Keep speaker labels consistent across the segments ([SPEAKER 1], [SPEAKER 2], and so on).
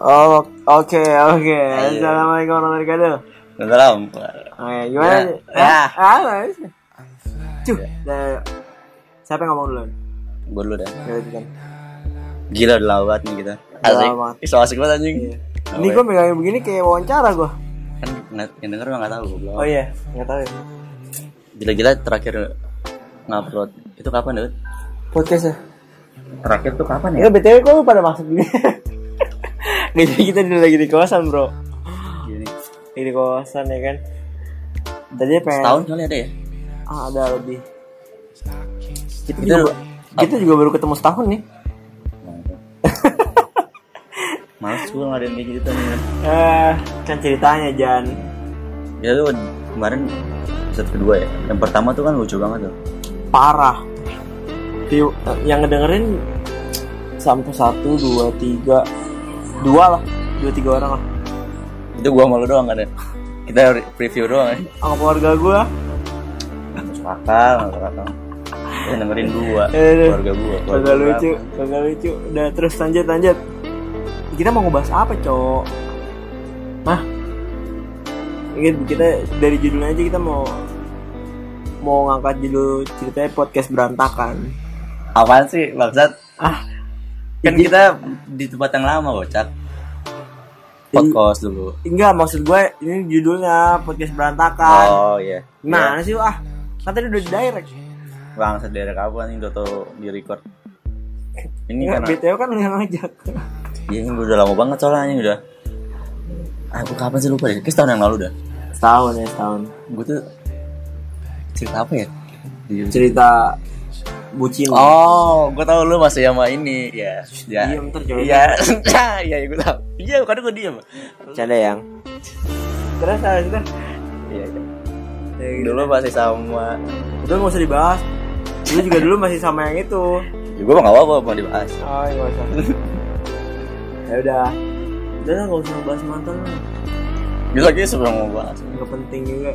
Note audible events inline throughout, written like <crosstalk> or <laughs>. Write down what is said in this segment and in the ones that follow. [SPEAKER 1] Oh, Oke, oke. Assalamualaikum warahmatullahi wabarakatuh.
[SPEAKER 2] Dalam.
[SPEAKER 1] Oke, gimana?
[SPEAKER 2] Ya.
[SPEAKER 1] Ah, ah, bagus. Cuh, dah. Siapa yang ngomong dulu?
[SPEAKER 2] Gue dulu dah.
[SPEAKER 1] Gak ada kan.
[SPEAKER 2] Gila udah lama banget nih kita. Asik.
[SPEAKER 1] Lama banget. Iya.
[SPEAKER 2] Ih, so asik banget anjing.
[SPEAKER 1] Ini gue megangin begini kayak wawancara gue.
[SPEAKER 2] kan nggak- yang denger mah nggak tahu goblok.
[SPEAKER 1] Oh iya, nggak tahu ya.
[SPEAKER 2] Gila-gila terakhir ngupload itu kapan, Dut?
[SPEAKER 1] Podcast ya.
[SPEAKER 2] Terakhir tuh kapan
[SPEAKER 1] Ya btw kok lu pada masuk <laughs> gini. Gak jadi kita dulu lagi di kosan bro.
[SPEAKER 2] Gini.
[SPEAKER 1] Lagi di kosan ya kan. Tadi pengen.
[SPEAKER 2] Setahun kali
[SPEAKER 1] <laughs>
[SPEAKER 2] ada ya?
[SPEAKER 1] Ah, ada lebih. Kita,
[SPEAKER 2] Kita-
[SPEAKER 1] juga, kita juga baru ketemu setahun nih.
[SPEAKER 2] Males gue ngadain kayak gitu nih.
[SPEAKER 1] Eh, kan ceritanya Jan.
[SPEAKER 2] Ya lu kemarin episode kedua ya. Yang pertama tuh kan lucu banget tuh.
[SPEAKER 1] Parah. Di, yang ngedengerin sampai satu, dua, tiga, dua lah, dua tiga orang lah.
[SPEAKER 2] Itu gua malu doang kan ya. Kita re- preview doang kan.
[SPEAKER 1] Sama keluarga gue.
[SPEAKER 2] Nggak Masuk akal, nggak masuk akal. Kita dengerin dua,
[SPEAKER 1] Eh, eh.
[SPEAKER 2] keluarga gua.
[SPEAKER 1] Kagak
[SPEAKER 2] gua.
[SPEAKER 1] lucu, kagak lucu. Udah terus lanjut lanjut. Kita mau ngebahas apa, Cok? Hah? Ingat kita dari judulnya aja kita mau mau ngangkat judul ceritanya podcast berantakan.
[SPEAKER 2] Apaan sih, bangsat?
[SPEAKER 1] Ah,
[SPEAKER 2] Kan kita di tempat yang lama, bocak. Podcast dulu.
[SPEAKER 1] enggak maksud gue ini judulnya podcast berantakan.
[SPEAKER 2] Oh iya.
[SPEAKER 1] Nah, sih lu, ah? Kan tadi udah di direct.
[SPEAKER 2] Bangsat dari kapan nih Doto di record? Ini
[SPEAKER 1] Enggak, BTW
[SPEAKER 2] karena
[SPEAKER 1] kan lu yang ngajak.
[SPEAKER 2] ya, ini udah lama banget soalnya ini udah. Aku kapan sih lupa deh? Kayaknya setahun yang lalu dah.
[SPEAKER 1] Setahun ya, setahun.
[SPEAKER 2] Gue tuh cerita apa ya?
[SPEAKER 1] Cerita bucin.
[SPEAKER 2] Oh, gue tau lu masih sama ini ya. ya.
[SPEAKER 1] Diem, ntar jangan.
[SPEAKER 2] Iya, <laughs> iya, gue tau. Iya, kadang gue diem.
[SPEAKER 1] Canda yang. Terus ah, kan. terus, terus.
[SPEAKER 2] Iya, iya.
[SPEAKER 1] Ya, gitu.
[SPEAKER 2] Dulu masih sama.
[SPEAKER 1] Udah nggak usah dibahas. Lu juga dulu masih sama yang itu.
[SPEAKER 2] Ya, gue mah gak apa-apa mau dibahas.
[SPEAKER 1] Oh, nggak usah. ya udah. Udah lah, nggak usah bahas mantan lah.
[SPEAKER 2] Gitu lagi sebelum mau bahas.
[SPEAKER 1] Nggak penting juga.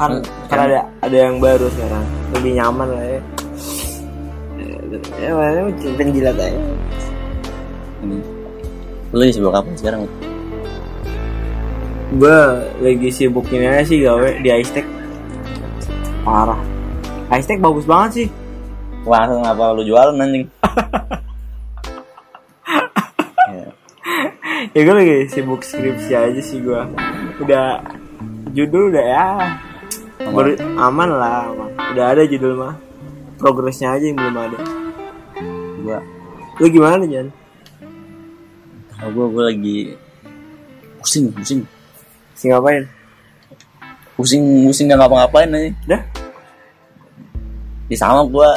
[SPEAKER 1] Kan,
[SPEAKER 2] Hmm,
[SPEAKER 1] kan ada ada yang baru sekarang. Lebih nyaman lah ya. Ya, mana penjilat aja.
[SPEAKER 2] Ini. Lu lagi sibuk apa sekarang?
[SPEAKER 1] Gue lagi sibukin aja sih gawe di Aistek. Parah. Aistek bagus banget sih. <laughs>
[SPEAKER 2] Wah, kenapa lu jualan anjing? Ya.
[SPEAKER 1] ya gue lagi sibuk skripsi aja sih gue udah judul udah ya baru aman lah aman. udah ada judul mah progresnya aja yang belum ada
[SPEAKER 2] Gua
[SPEAKER 1] lu gimana nih Jan
[SPEAKER 2] Oh, gue gue lagi pusing pusing
[SPEAKER 1] sih ngapain
[SPEAKER 2] pusing pusing nggak ngapa-ngapain aja
[SPEAKER 1] dah
[SPEAKER 2] di sama gue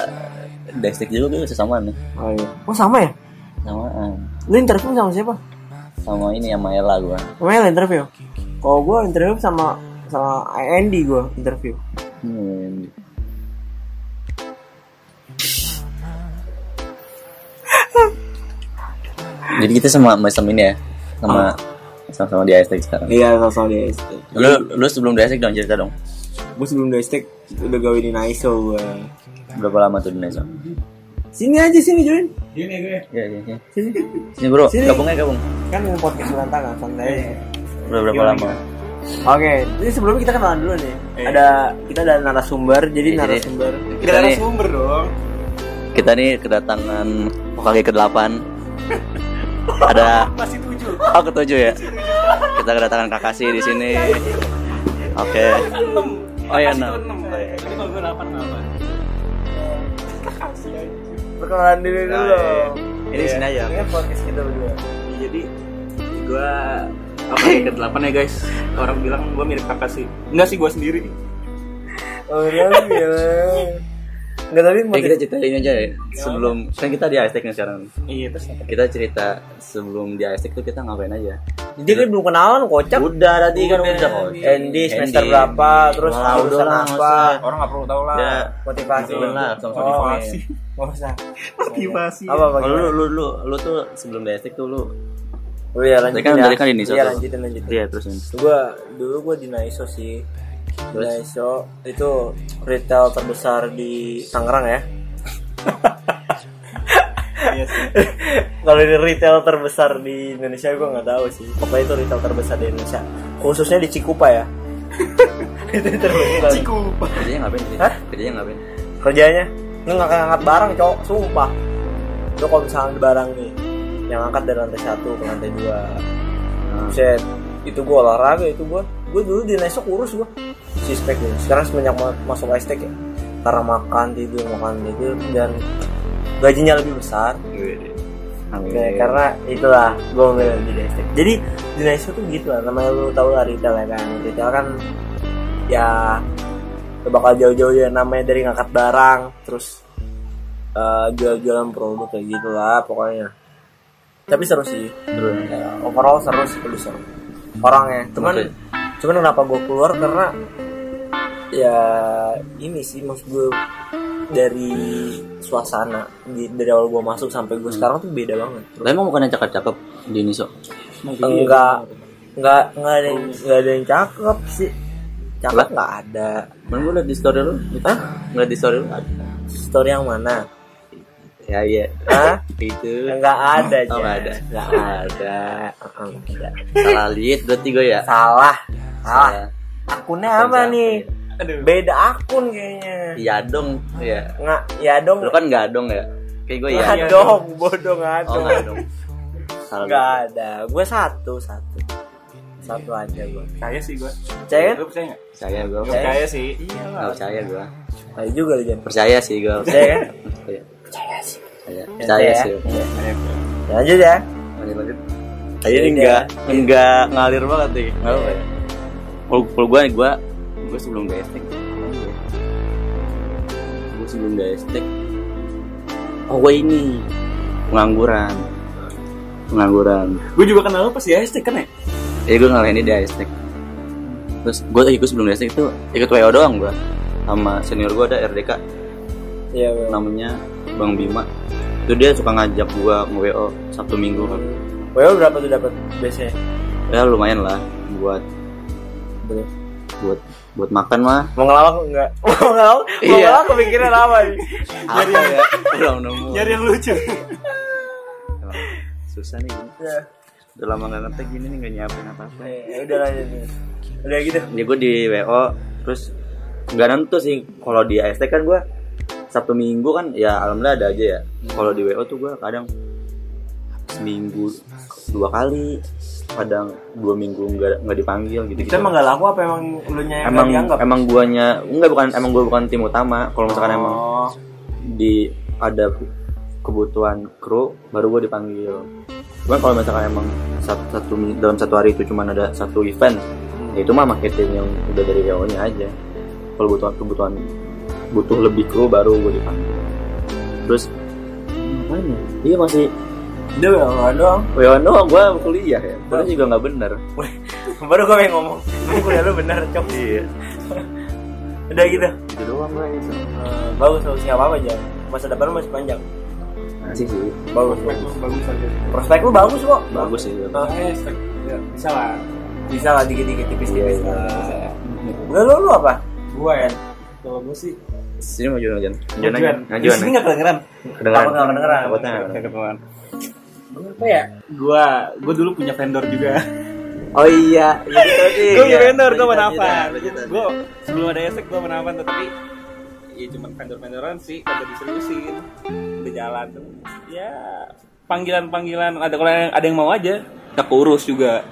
[SPEAKER 2] destek juga gue sama nih
[SPEAKER 1] oh iya oh sama ya
[SPEAKER 2] sama eh,
[SPEAKER 1] lu interview sama siapa
[SPEAKER 2] sama ini sama Ella gue
[SPEAKER 1] Sama lu interview kalau gue interview sama sama Andy gue interview
[SPEAKER 2] hmm. jadi kita sama sama ini ya sama sama sama di Aztec sekarang
[SPEAKER 1] iya sama di Aistek
[SPEAKER 2] lu lu sebelum di Aztec dong cerita dong
[SPEAKER 1] gue sebelum di Aistek udah gawe di ISO gue
[SPEAKER 2] berapa lama tuh di Nezo
[SPEAKER 1] sini aja sini join
[SPEAKER 2] Iya, iya, iya.
[SPEAKER 1] sini
[SPEAKER 2] sini bro
[SPEAKER 1] Sini.
[SPEAKER 2] gabungnya gabung
[SPEAKER 1] kan yang podcast berantakan santai aja
[SPEAKER 2] udah berapa
[SPEAKER 1] Gimana,
[SPEAKER 2] lama
[SPEAKER 1] Oke, jadi sebelumnya kita kenalan dulu nih. Ada kita ada narasumber, Iya. jadi
[SPEAKER 2] Iya,
[SPEAKER 1] narasumber.
[SPEAKER 2] jadi
[SPEAKER 1] Kita
[SPEAKER 2] kita nih-
[SPEAKER 1] narasumber dong.
[SPEAKER 2] Kita nih kedatangan Hokage ke-8 <laughs> Ada
[SPEAKER 1] Masih tujuh.
[SPEAKER 2] Oh ketujuh ya Kita kedatangan Kakashi di sini Oke Oh iya enam Oh, iya.
[SPEAKER 1] Perkenalan diri
[SPEAKER 2] Nah,
[SPEAKER 1] dulu.
[SPEAKER 2] iya. Ini di sini aja.
[SPEAKER 1] Ini podcast kita berdua.
[SPEAKER 3] jadi gue apa ya ke delapan ya guys orang bilang gue mirip kakak sih enggak sih gue sendiri
[SPEAKER 1] Oh, iya. Enggak tapi mau
[SPEAKER 2] Eh, kita ceritain aja ya Sebelum Kan
[SPEAKER 1] ya.
[SPEAKER 2] kita di Aztec nih sekarang
[SPEAKER 3] iya terus apa?
[SPEAKER 2] Kita cerita Sebelum di Aztec tuh kita ngapain aja
[SPEAKER 1] Jadi dia belum kenalan, kocak.
[SPEAKER 2] Udah tadi kan udah kok
[SPEAKER 1] Andy semester berapa, terus
[SPEAKER 2] Wah, udah
[SPEAKER 1] jurusan apa?
[SPEAKER 2] lah, nggak
[SPEAKER 3] orang nggak perlu tahu lah
[SPEAKER 2] Ya
[SPEAKER 1] Motivasi.
[SPEAKER 2] Sebelum lah sama-sama
[SPEAKER 1] Oh,
[SPEAKER 2] difonis.
[SPEAKER 1] Nggak usah.
[SPEAKER 3] motivasi
[SPEAKER 1] Apa apa?
[SPEAKER 2] Oh, iya. lu,
[SPEAKER 1] gimana?
[SPEAKER 2] lu, lu, lu tuh sebelum di Aztec tuh lu
[SPEAKER 1] Oh iya lanjutin
[SPEAKER 2] Tadi kan
[SPEAKER 1] ya.
[SPEAKER 2] tadi kan ini
[SPEAKER 1] Iya
[SPEAKER 2] satu.
[SPEAKER 1] lanjutin lanjutin.
[SPEAKER 2] Iya terus ini.
[SPEAKER 1] gua dulu gua di Naiso sih di Naiso itu retail terbesar di Tangerang ya <laughs> kalau di retail terbesar di Indonesia gue nggak tahu sih pokoknya itu retail terbesar di Indonesia khususnya di Cikupa ya itu terbesar
[SPEAKER 4] Cikupa.
[SPEAKER 2] Kerjanya ngapain sih?
[SPEAKER 1] Hah?
[SPEAKER 2] Kerjanya ngapain?
[SPEAKER 1] kerjanya lu nggak ngangkat barang cowok sumpah lu kalau misalnya ada barang nih yang angkat dari lantai satu ke lantai dua
[SPEAKER 2] Nah,
[SPEAKER 1] set itu gue olahraga itu gue gue dulu di nesok kurus gue sispek gue sekarang sebanyak ma- masuk estek ya karena makan tidur makan tidur dan gajinya lebih besar
[SPEAKER 2] Iya, amin.
[SPEAKER 1] Ya, karena itulah gue milih di estek E jadi di nesok tuh gitu lah namanya lu tau lah retail ya kan retail kan ya lu bakal jauh-jauh ya namanya dari ngangkat barang terus eh, jual-jualan produk kayak gitulah pokoknya tapi seru sih
[SPEAKER 2] Terus,
[SPEAKER 1] Ya, overall seru sih dulu seru orangnya cuman
[SPEAKER 2] Oke.
[SPEAKER 1] cuman kenapa gue keluar karena ya ini sih maksud gue dari suasana di, dari awal gue masuk sampai gue sekarang tuh beda banget
[SPEAKER 2] Lah emang bukannya cakep-cakep di Niso?
[SPEAKER 1] enggak enggak enggak ada yang, enggak ada yang cakep sih cakep
[SPEAKER 2] Lah?
[SPEAKER 1] nggak ada
[SPEAKER 2] Mana gue liat di story lu? Gitu.
[SPEAKER 1] Hah?
[SPEAKER 2] Ngeliat di story lu?
[SPEAKER 1] story yang mana
[SPEAKER 2] Ya iya.
[SPEAKER 1] Hah?
[SPEAKER 2] Itu.
[SPEAKER 1] enggak ada Jan.
[SPEAKER 2] Oh, nggak ada.
[SPEAKER 1] Nggak
[SPEAKER 2] <laughs>
[SPEAKER 1] ada Heeh, nggak ada
[SPEAKER 2] Salah liat berarti gue ya.
[SPEAKER 1] salah salah
[SPEAKER 2] Salah. ya.
[SPEAKER 1] akunnya apa
[SPEAKER 2] Akun
[SPEAKER 1] nih
[SPEAKER 4] Aduh.
[SPEAKER 1] beda akun kayaknya
[SPEAKER 2] Iya dong. Iya.
[SPEAKER 1] nggak ya dong
[SPEAKER 2] Lu kan nggak dong ya? Kayak gue ya.
[SPEAKER 1] nggak dong bodoh nggak
[SPEAKER 2] Oh
[SPEAKER 1] dong
[SPEAKER 2] nggak dong. Salah.
[SPEAKER 1] nggak ada gue satu satu satu aja gue
[SPEAKER 4] Kaya sih gua.
[SPEAKER 1] Percaya? ya?
[SPEAKER 4] Lu percaya nggak?
[SPEAKER 2] kan? Percaya gue.
[SPEAKER 4] Nggak percaya sih.
[SPEAKER 2] Nggak percaya gue.
[SPEAKER 1] ayo Nah, juga lu jangan
[SPEAKER 2] Percaya sih gue.
[SPEAKER 1] Percaya
[SPEAKER 2] <laughs>
[SPEAKER 1] kan?
[SPEAKER 2] Percaya.
[SPEAKER 1] percaya sih
[SPEAKER 2] Percaya. Percaya sih.
[SPEAKER 1] ya lanjut ya
[SPEAKER 2] Lanjut lanjut. Aja ini
[SPEAKER 1] Iya.
[SPEAKER 2] enggak enggak ngalir banget nih. Enggak apa ya. Kalau kalau gue gue gue sebelum gue estek. Gue sebelum gue estek. Oh gue ini pengangguran. Pengangguran.
[SPEAKER 4] Gue juga kenal lu pas di AST kan ya?
[SPEAKER 2] Jadi gue ngalahin dia di estek. Terus gue ikut sebelum di estek itu ikut WO doang gue sama senior gue ada RDK
[SPEAKER 1] iya Bel.
[SPEAKER 2] namanya Bang Bima itu dia suka ngajak gua nge WO Sabtu Minggu
[SPEAKER 1] Well berapa tuh dapat biasanya
[SPEAKER 2] ya lumayan lah buat
[SPEAKER 1] Boleh.
[SPEAKER 2] buat buat makan mah
[SPEAKER 1] mau ngelawak lu nggak <laughs> mau ngelawak mau
[SPEAKER 2] Iya.
[SPEAKER 1] ngelawak kepikiran apa nih
[SPEAKER 2] apa ya belum nemu
[SPEAKER 4] Nyari yang lucu.
[SPEAKER 2] Emang susah nih gini.
[SPEAKER 1] ya
[SPEAKER 2] udah lama nggak ngetek gini nih nggak nyiapin apa apa
[SPEAKER 1] nih, ya udah lanjut nih. udah gitu
[SPEAKER 2] ya gue di WO terus nggak nentu sih kalau di AST kan gua Sabtu Minggu kan ya alhamdulillah ada aja ya kalau di WO tuh gua kadang seminggu dua kali kadang dua minggu nggak nggak dipanggil gitu
[SPEAKER 4] Itu emang gak laku apa emang lu nya yang
[SPEAKER 2] emang
[SPEAKER 4] gak dianggap?
[SPEAKER 2] emang guanya enggak bukan emang gua bukan tim utama kalau misalkan emang
[SPEAKER 4] Oh.
[SPEAKER 2] di ada kebutuhan kru baru gua dipanggil cuman kalau misalkan emang satu, satu dalam satu hari itu cuman ada satu event ya itu mah marketing yang udah dari WO nya aja kalau kebutuhan kebutuhan butuh lebih kru baru gua dipanggil terus ngapain ya? Iya masih
[SPEAKER 1] udah well doang
[SPEAKER 2] WO doang gua kuliah ya kuliah juga nggak bener
[SPEAKER 1] baru gue pengen ngomong Emang kuliah lu bener cok
[SPEAKER 2] iya
[SPEAKER 1] <laughs> udah gitu
[SPEAKER 2] itu doang lah itu
[SPEAKER 1] Eh, bagus bagus nggak apa-apa aja masa depan lu masih panjang
[SPEAKER 2] masih sih
[SPEAKER 1] bagus
[SPEAKER 4] Bagus, bagus aja.
[SPEAKER 1] prospek lu bagus kok
[SPEAKER 2] bagus sih
[SPEAKER 1] Ah,
[SPEAKER 4] AST. Ya, bisa lah. Eh,
[SPEAKER 1] bisa lah dikit-dikit tipis-tipis
[SPEAKER 2] Iya,
[SPEAKER 1] lah udah lu lu apa
[SPEAKER 4] Gua ya. Kalau gua sih
[SPEAKER 2] sini mau jualan ngajuan ngajuan aja
[SPEAKER 4] Ngajuan.
[SPEAKER 2] ngajuan
[SPEAKER 4] Di sini nggak kedengeran.
[SPEAKER 2] kedengeran
[SPEAKER 1] Takut nggak kedengeran.
[SPEAKER 2] Takutnya nggak kedengeran.
[SPEAKER 4] Kedengeran.
[SPEAKER 1] apa ya
[SPEAKER 4] Gua gua dulu punya vendor juga.
[SPEAKER 2] oh iya iya tadi
[SPEAKER 4] gue punya vendor, gue
[SPEAKER 2] apa?
[SPEAKER 4] menapan Gue sebelum ada esek gue menapan tuh Tapi ya cuma vendor-vendoran sih Kagak diseriusin Udah jalan tuh Ya panggilan-panggilan ada kalau yang- ada yang mau aja tak urus juga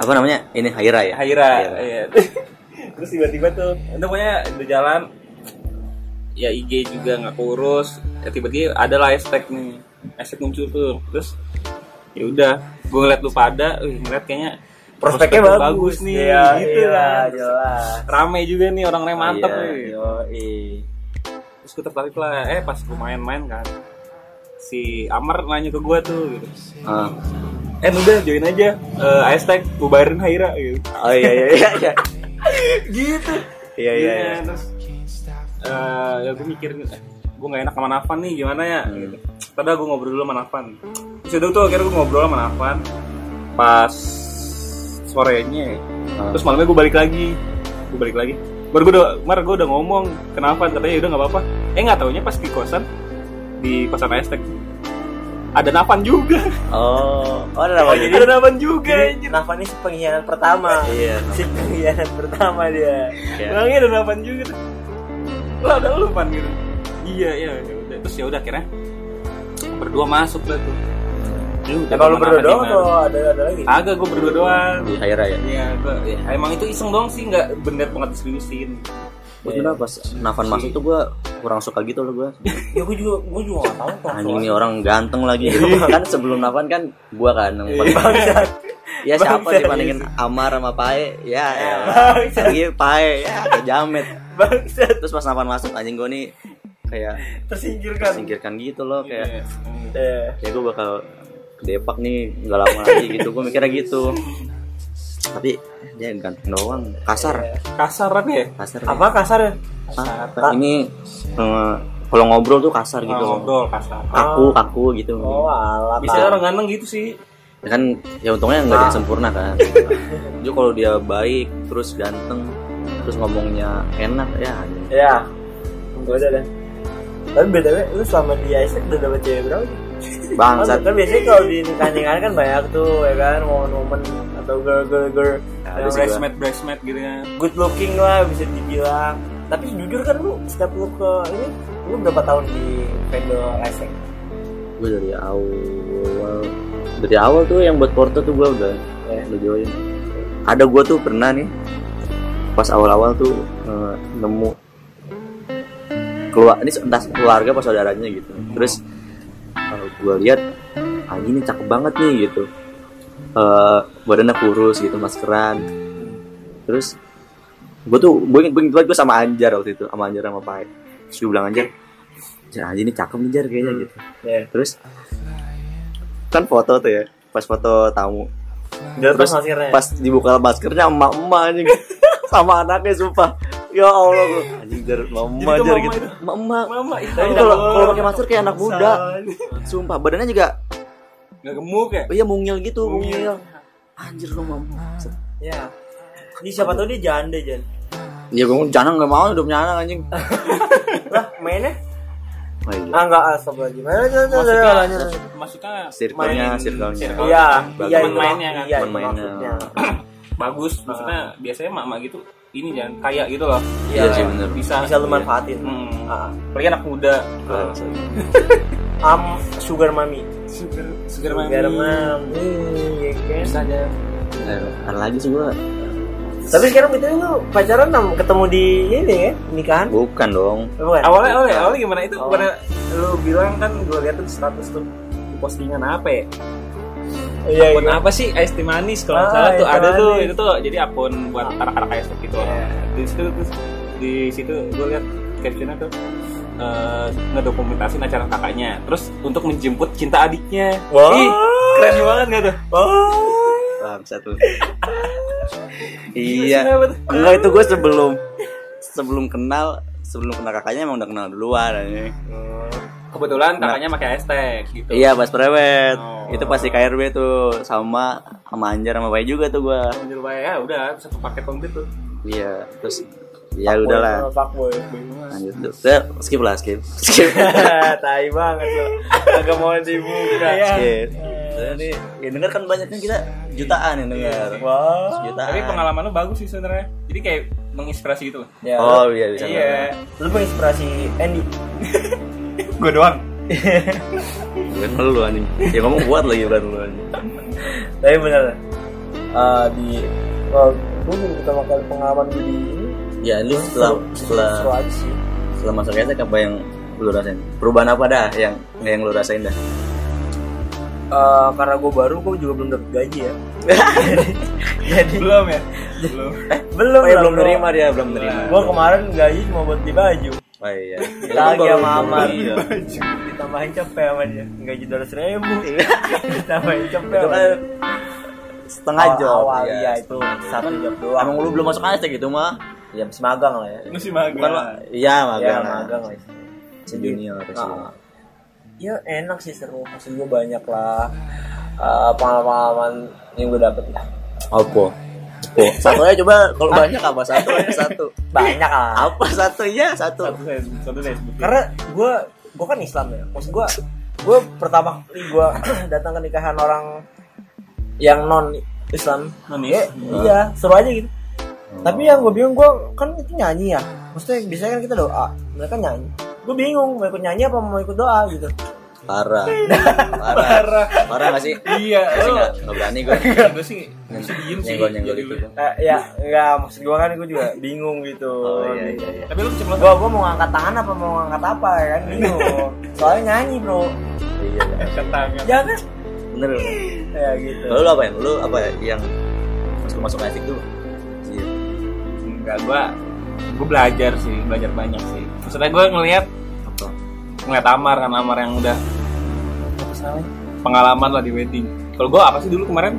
[SPEAKER 2] apa namanya ini Haira ya
[SPEAKER 4] Haira iya. <laughs> terus tiba-tiba tuh udah pokoknya udah jalan ya IG juga nggak kurus ya tiba-tiba ada lah hashtag nih hashtag muncul tuh terus ya udah gue ngeliat lu pada wih, ngeliat kayaknya
[SPEAKER 1] prospeknya
[SPEAKER 4] prospeknya
[SPEAKER 1] bagus,
[SPEAKER 4] nih
[SPEAKER 1] Iya,
[SPEAKER 4] gitu
[SPEAKER 1] iya,
[SPEAKER 4] kan Terus
[SPEAKER 1] jelas
[SPEAKER 4] rame juga nih orang-orang yang mantep
[SPEAKER 2] Iya,
[SPEAKER 4] nih.
[SPEAKER 1] Yoi.
[SPEAKER 4] terus gue tertarik lah eh pas gue main-main kan si Amar nanya ke gue tuh gitu
[SPEAKER 2] Ah.
[SPEAKER 4] eh udah join aja eh hashtag bubarin Haira gitu
[SPEAKER 2] oh iya iya iya iya
[SPEAKER 4] gitu
[SPEAKER 2] iya iya iya.
[SPEAKER 4] terus eh, ya gue mikir gue nggak enak sama Nafan nih gimana ya
[SPEAKER 2] Hmm.
[SPEAKER 4] gitu. Tadi gue ngobrol dulu sama Nafan terus udah tuh akhirnya gue ngobrol sama Nafan pas sorenya ya.
[SPEAKER 2] Ah.
[SPEAKER 4] terus malamnya gue balik lagi gue balik lagi baru gue udah mar gue udah ngomong ke Nafan katanya udah nggak apa-apa eh nggak taunya pas di kosan di kosan Estek ada Navan juga
[SPEAKER 2] Oh, oh Iya. ada apa
[SPEAKER 4] ada Navan juga anjir
[SPEAKER 1] Nafa ini si pengkhianat pertama
[SPEAKER 2] Iya.
[SPEAKER 1] Si pengkhianat pertama dia
[SPEAKER 2] Iya.
[SPEAKER 4] Bilangnya ada Navan juga lah ada lu Pan gitu iya iya ya udah terus ya udah akhirnya berdua masuk lah tuh Lu udah
[SPEAKER 1] Ya kalau
[SPEAKER 4] temenan
[SPEAKER 1] berdua doang
[SPEAKER 4] sama yang
[SPEAKER 1] atau
[SPEAKER 4] baru.
[SPEAKER 1] ada ada lagi?
[SPEAKER 4] agak gue berdua doang
[SPEAKER 2] Di Haira ya.
[SPEAKER 4] Iya, gua, ya, emang itu iseng doang sih, nggak bener banget diseriusin.
[SPEAKER 2] Gue sebenernya pas Navan Iya. masuk tuh gue kurang suka gitu loh gue
[SPEAKER 1] Ya gue juga gue juga gak tahu kok.
[SPEAKER 2] Anjing "Ah, nih orang ganteng lagi
[SPEAKER 1] Iya.
[SPEAKER 2] Kan sebelum Navan kan gue kan yang paling
[SPEAKER 1] Bangsat.
[SPEAKER 2] Ya siapa
[SPEAKER 1] Iya. Bangsa, iya Ah,
[SPEAKER 2] dibandingin Amar sama Pae Ya ya Lagi Pae Ya jamet
[SPEAKER 1] Bangsat
[SPEAKER 2] Terus pas Navan masuk anjing gue nih Kayak
[SPEAKER 1] tersingkirkan.
[SPEAKER 2] singkirkan gitu loh Kayak
[SPEAKER 4] Iya. Hmm.
[SPEAKER 1] Eh,
[SPEAKER 2] ya gue bakal kedepak nih nggak lama
[SPEAKER 1] <laughs>
[SPEAKER 2] lagi gitu gue mikirnya gitu tapi dia ganteng doang kasar
[SPEAKER 4] Kasaran ya?
[SPEAKER 2] kasar
[SPEAKER 1] Iya. apa kasar ya?
[SPEAKER 2] Ah, ini eh, kalau ngobrol tuh kasar gitu loh
[SPEAKER 4] Ngobrol kasar.
[SPEAKER 2] kaku kaku gitu
[SPEAKER 1] Oh, alah.
[SPEAKER 4] Biasanya
[SPEAKER 1] Pak.
[SPEAKER 4] orang ganteng gitu sih.
[SPEAKER 2] Ya kan ya untungnya nggak ada yang sempurna kan jadi kalau dia baik terus ganteng terus ngomongnya enak ya anjing.
[SPEAKER 1] Ya. Gue udah deh. Tapi BTW lu selama di Isaac udah dapet cewek berapa?
[SPEAKER 2] bangsat
[SPEAKER 1] Kan biasanya kalau di nikahan kan banyak tuh ya kan momen-momen atau girl girl girl yang
[SPEAKER 2] Ya, ada sih gua.
[SPEAKER 4] Bridesmaid, bridesmaid gitu kan.
[SPEAKER 1] good looking lah bisa dibilang. Tapi jujur kan lu setiap lu ke ini lu berapa tahun di vendor Isaac?
[SPEAKER 2] gue dari awal dari awal tuh yang buat Porto tuh gue udah eh, udah join ada gue tuh pernah nih pas awal-awal tuh eh, nemu keluar ini entah keluarga apa saudaranya gitu terus kalau gue lihat Aji ini cakep banget nih gitu Eh, badannya kurus gitu maskeran terus gue tuh gue inget, gue inget banget gue sama Anjar waktu itu sama Anjar sama Pak terus gue bilang Anjar Anjar Aji ini cakep nih Jar kayaknya gitu
[SPEAKER 1] Ya.
[SPEAKER 2] terus kan foto tuh ya pas foto tamu
[SPEAKER 1] Terus
[SPEAKER 2] terus pas dibuka maskernya emak-emak anjing sama anaknya sumpah ya Allah gua, anjing jar emak-emak
[SPEAKER 4] Jadi itu
[SPEAKER 2] jar
[SPEAKER 4] emak-emak
[SPEAKER 2] gitu
[SPEAKER 4] itu?
[SPEAKER 2] emak-emak
[SPEAKER 4] Mama itu.
[SPEAKER 2] Tapi kalau kalau pakai masker kayak anak muda sumpah badannya juga
[SPEAKER 4] Nggak gemuk ya?
[SPEAKER 2] iya mungil gitu
[SPEAKER 4] Mungil.
[SPEAKER 2] mungil anjir lu mau
[SPEAKER 1] Ya. Ini siapa tahu dia janda Jan.
[SPEAKER 2] ya gue jangan nggak mau udah punya anak anjing
[SPEAKER 1] Lah mainnya?
[SPEAKER 2] oh, iya.
[SPEAKER 1] Ah enggak asap lagi. Mana mana- mana-
[SPEAKER 4] Maksudnya,
[SPEAKER 1] mana- mana-
[SPEAKER 4] maksudnya
[SPEAKER 2] Circle-nya,
[SPEAKER 4] main-
[SPEAKER 2] circle-nya.
[SPEAKER 4] circle.
[SPEAKER 1] Iya,
[SPEAKER 2] Bagus.
[SPEAKER 1] iya
[SPEAKER 4] Teman
[SPEAKER 1] itu
[SPEAKER 4] mainnya
[SPEAKER 1] mak- Iya,
[SPEAKER 4] kan,
[SPEAKER 1] Ah.
[SPEAKER 2] teman
[SPEAKER 1] itu
[SPEAKER 2] mainnya.
[SPEAKER 1] maksudnya.
[SPEAKER 4] Bagus, maksudnya biasanya mama gitu ini jangan kaya gitu loh.
[SPEAKER 2] Iya sih, bener. Iya.
[SPEAKER 4] Bisa
[SPEAKER 1] Bisa lu manfaatin.
[SPEAKER 4] Hmm.
[SPEAKER 1] Ah.
[SPEAKER 4] Apalagi anak muda.
[SPEAKER 2] Keren, sorry.
[SPEAKER 1] Am sugar mami.
[SPEAKER 4] Sugar, sugar
[SPEAKER 1] Sugar
[SPEAKER 4] mami.
[SPEAKER 1] mami. ya kan?
[SPEAKER 4] Bisa aja.
[SPEAKER 2] Eh, ada lagi sih gue
[SPEAKER 1] Tapi sekarang betulnya lu pacaran nam- ketemu di ini ya, nikahan.
[SPEAKER 2] bukan dong
[SPEAKER 1] Eh, Bukan.
[SPEAKER 4] awalnya awalnya awalnya gimana itu
[SPEAKER 1] Awalnya.
[SPEAKER 4] pada lu bilang kan gue lihat tuh status tuh di postingan apa ya
[SPEAKER 1] Iya,
[SPEAKER 4] akun
[SPEAKER 1] iya.
[SPEAKER 4] apa sih Ice Tea Manis kalau nggak
[SPEAKER 1] Ah,
[SPEAKER 4] salah tuh
[SPEAKER 1] Ice Tea
[SPEAKER 4] ada tuh
[SPEAKER 1] Manis.
[SPEAKER 4] itu tuh jadi akun buat anak-anak Ice Tea gitu
[SPEAKER 1] Iya.
[SPEAKER 4] di situ terus di situ gue lihat captionnya tuh eh ngedokumentasiin acara kakaknya terus untuk menjemput cinta adiknya
[SPEAKER 1] Wah.
[SPEAKER 4] Ih, keren banget gak tuh
[SPEAKER 1] Oh.
[SPEAKER 2] bangsat
[SPEAKER 4] <laughs>
[SPEAKER 2] lu iya
[SPEAKER 4] Kenapa tuh?
[SPEAKER 2] Enggak itu gue sebelum sebelum kenal sebelum kenal kakaknya emang udah kenal duluan anjing.
[SPEAKER 4] kebetulan kakaknya pakai hashtag gitu
[SPEAKER 2] Iya pas prewed
[SPEAKER 4] Oh.
[SPEAKER 2] itu pasti KRB tuh sama sama Anjar sama Bayi juga tuh gue.
[SPEAKER 4] Anjir, Pak, ya udah satu paket komplit tuh
[SPEAKER 2] Iya terus ya udahlah
[SPEAKER 1] Fuck boy.
[SPEAKER 2] lanjut tuh. Udah, skip lah skip <laughs> skip
[SPEAKER 1] <laughs> Tai banget lu. Agak mau dibuka.
[SPEAKER 4] Iya.
[SPEAKER 2] skip. Jadi ya denger kan banyaknya kita jutaan yang denger.
[SPEAKER 1] Wah.
[SPEAKER 2] Jutaan.
[SPEAKER 4] Iya. tapi pengalaman lu bagus sih sebenarnya jadi kayak menginspirasi gitu loh
[SPEAKER 1] Ya.
[SPEAKER 2] Oh iya bisa.
[SPEAKER 4] iya
[SPEAKER 1] Lu menginspirasi Andy.
[SPEAKER 4] gue doang
[SPEAKER 2] Bukan lu anjing. Ya ngomong buat lagi bukan lu anjing.
[SPEAKER 1] Tapi bener eh, di eh, gue baru pertama kali pengalaman gue di ini
[SPEAKER 2] Ya lu setelah
[SPEAKER 1] seru-
[SPEAKER 2] setelah
[SPEAKER 1] seru aja sih.
[SPEAKER 2] setelah masuk SK apa yang lu rasain? Perubahan apa dah yang yang lu rasain dah?
[SPEAKER 1] Eh, karena gue baru gue juga belum dapet gaji <laughs> ya
[SPEAKER 4] belum ya belum
[SPEAKER 1] belum
[SPEAKER 2] Oh, iya, belum nerima dia, belum nerima.
[SPEAKER 1] gue kemarin gaji cuma buat beli baju
[SPEAKER 2] Oh iya.
[SPEAKER 1] Lagi
[SPEAKER 2] Baru-
[SPEAKER 1] sama
[SPEAKER 2] baru-
[SPEAKER 1] Amar.
[SPEAKER 2] iya.
[SPEAKER 1] ditambahin cepet sama dia gaji dua ribu <laughs> ditambahin cepet
[SPEAKER 2] Itu
[SPEAKER 1] sama
[SPEAKER 2] kan
[SPEAKER 1] dia.
[SPEAKER 2] setengah
[SPEAKER 1] Awal-
[SPEAKER 2] job.
[SPEAKER 1] awal
[SPEAKER 2] iya.
[SPEAKER 1] iya itu satu jam doang
[SPEAKER 2] Emang lu belum masuk aja gitu mah?
[SPEAKER 1] jam semagang lah ya
[SPEAKER 4] masih magang
[SPEAKER 2] Bukan lah. Iya,
[SPEAKER 1] ya
[SPEAKER 2] magang.
[SPEAKER 1] magang lah
[SPEAKER 2] Sejunior
[SPEAKER 1] Ah. ya enak sih seru maksud gue banyak lah eh, pengalaman yang gue dapet lah
[SPEAKER 2] Apa? Satu aja coba kalau banyak apa satu aja satu.
[SPEAKER 1] banyak lah
[SPEAKER 2] Apa satu ya satu.
[SPEAKER 4] Oh.
[SPEAKER 1] Iya.
[SPEAKER 4] satu saya satu saya sebutin.
[SPEAKER 1] karena gue gue kan Islam ya maksud gue gue pertama kali gue <clears throat> datang ke nikahan orang yang non Islam
[SPEAKER 4] Non
[SPEAKER 1] Ya,
[SPEAKER 4] Islam.
[SPEAKER 1] iya seru aja gitu tapi yang gue bingung gue kan itu nyanyi ya maksudnya biasanya kan kita doa mereka nyanyi gue bingung mau ikut nyanyi apa mau ikut doa gitu
[SPEAKER 2] parah parah parah parah nggak sih
[SPEAKER 4] Iya,
[SPEAKER 2] Nggak sih
[SPEAKER 4] lu-
[SPEAKER 2] nggak nggak berani gue
[SPEAKER 4] gue sih gue sih diem sih
[SPEAKER 2] nyenggol nyenggol
[SPEAKER 4] jadi
[SPEAKER 2] gitu
[SPEAKER 4] lu-
[SPEAKER 1] Eh, ya enggak maksud gue kan gue juga bingung gitu
[SPEAKER 2] oh iya iya iya
[SPEAKER 4] tapi lu keceplosan
[SPEAKER 1] gue gue mau ngangkat tangan apa mau ngangkat apa ya kan bingung <laughs> soalnya nyanyi bro
[SPEAKER 2] iya iya.
[SPEAKER 4] ke tangan
[SPEAKER 1] ya kan
[SPEAKER 2] bener lu.
[SPEAKER 1] ya gitu
[SPEAKER 2] Kalau lu apa ya lu apa ya yang masuk masuk asik tuh iya
[SPEAKER 4] enggak gue gue belajar sih belajar banyak sih maksudnya gue ngelihat
[SPEAKER 2] apa
[SPEAKER 4] ngeliat Amar kan Amar yang udah apa sih namanya? pengalaman lah di wedding kalau gue apa sih dulu kemarin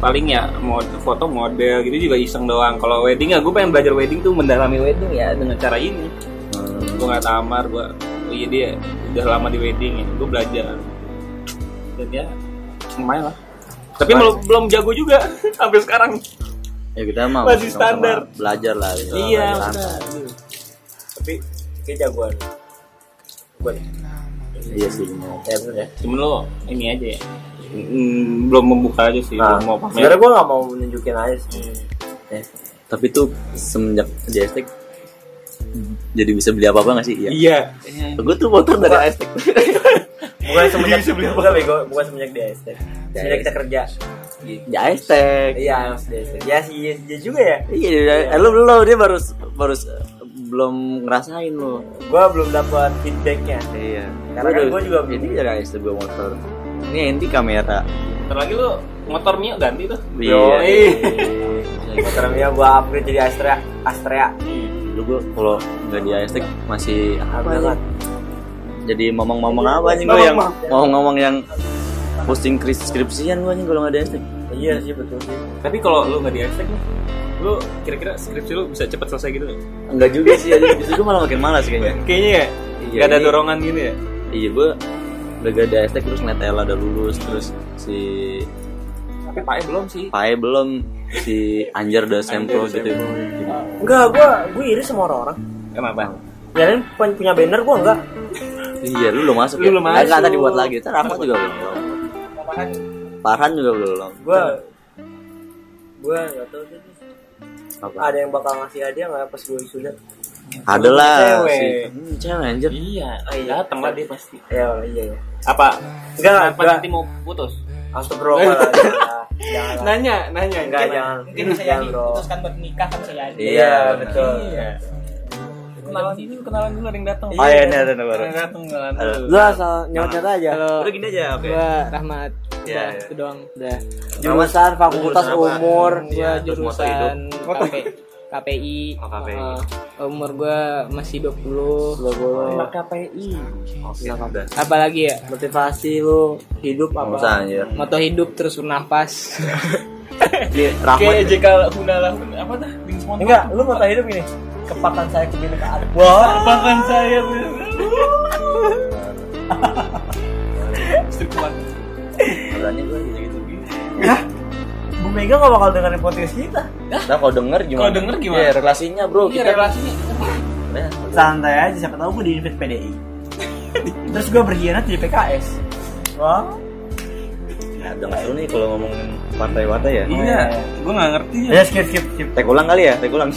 [SPEAKER 4] paling ya mod, foto model gitu juga iseng doang kalau wedding ya gue pengen belajar wedding tuh mendalami wedding ya dengan cara ini
[SPEAKER 2] Hmm,
[SPEAKER 4] gue ngeliat Amar gue oh iya dia udah lama di wedding ya gue belajar dan ya lumayan lah tapi belum belum jago juga <laughs> sampai sekarang
[SPEAKER 2] ya kita mah sama-sama
[SPEAKER 4] Masih standar.
[SPEAKER 2] belajar lah gitu.
[SPEAKER 4] iya
[SPEAKER 2] Belajar.
[SPEAKER 4] maksudnya.
[SPEAKER 1] tapi dia jagoan buat
[SPEAKER 2] iya sih bener.
[SPEAKER 1] ya bener ya
[SPEAKER 4] cuman lo ini aja ya mm, belum membuka aja sih
[SPEAKER 1] nah
[SPEAKER 4] belum mau pamer
[SPEAKER 1] sebenarnya gue nggak mau menunjukin aja sih
[SPEAKER 2] Eh, tapi tuh semenjak di estek jadi bisa beli apa apa nggak sih iya
[SPEAKER 4] iya
[SPEAKER 2] gue tuh motor dari estek
[SPEAKER 1] bukan semenjak bukan bego bukan semenjak dia SD semenjak kita kerja
[SPEAKER 2] di estek
[SPEAKER 1] iya harus dia SD ya sih iya dia juga ya
[SPEAKER 2] Iya, eh, lu belum dia baru baru belum ngerasain lu.
[SPEAKER 1] gue belum dapat feedbacknya
[SPEAKER 2] Iya.
[SPEAKER 1] Karena kan gua juga-
[SPEAKER 2] ini dari SD gua motor. Ini anti kamera.
[SPEAKER 4] Ntar lagi lu motor Mio ganti tuh.
[SPEAKER 1] Yo,
[SPEAKER 2] Iya.
[SPEAKER 1] Motornya gue upgrade jadi Astrea Astrea
[SPEAKER 2] Dulu gua kalau nggak di AST masih apa
[SPEAKER 1] Apa
[SPEAKER 2] sih? Jadi ngomong-ngomong apa anjing gua
[SPEAKER 1] Ngomong-
[SPEAKER 2] yang ngomong-ngomong yang posting kris- skripsian gua anjing kalau nggak di AST.
[SPEAKER 1] Iya sih betul sih
[SPEAKER 4] Tapi kalau lu nggak di hashtag nih, lu kira-kira skripsi lu bisa cepat selesai gitu nggak?
[SPEAKER 2] Enggak juga sih, anjing. justru gua malah makin malas kayaknya.
[SPEAKER 4] Kayaknya ya.
[SPEAKER 2] Iya,
[SPEAKER 4] Gak ada
[SPEAKER 2] ini-
[SPEAKER 4] dorongan gitu ya.
[SPEAKER 2] Iya, gua udah gak di AST terus ngeliat Ella udah lulus terus si
[SPEAKER 4] Tapi Pak E belum sih.
[SPEAKER 2] Pae belum si Anjar udah
[SPEAKER 4] Anjar
[SPEAKER 2] sempro
[SPEAKER 4] udah
[SPEAKER 2] gitu.
[SPEAKER 4] iya.
[SPEAKER 1] Enggak, gue gue iri sama orang-orang
[SPEAKER 4] Kenapa?
[SPEAKER 1] Kalian pun- punya banner gue enggak
[SPEAKER 2] Iya, lu belum masuk
[SPEAKER 4] Lu belum
[SPEAKER 2] Nggak, nggak,
[SPEAKER 4] masuk.
[SPEAKER 2] tadi buat lagi. Ntar aku juga belum. Parhan juga belum.
[SPEAKER 1] Gue Gue gak tau sih
[SPEAKER 2] Apa?
[SPEAKER 1] Ada yang bakal ngasih hadiah gak pas gue isunya
[SPEAKER 2] Ada lah
[SPEAKER 4] Cewek.
[SPEAKER 2] si hmm, cewek anjir.
[SPEAKER 4] Iya,
[SPEAKER 1] iya.
[SPEAKER 4] datang lah dia pasti.
[SPEAKER 1] Ya iya ya
[SPEAKER 4] Apa?
[SPEAKER 1] Enggak,
[SPEAKER 4] Kenapa
[SPEAKER 1] enggak.
[SPEAKER 4] nanti mau putus?
[SPEAKER 1] Astagfirullah lah, <laughs> Jangan lah.
[SPEAKER 4] Nanya, nanya.
[SPEAKER 1] Enggak,
[SPEAKER 4] Gimana?
[SPEAKER 1] jangan
[SPEAKER 5] mungkin bisa
[SPEAKER 1] Jangan
[SPEAKER 5] jadi
[SPEAKER 1] bro
[SPEAKER 5] putuskan buat nikah kan bisa jadi
[SPEAKER 1] Iya betul
[SPEAKER 4] Iya. Kenalan dulu, kenalan dulu ada yang datang.
[SPEAKER 2] Oh iya, ini ada yang baru.
[SPEAKER 4] Ada yang datang kenalan
[SPEAKER 2] Halo.
[SPEAKER 4] dulu.
[SPEAKER 1] Gue asal nyawat-nyawat aja
[SPEAKER 5] kalau
[SPEAKER 2] Udah gini aja, oke.
[SPEAKER 5] gua Rahmat
[SPEAKER 2] Iya,
[SPEAKER 5] udah
[SPEAKER 2] iya.
[SPEAKER 5] itu doang udah
[SPEAKER 1] Jurusan, fakultas,
[SPEAKER 2] Jurusan apa?
[SPEAKER 1] umur
[SPEAKER 5] gua
[SPEAKER 2] Iya, terus moto hidup.
[SPEAKER 5] jurusan KP, KPI
[SPEAKER 2] Oh, KPI.
[SPEAKER 5] eh, umur gua masih 20
[SPEAKER 1] Gua-
[SPEAKER 5] KPI
[SPEAKER 2] Oke, udah.
[SPEAKER 5] apalagi ya
[SPEAKER 1] Motivasi lu hidup
[SPEAKER 2] Nggak
[SPEAKER 1] apa
[SPEAKER 2] usah anjir.
[SPEAKER 5] moto hidup terus bernafas
[SPEAKER 2] Ini Rahmat.
[SPEAKER 4] Kayak JK Hunala apa dah? Bing Smonto.
[SPEAKER 1] Enggak, lu mau hidup gini Kepatan saya kebinekaan Wah
[SPEAKER 4] Bahkan saya Strip one.
[SPEAKER 2] Berani gua gitu-gitu.
[SPEAKER 1] Bu Mega gak bakal dengerin podcast kita
[SPEAKER 2] Nah, kalau denger gimana?
[SPEAKER 4] Kalau denger gimana?
[SPEAKER 2] Iya, relasinya, Bro.
[SPEAKER 4] Iya relasinya.
[SPEAKER 2] Ya,
[SPEAKER 1] Santai aja, siapa tahu gue diinvite <laughs> PDI Terus gue berkhianat jadi PKS Wah
[SPEAKER 2] Nah, udah nggak seru nih kalau ngomongin partai-partai ya.
[SPEAKER 4] Iya, gue nggak ngerti ya.
[SPEAKER 1] Ya skip skip skip
[SPEAKER 2] Tek ulang kali ya, tek ulang.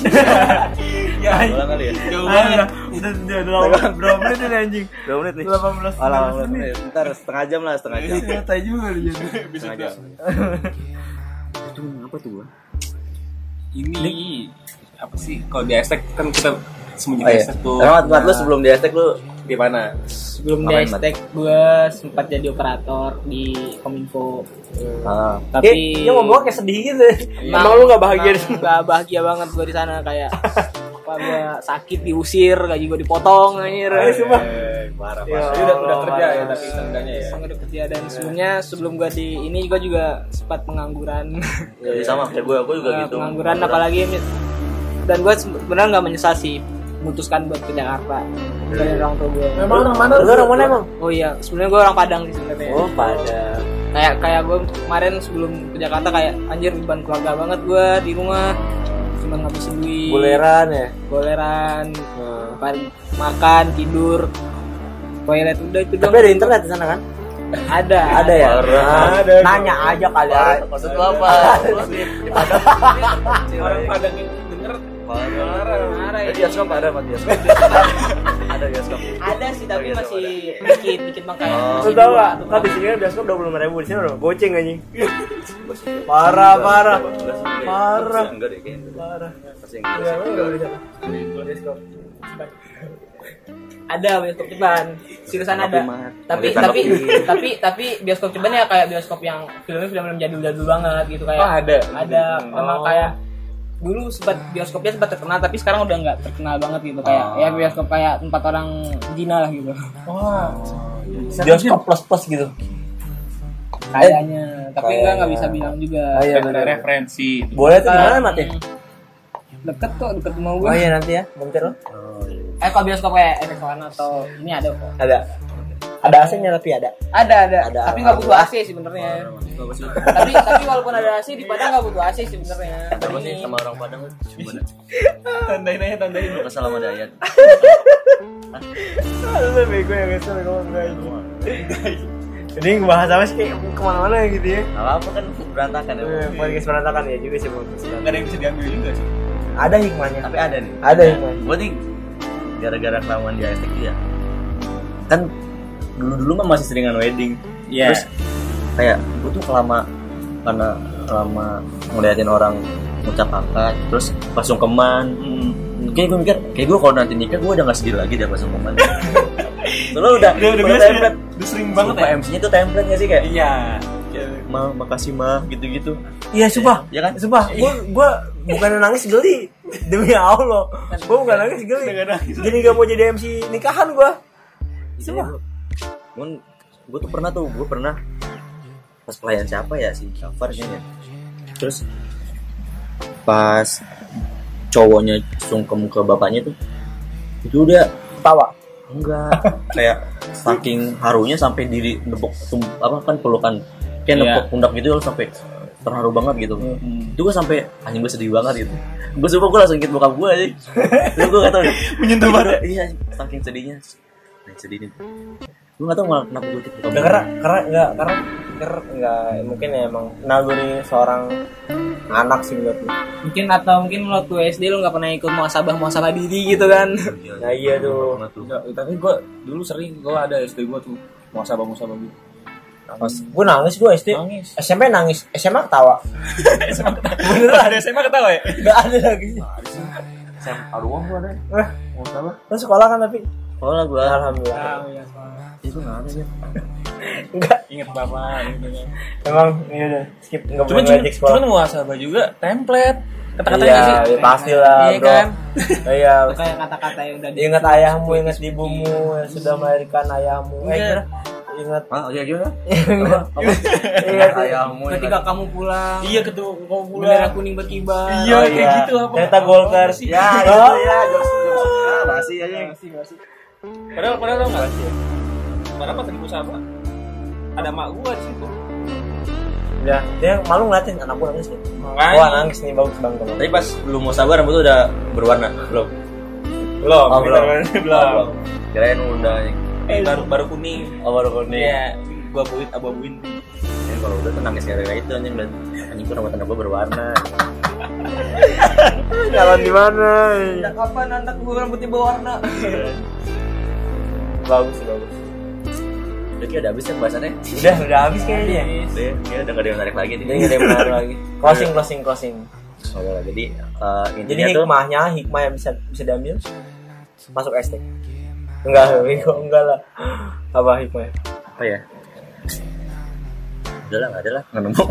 [SPEAKER 4] Ya,
[SPEAKER 2] Tek ulang kali ya.
[SPEAKER 4] jauh banget.
[SPEAKER 1] Udah, udah, udah, udah, <laughs> berapa menit ini anjing?
[SPEAKER 2] 2 menit nih.
[SPEAKER 1] 18,
[SPEAKER 2] Oh,
[SPEAKER 1] 19
[SPEAKER 2] 18
[SPEAKER 1] menit
[SPEAKER 2] menit. Ntar setengah jam lah, setengah jam.
[SPEAKER 1] Santai juga lu jadi
[SPEAKER 4] Bisa
[SPEAKER 2] Setengah
[SPEAKER 4] udah.
[SPEAKER 2] jam. Oh, Itu apa tuh gua?
[SPEAKER 4] Ini apa sih? Kalau di hashtag kan kita sembunyi
[SPEAKER 2] Oh,
[SPEAKER 4] di
[SPEAKER 2] iya.
[SPEAKER 4] hashtag tuh.
[SPEAKER 2] Rahmat, buat lu sebelum di hashtag lu
[SPEAKER 4] di mana?
[SPEAKER 5] sebelum di
[SPEAKER 2] Ngapain, Mat?
[SPEAKER 5] hashtag gua sempat jadi operator di Kominfo
[SPEAKER 2] Ah.
[SPEAKER 5] tapi
[SPEAKER 1] Dia ngomong kayak sedih gitu
[SPEAKER 5] Emang-
[SPEAKER 1] Emang lu gak bahagia di
[SPEAKER 5] emang Gak bahagia banget gue di sana kayak apa gue sakit diusir gaji gue dipotong anjir
[SPEAKER 1] sumpah.
[SPEAKER 4] Eh, Parah,
[SPEAKER 1] Ya
[SPEAKER 4] parah. Ini udah udah
[SPEAKER 1] Allah,
[SPEAKER 4] kerja ya
[SPEAKER 1] parah.
[SPEAKER 4] tapi seenggaknya ya.
[SPEAKER 5] Emang Oh, udah kerja dan sebelumnya sebelum gue di ini gue juga sempat pengangguran
[SPEAKER 2] Ya, sama kayak gue, gue
[SPEAKER 5] <laughs>
[SPEAKER 2] juga
[SPEAKER 5] Eh,
[SPEAKER 2] gitu.
[SPEAKER 5] pengangguran apalagi ini dan gue sebenarnya nggak menyesal sih memutuskan buat ke Jakarta dari orang tua gue
[SPEAKER 1] Emang orang mana? Lu orang mana emang?
[SPEAKER 5] oh iya sebenarnya gue orang Padang sih sebenarnya
[SPEAKER 1] Oh pada
[SPEAKER 5] kayak kayak gue kemarin sebelum ke Jakarta kayak anjir beban keluarga banget gue di rumah cuma ngabisin duit
[SPEAKER 1] Buleran ya
[SPEAKER 5] boleran makan tidur toilet udah itu
[SPEAKER 6] Tapi
[SPEAKER 5] doang.
[SPEAKER 6] ada internet di sana kan?
[SPEAKER 5] ada
[SPEAKER 6] Ada ya?
[SPEAKER 4] Parah.
[SPEAKER 6] Nah,
[SPEAKER 1] Ada.
[SPEAKER 6] Nanya aja kali ya.
[SPEAKER 2] Maksud lu apa?
[SPEAKER 4] orang Padang yang denger
[SPEAKER 5] Marah
[SPEAKER 2] Ada
[SPEAKER 5] ya.
[SPEAKER 2] bioskop ada apa
[SPEAKER 6] <laughs>
[SPEAKER 2] bioskop? Ada bioskop.
[SPEAKER 5] ada sih tapi
[SPEAKER 2] Oh, iya,
[SPEAKER 5] masih dikit dikit bang
[SPEAKER 2] Oh.
[SPEAKER 5] kayak
[SPEAKER 1] Lu tau
[SPEAKER 5] masih dua
[SPEAKER 1] gak?
[SPEAKER 5] atau
[SPEAKER 1] Kan di sini kan bioskop 20 ribu, di sini udah goceng anjing. Parah, parah. Parah.
[SPEAKER 2] Enggak deh kayaknya.
[SPEAKER 1] Parah.
[SPEAKER 2] Pasti enggak
[SPEAKER 4] Iya.
[SPEAKER 2] sih. Enggak.
[SPEAKER 5] ada bioskop ceban seriusan ada
[SPEAKER 6] Mat.
[SPEAKER 5] tapi
[SPEAKER 6] Ada
[SPEAKER 5] tapi
[SPEAKER 6] Tanopy.
[SPEAKER 5] <laughs> tapi tapi bioskop ceban ya kayak bioskop yang filmnya film film jadul jadul banget gitu kayak
[SPEAKER 4] Oh, ada.
[SPEAKER 5] ada
[SPEAKER 4] Hmm.
[SPEAKER 5] memang kayak dulu sempat bioskopnya sempat terkenal tapi sekarang udah nggak terkenal banget gitu kayak
[SPEAKER 2] Oh.
[SPEAKER 5] ya bioskop kayak tempat orang Cina lah gitu
[SPEAKER 1] Bioskop plus plus gitu.
[SPEAKER 2] Eh,
[SPEAKER 5] kayaknya tapi
[SPEAKER 6] Kayaknya.
[SPEAKER 5] nggak nggak bisa bilang juga
[SPEAKER 2] Oh,
[SPEAKER 1] iya
[SPEAKER 4] ada referensi
[SPEAKER 1] Boleh tuh di mana mati?
[SPEAKER 5] ya? deket kok deket rumah gue
[SPEAKER 1] ya? Oh iya nanti ya, bentar lo.
[SPEAKER 5] eh kalau bioskop kayak efek Warna atau ini ada kok
[SPEAKER 1] Ada. Ada AC-nya tapi ada.
[SPEAKER 5] ada ada,
[SPEAKER 6] Ada,
[SPEAKER 5] tapi nggak
[SPEAKER 6] ada.
[SPEAKER 5] butuh AC sih sebenarnya tapi tapi walaupun ada AC di Padang nggak butuh AC sih sebenarnya
[SPEAKER 2] Apa sih sama orang Padang kan? Gimana?
[SPEAKER 4] <laughs> tandain aja tandain
[SPEAKER 2] Bukan sama Dayat.
[SPEAKER 1] Lu bego ya guys, lu ngomong Ini ngebahas apa sih kayak kemana-mana gitu ya.
[SPEAKER 2] apa kan berantakan
[SPEAKER 4] Iya,
[SPEAKER 2] ya.
[SPEAKER 1] Eh, Podcast berantakan ya juga sih podcast
[SPEAKER 4] nggak
[SPEAKER 1] berantakan.
[SPEAKER 4] ada yang bisa diambil juga sih
[SPEAKER 1] Ada hikmahnya.
[SPEAKER 2] Tapi ada nih.
[SPEAKER 1] Ada hikmahnya.
[SPEAKER 2] Gue nih gara-gara kelamaan di ASTQ ya. Kan dulu-dulu mah masih seringan wedding.
[SPEAKER 4] Iya.
[SPEAKER 2] Terus kayak gue tuh lama karena lama ngeliatin orang ngucap angkat terus pas sungkeman
[SPEAKER 4] Hmm.
[SPEAKER 2] kayak gue mikir kayak gue kalau nanti nikah gue udah gak sedih lagi deh pas
[SPEAKER 4] <laughs>
[SPEAKER 2] sungkeman soalnya udah
[SPEAKER 4] Udah udah biasa ya?
[SPEAKER 2] template
[SPEAKER 4] Udah sering banget
[SPEAKER 2] banget MC nya tuh template gak sih kayak
[SPEAKER 4] Iya.
[SPEAKER 2] ma makasih ma gitu-gitu
[SPEAKER 1] Iya, sumpah.
[SPEAKER 2] Iya kan?
[SPEAKER 1] Sumpah, gua gua bukan nangis geli. <laughs> Demi Allah. Gua bukan nangis geli. Jadi gak mau jadi MC nikahan gua.
[SPEAKER 2] Iya,
[SPEAKER 1] Sumpah.
[SPEAKER 2] Cuman gue tuh pernah tuh, gue pernah pas pelayan siapa ya si Jafar ini ya. Terus pas cowoknya sungkem ke bapaknya tuh itu udah
[SPEAKER 1] Tawa.
[SPEAKER 2] enggak kayak saking harunya sampai diri nepuk tum- apa kan pelukan kayak
[SPEAKER 4] Iya.
[SPEAKER 2] nepuk pundak gitu loh sampai terharu banget gitu itu gue sampai anjing gue sedih banget gitu gue sumpah gue langsung gitu bokap gue aja Terus gue gak tau
[SPEAKER 1] <laughs>
[SPEAKER 2] menyentuh banget ya. iya saking sedihnya Nah, sedih nih gue gak tau malah kenapa gue gitu
[SPEAKER 1] Gak karena karena nggak karena karena nggak mungkin ya emang naluri seorang anak sih menurut gua.
[SPEAKER 5] mungkin atau mungkin lo tuh SD lo nggak pernah ikut muasabah muasabah diri gitu kan
[SPEAKER 1] Nah iya tuh.
[SPEAKER 2] Pernah tuh.
[SPEAKER 4] Enggak, tapi gue dulu sering gue ada SD gue tuh muasabah muasabah gitu.
[SPEAKER 1] Pas gue nangis gue SD.
[SPEAKER 4] Nangis.
[SPEAKER 1] SMP nangis, SMA ketawa. <laughs>
[SPEAKER 4] Beneran ada SMA ketawa ya?
[SPEAKER 1] Gak ada lagi.
[SPEAKER 2] Sam Arwah gue ada
[SPEAKER 1] Eh, lu sekolah kan tapi
[SPEAKER 2] oh lah gue
[SPEAKER 1] alhamdulillah.
[SPEAKER 2] itu gak ada ya
[SPEAKER 1] <laughs> Enggak.
[SPEAKER 4] Ingat bapak. gitu kan.
[SPEAKER 1] Emang iya udah skip nggak
[SPEAKER 4] Cuman
[SPEAKER 1] boleh
[SPEAKER 4] cuman,
[SPEAKER 1] ngajak sekolah.
[SPEAKER 4] cuman muasabah juga template kata-kata
[SPEAKER 1] Iya,
[SPEAKER 4] nggak sih.
[SPEAKER 1] ya pasti lah
[SPEAKER 4] Iya
[SPEAKER 1] bro.
[SPEAKER 4] kan?
[SPEAKER 1] <laughs> Iya.
[SPEAKER 5] Atau kayak kata-kata yang udah di
[SPEAKER 1] Ingat ayahmu, ingat ibumu yang sudah melahirkan ayahmu. Eh,
[SPEAKER 4] Iya.
[SPEAKER 1] ingat
[SPEAKER 2] ah iya gimana
[SPEAKER 1] ingat <laughs> Iya,
[SPEAKER 2] ingat ayahmu
[SPEAKER 5] ketika kamu pulang
[SPEAKER 4] Iya ketua kau
[SPEAKER 5] bendera
[SPEAKER 4] pulang.
[SPEAKER 5] kuning berkibar
[SPEAKER 4] Iya
[SPEAKER 1] Oh,
[SPEAKER 4] kayak
[SPEAKER 1] iya.
[SPEAKER 4] gitu apa?
[SPEAKER 1] Ternyata Golkar. iya,
[SPEAKER 4] sih? Oh.
[SPEAKER 2] ya itu ya jokes jokes ah basi aja
[SPEAKER 4] Padahal padahal tau nggak? Padahal pas di muasabah ada mak gue di situ.
[SPEAKER 1] Ya, dia malu ngeliatin anak gua nangis nih.
[SPEAKER 4] Makanya.
[SPEAKER 1] Wah, nangis nih bagus banget.
[SPEAKER 2] tapi pas lu mau sabar rambut lu udah berwarna belum
[SPEAKER 4] Belum.
[SPEAKER 2] Oh, belum.
[SPEAKER 4] <laughs> Belum.
[SPEAKER 2] kirain udah
[SPEAKER 4] Eh, baru baru kuning.
[SPEAKER 2] oh baru kuning
[SPEAKER 4] Iya, gua buin abu-abuin.
[SPEAKER 2] Ini kalau udah tenang ya gara itu anjing dan anjing tuh rambut gue berwarna.
[SPEAKER 1] Jalan di mana?
[SPEAKER 5] kapan anak gue rambutnya berwarna
[SPEAKER 1] Bagus, bagus.
[SPEAKER 2] Udah kayak udah habis kan bahasannya.
[SPEAKER 1] Udah, udah habis kayaknya.
[SPEAKER 2] Udah ya, kayak udah gak ada yang menarik lagi nih.
[SPEAKER 1] Jadi nggak ada yang menarik lagi. Closing, closing, closing.
[SPEAKER 2] Oh, udah lah. jadi eh,
[SPEAKER 1] Jadi
[SPEAKER 2] intinya tuh
[SPEAKER 1] hikmahnya, hikmah yang bisa bisa diambil masuk SD. Enggak, <laughs> bego, enggak lah. Apa hikmahnya?
[SPEAKER 2] apa ya? Udah lah, gak ada lah, nggak nemu.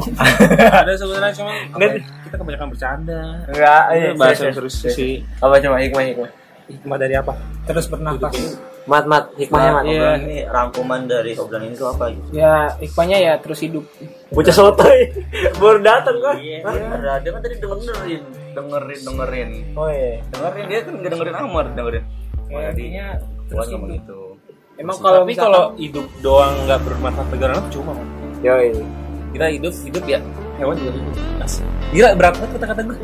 [SPEAKER 4] ada sebenarnya cuma apa
[SPEAKER 1] Dan-
[SPEAKER 4] ya, kita kebanyakan bercanda
[SPEAKER 1] Enggak,
[SPEAKER 4] itu bahasa yang Ah, iya, serius sih
[SPEAKER 1] Apa coba hikmah hikmah?
[SPEAKER 4] hikmah dari apa
[SPEAKER 5] terus bernafas
[SPEAKER 1] Mat, mat, hikmahnya mat.
[SPEAKER 2] Iya. Ini rangkuman dari obrolan ini tuh apa gitu?
[SPEAKER 1] Iya.
[SPEAKER 5] ya ikhwannya ya terus hidup
[SPEAKER 1] Bocah sotoy, baru datang kan?
[SPEAKER 2] Ada dia kan tadi dengerin, dengerin, dengerin,
[SPEAKER 1] Oh iya.
[SPEAKER 2] dengerin dia kan nggak dengerin Amar, dengerin. Oh, jadi gua ngomong itu.
[SPEAKER 5] emang kalau
[SPEAKER 4] tapi
[SPEAKER 5] misalkan-
[SPEAKER 4] Iya. kalau hidup doang nggak bermanfaat negara apa cuma
[SPEAKER 1] Yoi.
[SPEAKER 4] kita hidup hidup ya hewan juga hidup Asik. gila berat banget kata-kata gue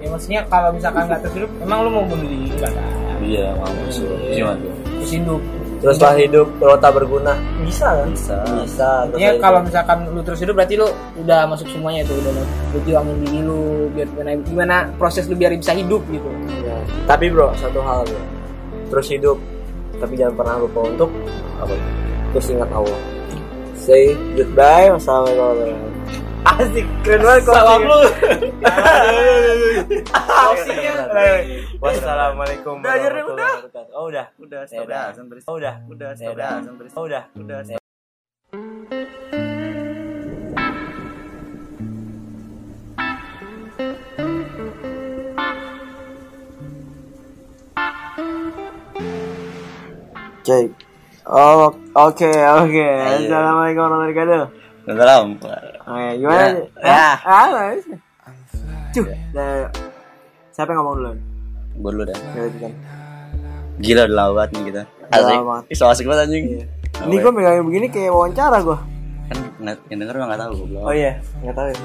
[SPEAKER 5] ya maksudnya kalau misalkan nggak terus hidup emang lo mau bunuh diri nggak kan
[SPEAKER 2] Iya, mau Gimana tuh?
[SPEAKER 5] terus hidup
[SPEAKER 7] terus setelah hidup Rota berguna bisa kan
[SPEAKER 2] Bisa.
[SPEAKER 7] bisa terus
[SPEAKER 5] Ya
[SPEAKER 7] setelah
[SPEAKER 5] kalau
[SPEAKER 7] hidup.
[SPEAKER 5] misalkan lu terus hidup berarti lu udah masuk semuanya itu udah lu tuangin diri lu biar gimana, gimana proses lu biar bisa hidup gitu.
[SPEAKER 7] Iya. tapi bro satu hal bro. terus hidup tapi jangan pernah lupa untuk
[SPEAKER 2] Apa?
[SPEAKER 7] terus ingat Allah say goodbye wassalamualaikum asik keren banget salam lu
[SPEAKER 1] Wassalamualaikum.
[SPEAKER 7] Udah, Jer,
[SPEAKER 1] warahmatullahi
[SPEAKER 7] udah.
[SPEAKER 1] wabarakatuh. Oh udah.
[SPEAKER 8] Udah,
[SPEAKER 1] stop dah, azan
[SPEAKER 8] Oh, udah. Udah,
[SPEAKER 1] stop dah, azan Oh udah.
[SPEAKER 8] Udah,
[SPEAKER 1] Cek. Oh, oke, oke. Assalamualaikum warahmatullahi wabarakatuh. Oke, gimana?
[SPEAKER 2] Ya.
[SPEAKER 1] Ah, ah, bagus. Cuh, dah. siapa yang ngomong dulu?
[SPEAKER 2] Gue dulu dah.
[SPEAKER 1] Ya, itu kan.
[SPEAKER 2] Gila udah lama banget nih kita. Asik.
[SPEAKER 1] Lama banget.
[SPEAKER 2] Ih, so asik banget anjing.
[SPEAKER 1] Iya. Ini gue megangin begini kayak wawancara gue.
[SPEAKER 2] kan nggak- yang denger mah nggak tahu goblok.
[SPEAKER 1] Oh iya, nggak tahu. ya.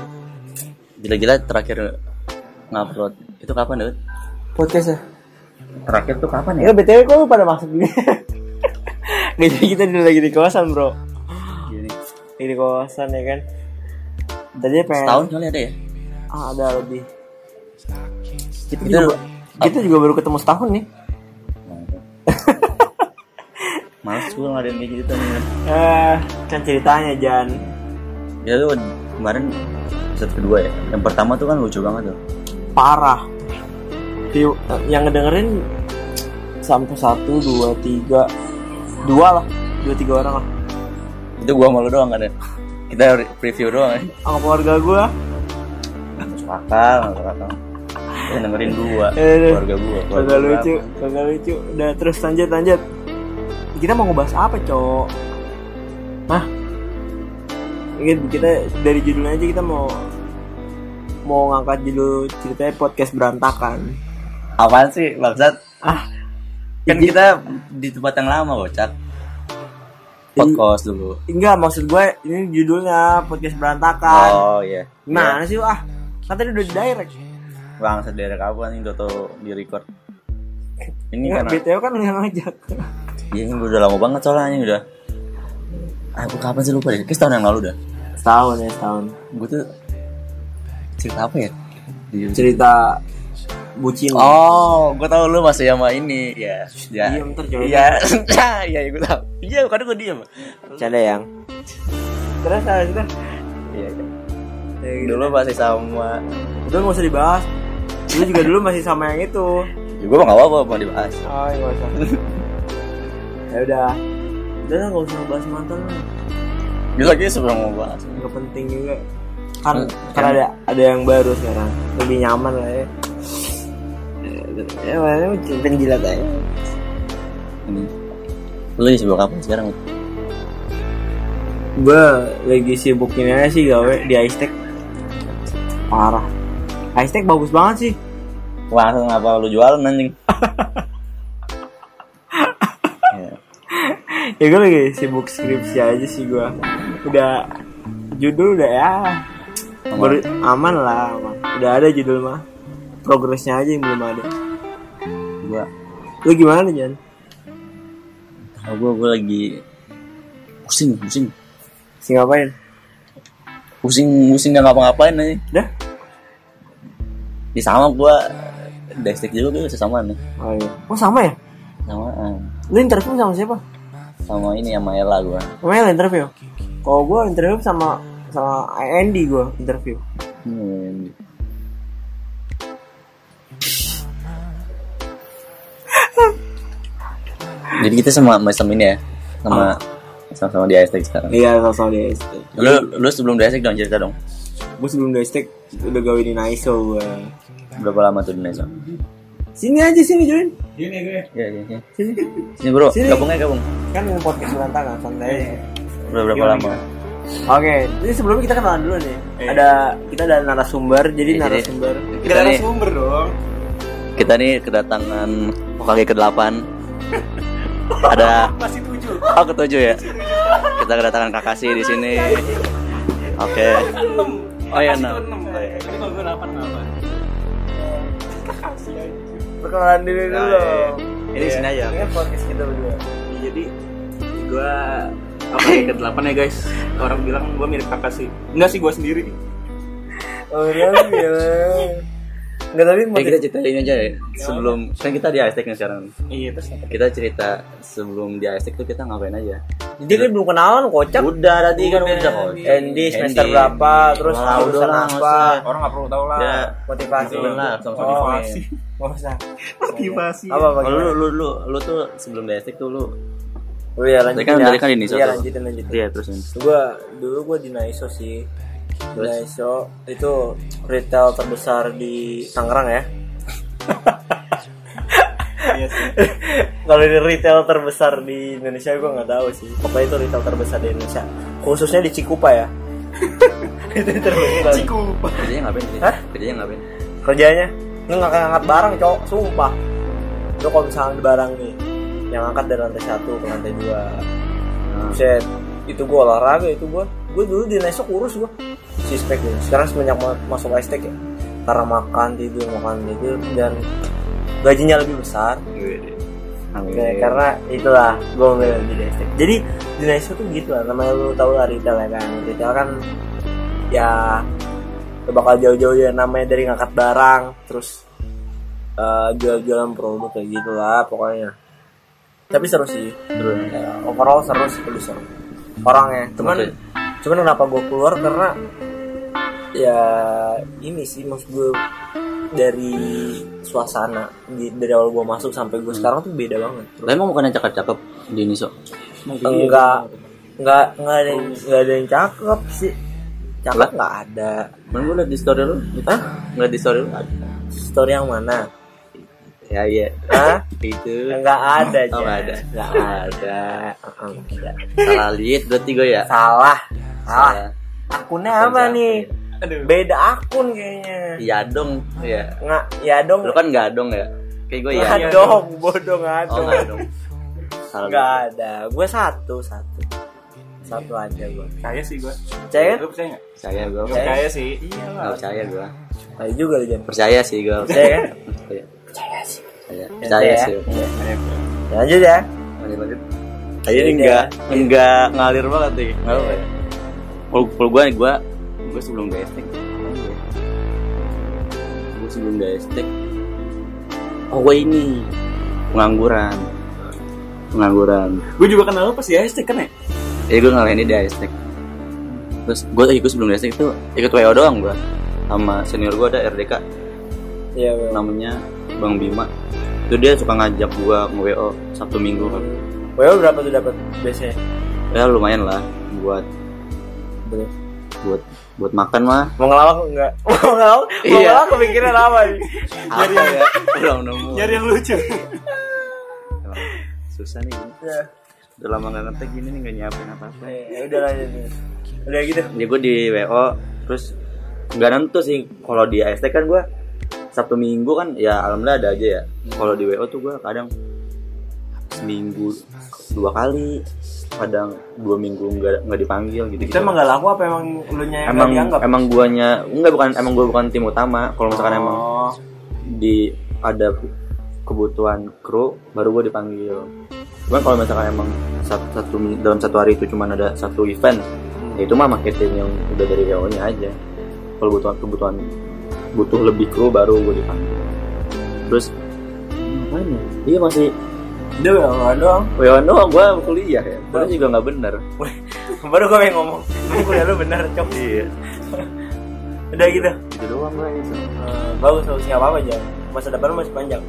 [SPEAKER 2] Gila-gila terakhir ngupload itu kapan, Dut?
[SPEAKER 1] Podcast ya.
[SPEAKER 2] Terakhir tuh kapan
[SPEAKER 1] Ya btw kok lu pada masuk gini. <laughs> Nggak jadi kita dulu lagi di kosan bro.
[SPEAKER 2] Gini.
[SPEAKER 1] Lagi di kosan ya kan. Tadi pengen.
[SPEAKER 2] Setahun kali
[SPEAKER 1] <laughs>
[SPEAKER 2] ada ya?
[SPEAKER 1] Ah, ada lebih. Kita,
[SPEAKER 2] Kita-
[SPEAKER 1] juga, kita juga baru ketemu setahun nih.
[SPEAKER 2] Males gue ngadain kayak gitu nih.
[SPEAKER 1] Eh, kan ceritanya Jan.
[SPEAKER 2] Ya lu kemarin episode kedua ya. Yang pertama tuh kan lucu banget tuh.
[SPEAKER 1] Parah. View- eh, yang ngedengerin sampai satu, dua, tiga, dua lah, dua tiga orang lah.
[SPEAKER 2] Itu gua malu doang kan ya. <laughs> Kita re- preview doang ya.
[SPEAKER 1] Sama keluarga gue.
[SPEAKER 2] Nggak Masuk akal, nggak masuk akal. Lu dengerin dua
[SPEAKER 1] <laughs> Eh, eh.
[SPEAKER 2] keluarga gua.
[SPEAKER 1] Kagak
[SPEAKER 2] gua.
[SPEAKER 1] lucu, kagak lucu. Udah terus lanjut lanjut. Kita mau ngebahas apa, Cok? Hah? Ingat kita dari judulnya aja kita mau mau ngangkat judul ceritanya podcast berantakan.
[SPEAKER 2] Apaan sih bangsat?
[SPEAKER 1] Ah,
[SPEAKER 2] Kan kita di tempat yang lama bocak. Podcast dulu.
[SPEAKER 1] enggak maksud gue ini judulnya podcast berantakan.
[SPEAKER 2] Oh iya.
[SPEAKER 1] Nah, sih lu, ah? Kan tadi udah di direct.
[SPEAKER 2] Bang, sederet kapan nih Doto di record? Ini
[SPEAKER 1] Enggak, BTW
[SPEAKER 2] karena
[SPEAKER 1] kan lu yang ngajak.
[SPEAKER 2] ya, ini udah lama banget soalnya ini udah. Aku kapan sih lupa deh? Kayaknya setahun yang lalu dah.
[SPEAKER 1] Setahun ya, setahun.
[SPEAKER 2] Gue tuh cerita apa ya?
[SPEAKER 1] Cerita bucin.
[SPEAKER 2] Oh, gue tau lu masih sama ini ya. ya.
[SPEAKER 1] Diem, ntar jawab.
[SPEAKER 2] Iya, iya, <laughs> iya, gue tau. Iya, kadang gue diem.
[SPEAKER 1] Canda yang. Terus terus, terus.
[SPEAKER 2] Iya, iya.
[SPEAKER 1] Ya, gitu.
[SPEAKER 2] Dulu masih sama.
[SPEAKER 1] Udah nggak usah dibahas. Lu juga dulu masih sama yang itu.
[SPEAKER 2] Ya, gue mah gak apa-apa mau dibahas.
[SPEAKER 1] Oh, nggak usah. <laughs> ya udah. Udah lah, nggak usah bahas mantan lah.
[SPEAKER 2] Gue lagi sebelum gitu mau bahas.
[SPEAKER 1] Nggak penting juga. Kan,
[SPEAKER 2] Hmm,
[SPEAKER 1] kan
[SPEAKER 2] kan.
[SPEAKER 1] ada ada yang baru sekarang. Lebih nyaman lah ya. Ya, mana penjilat aja.
[SPEAKER 2] Ini. Lu lagi sibuk apa sekarang?
[SPEAKER 1] Gue lagi sibukin aja sih gawe di Aistek. Parah. Aistek bagus banget sih.
[SPEAKER 2] Wah, kenapa lu jualan anjing? Ya.
[SPEAKER 1] ya gue lagi sibuk skripsi aja sih gue udah judul udah ya baru aman lah aman. udah ada judul mah progresnya aja yang belum ada
[SPEAKER 2] Gua
[SPEAKER 1] lu gimana nih Jan
[SPEAKER 2] Kalau gue gue lagi pusing pusing
[SPEAKER 1] sih ngapain
[SPEAKER 2] pusing pusing nggak ngapa-ngapain aja.
[SPEAKER 1] dah
[SPEAKER 2] Di sama gue destek juga gue sesamaan nih.
[SPEAKER 1] oh iya oh sama ya
[SPEAKER 2] Samaan.
[SPEAKER 1] lu interview sama siapa
[SPEAKER 2] Sama ini sama Ella gue.
[SPEAKER 1] sama lu interview kalau gue interview sama sama Andy gue interview
[SPEAKER 2] Hmm. Jadi kita sama sama ini ya sama sama sama di Aztec sekarang.
[SPEAKER 1] iya sama di Aistek
[SPEAKER 2] Lu lu sebelum di Aztec dong cerita dong.
[SPEAKER 1] gue sebelum di Aistek udah gawe di ISO gue
[SPEAKER 2] Berapa lama tuh di Nezo?
[SPEAKER 1] sini aja sini join
[SPEAKER 2] Iya iya iya. Sini bro,
[SPEAKER 1] Sini.
[SPEAKER 2] gabungnya gabung.
[SPEAKER 1] kan mau podcast berantakan santai aja
[SPEAKER 2] Udah berapa lama?
[SPEAKER 1] Oke, jadi sebelumnya kita kenalan dulu nih. Ada kita ada narasumber, jadi
[SPEAKER 2] Iya,
[SPEAKER 1] narasumber.
[SPEAKER 2] Kita nih
[SPEAKER 7] sumber dong
[SPEAKER 2] kita nih kedatangan Hokage ke-8. Ada
[SPEAKER 7] masih tujuh
[SPEAKER 2] oh ketujuh ya. Kita kedatangan Kakashi di sini. Oke. Oh iya enam.
[SPEAKER 1] Perkenalan diri dulu.
[SPEAKER 2] Ini di sini aja.
[SPEAKER 1] Iya. Ini podcast kita berdua.
[SPEAKER 4] jadi gue apa ya, ke delapan ya guys orang bilang gue mirip kakak sih enggak sih gue sendiri
[SPEAKER 1] Orang ya. Enggak tapi mau
[SPEAKER 2] Ya kita ceritain aja ya sebelum kan kita di Aztec nih sekarang.
[SPEAKER 4] iya terus apa?
[SPEAKER 2] Kita cerita sebelum di Aztec tuh kita ngapain aja?
[SPEAKER 1] Jadi dia kan belum kenalan kocak.
[SPEAKER 2] Udah tadi kan udah kok.
[SPEAKER 1] Andy semester berapa, terus
[SPEAKER 2] Wah, udah
[SPEAKER 1] jurusan
[SPEAKER 2] lah,
[SPEAKER 1] apa, Ah,
[SPEAKER 4] orang nggak perlu tahu lah
[SPEAKER 2] Ya,
[SPEAKER 1] motivasi.
[SPEAKER 2] sebelum lah sama-sama
[SPEAKER 1] Oh,
[SPEAKER 2] di phone.
[SPEAKER 1] Nggak usah.
[SPEAKER 4] motivasi
[SPEAKER 1] Apa apa?
[SPEAKER 2] Kalau Oh, lu,
[SPEAKER 1] gimana?
[SPEAKER 2] lu lu lu tuh sebelum di Aztec tuh lu
[SPEAKER 1] Oh iya lanjutin
[SPEAKER 2] Tadi kan
[SPEAKER 1] ya.
[SPEAKER 2] tadi kan ini
[SPEAKER 1] Iya
[SPEAKER 2] satu.
[SPEAKER 1] lanjutin lanjutin.
[SPEAKER 2] Iya terus nih.
[SPEAKER 1] Gua dulu gua di Naiso sih. Di Naiso itu retail terbesar di Tangerang ya.
[SPEAKER 4] <laughs> Iya sih.
[SPEAKER 1] <laughs> Kalau di retail terbesar di Indonesia gua nggak tahu sih. Pokoknya itu retail terbesar di Indonesia. Khususnya di Cikupa
[SPEAKER 4] <laughs>
[SPEAKER 1] ya. itu terbesar.
[SPEAKER 2] Kerjanya ngapain sih?
[SPEAKER 1] Hah?
[SPEAKER 2] Kerjanya ngapain?
[SPEAKER 1] kerjanya lu nggak ngangkat barang cowok sumpah lu kalau misalnya ada barang nih yang angkat dari lantai satu ke lantai dua set itu gua olahraga itu gua gua dulu di Nesok kurus gua si spek nih sekarang semenjak ma- masuk estek ya karena makan tidur makan tidur dan gajinya lebih besar
[SPEAKER 2] Iya. Amin.
[SPEAKER 1] Ya, karena itulah gue memilih di Nasdaq. Jadi di Nasdaq tuh gitu lah, namanya lu tau lah retail ya kan. Retail kan ya lu bakal jauh-jauh ya namanya dari ngangkat barang, terus eh, jual-jualan produk kayak gitu lah pokoknya. Tapi seru sih,
[SPEAKER 2] Terus.
[SPEAKER 1] Ya, overall seru sih perlu seru. Orangnya, cuman
[SPEAKER 2] Oke.
[SPEAKER 1] cuman kenapa gue keluar karena ya ini sih maksud gue dari suasana di, dari awal gue masuk sampai gue sekarang tuh beda banget.
[SPEAKER 2] Lah emang bukannya cakep-cakep di Niso?
[SPEAKER 1] enggak enggak enggak ada yang, enggak ada yang cakep sih cakep
[SPEAKER 2] Lah?
[SPEAKER 1] enggak ada
[SPEAKER 2] Mana gue liat di story lu?
[SPEAKER 1] Hah?
[SPEAKER 2] Nggak di story lu? ada.
[SPEAKER 1] story yang mana
[SPEAKER 2] Ya iya.
[SPEAKER 1] Hah?
[SPEAKER 2] Itu.
[SPEAKER 1] enggak ada aja
[SPEAKER 2] Oh, nggak ada.
[SPEAKER 1] enggak ada Heeh, Eh, enggak ada.
[SPEAKER 2] Salah liat berarti gue ya.
[SPEAKER 1] salah salah
[SPEAKER 2] Salah.
[SPEAKER 1] akunnya apa
[SPEAKER 2] Akun
[SPEAKER 1] nih
[SPEAKER 4] aduh
[SPEAKER 1] beda akun kayaknya
[SPEAKER 2] Iya dong. Iya.
[SPEAKER 1] enggak ya dong
[SPEAKER 2] Lu kan nggak dong ya? Kayak gue ya.
[SPEAKER 1] enggak dong bodoh enggak
[SPEAKER 2] Oh
[SPEAKER 1] dong
[SPEAKER 2] nggak dong. Salah.
[SPEAKER 1] enggak ada gue satu satu satu aja gue
[SPEAKER 4] kaya sih gue
[SPEAKER 1] Percaya?
[SPEAKER 4] lu percaya nggak
[SPEAKER 2] Percaya gue.
[SPEAKER 4] Nggak percaya sih
[SPEAKER 2] Nggak percaya gue.
[SPEAKER 1] ayo juga lu jangan
[SPEAKER 2] Percaya sih gue.
[SPEAKER 1] percaya kan
[SPEAKER 2] Percaya.
[SPEAKER 1] percaya sih
[SPEAKER 2] Percaya. Percaya sih.
[SPEAKER 1] lanjut ya
[SPEAKER 2] Lanjut lanjut. Aja ini
[SPEAKER 1] Iya.
[SPEAKER 2] enggak enggak ngalir banget nih. Enggak apa ya. Kalau kalau gue gue gue sebelum di estek. Gue sebelum di estek. Oh gue ini pengangguran. Pengangguran.
[SPEAKER 4] gue juga kenal lu pas di hashtag kan ya
[SPEAKER 2] Jadi gue ngalahin dia di estek. Terus gue ikut sebelum di estek itu ikut WO doang gue sama senior gue ada RDK
[SPEAKER 1] iya Bel.
[SPEAKER 2] namanya Bang Bima itu dia suka ngajak gua nge WO Sabtu Minggu
[SPEAKER 1] WO berapa tuh dapat biasanya?
[SPEAKER 2] ya lumayan lah buat buat buat makan mah
[SPEAKER 1] Mau ngelawak lu enggak? <laughs> Mau ngelawak? Mau
[SPEAKER 2] Iya.
[SPEAKER 1] ngelawak kepikiran apa nih?
[SPEAKER 2] nyari ya belum nemu
[SPEAKER 4] nyari yang lucu
[SPEAKER 2] Emang susah nih gini. udah lama nggak ngetek gini nih nggak nyiapin apa apa
[SPEAKER 1] Ya udah lanjut nih. Udah gitu.
[SPEAKER 2] ya gue di WO terus nggak nentu sih kalau di AST kan gua Sabtu Minggu kan ya alhamdulillah ada aja ya kalau di WO tuh gua kadang seminggu dua kali kadang dua minggu nggak nggak dipanggil gitu
[SPEAKER 9] Itu emang gak laku apa emang lu nya yang
[SPEAKER 2] emang
[SPEAKER 9] gak dianggap?
[SPEAKER 2] emang guanya enggak bukan emang gua bukan tim utama kalau misalkan emang di ada kebutuhan kru baru gua dipanggil cuman kalau misalkan emang satu, satu dalam satu hari itu cuman ada satu event ya itu mah marketing yang udah dari WO nya aja kalau kebutuhan kebutuhan butuh lebih kru baru gua dipanggil terus ngapain ya? Iya masih
[SPEAKER 1] Udah WO doang.
[SPEAKER 2] WO doang gua kuliah ya Kuliah juga nggak bener
[SPEAKER 1] Baru gue pengen ngomong. Emang kuliah lu bener, cok.
[SPEAKER 2] Iya
[SPEAKER 1] Udah gitu.
[SPEAKER 2] Itu doang lah itu
[SPEAKER 1] Eh, bagus bagus enggak apa-apa aja. Masa depan lu masih panjang.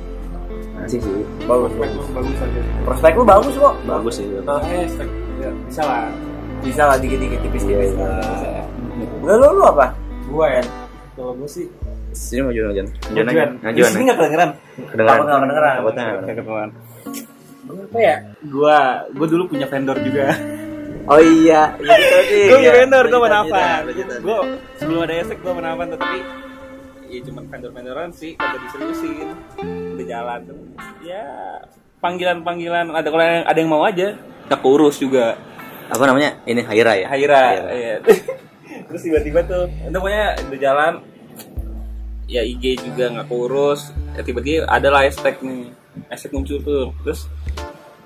[SPEAKER 2] Masih sih
[SPEAKER 1] Bagus.
[SPEAKER 4] bagus bagus aja
[SPEAKER 1] Prospek lu bagus kok.
[SPEAKER 2] Bagus sih
[SPEAKER 1] Nah,
[SPEAKER 4] hashtag ya, bisa lah
[SPEAKER 1] bisa lah dikit-dikit tipis-tipis.
[SPEAKER 2] Iya,
[SPEAKER 1] lah. Udah lu lu apa?
[SPEAKER 4] gue ya kalau gue sih
[SPEAKER 2] Sini mau jualan ngajuan Ngajuan aja
[SPEAKER 4] ngajuan
[SPEAKER 2] Ngajuan
[SPEAKER 4] Di sini nggak kedengeran
[SPEAKER 2] Kedengeran
[SPEAKER 1] Takut nggak kedengeran?
[SPEAKER 2] Takutnya nggak
[SPEAKER 4] Nggak
[SPEAKER 2] kedengeran.
[SPEAKER 4] kedengeran
[SPEAKER 5] Apa ya?
[SPEAKER 4] gue gue dulu punya vendor juga
[SPEAKER 2] Oh iya Iya <laughs> tadi
[SPEAKER 4] gue punya vendor gue
[SPEAKER 2] menapan
[SPEAKER 4] menapan gue sebelum ada esek gue menapan tuh, tapi ya cuma vendor vendoran sih kagak diseriusin udah jalan tuh ya panggilan panggilan ada kalau yang- ada yang mau aja tak urus juga
[SPEAKER 2] Apa namanya? Ini Haira ya?
[SPEAKER 4] Haira iya. <laughs> terus tiba-tiba tuh udah pokoknya udah jalan ya IG juga nggak kurus ya tiba-tiba ada lah hashtag nih hashtag muncul tuh terus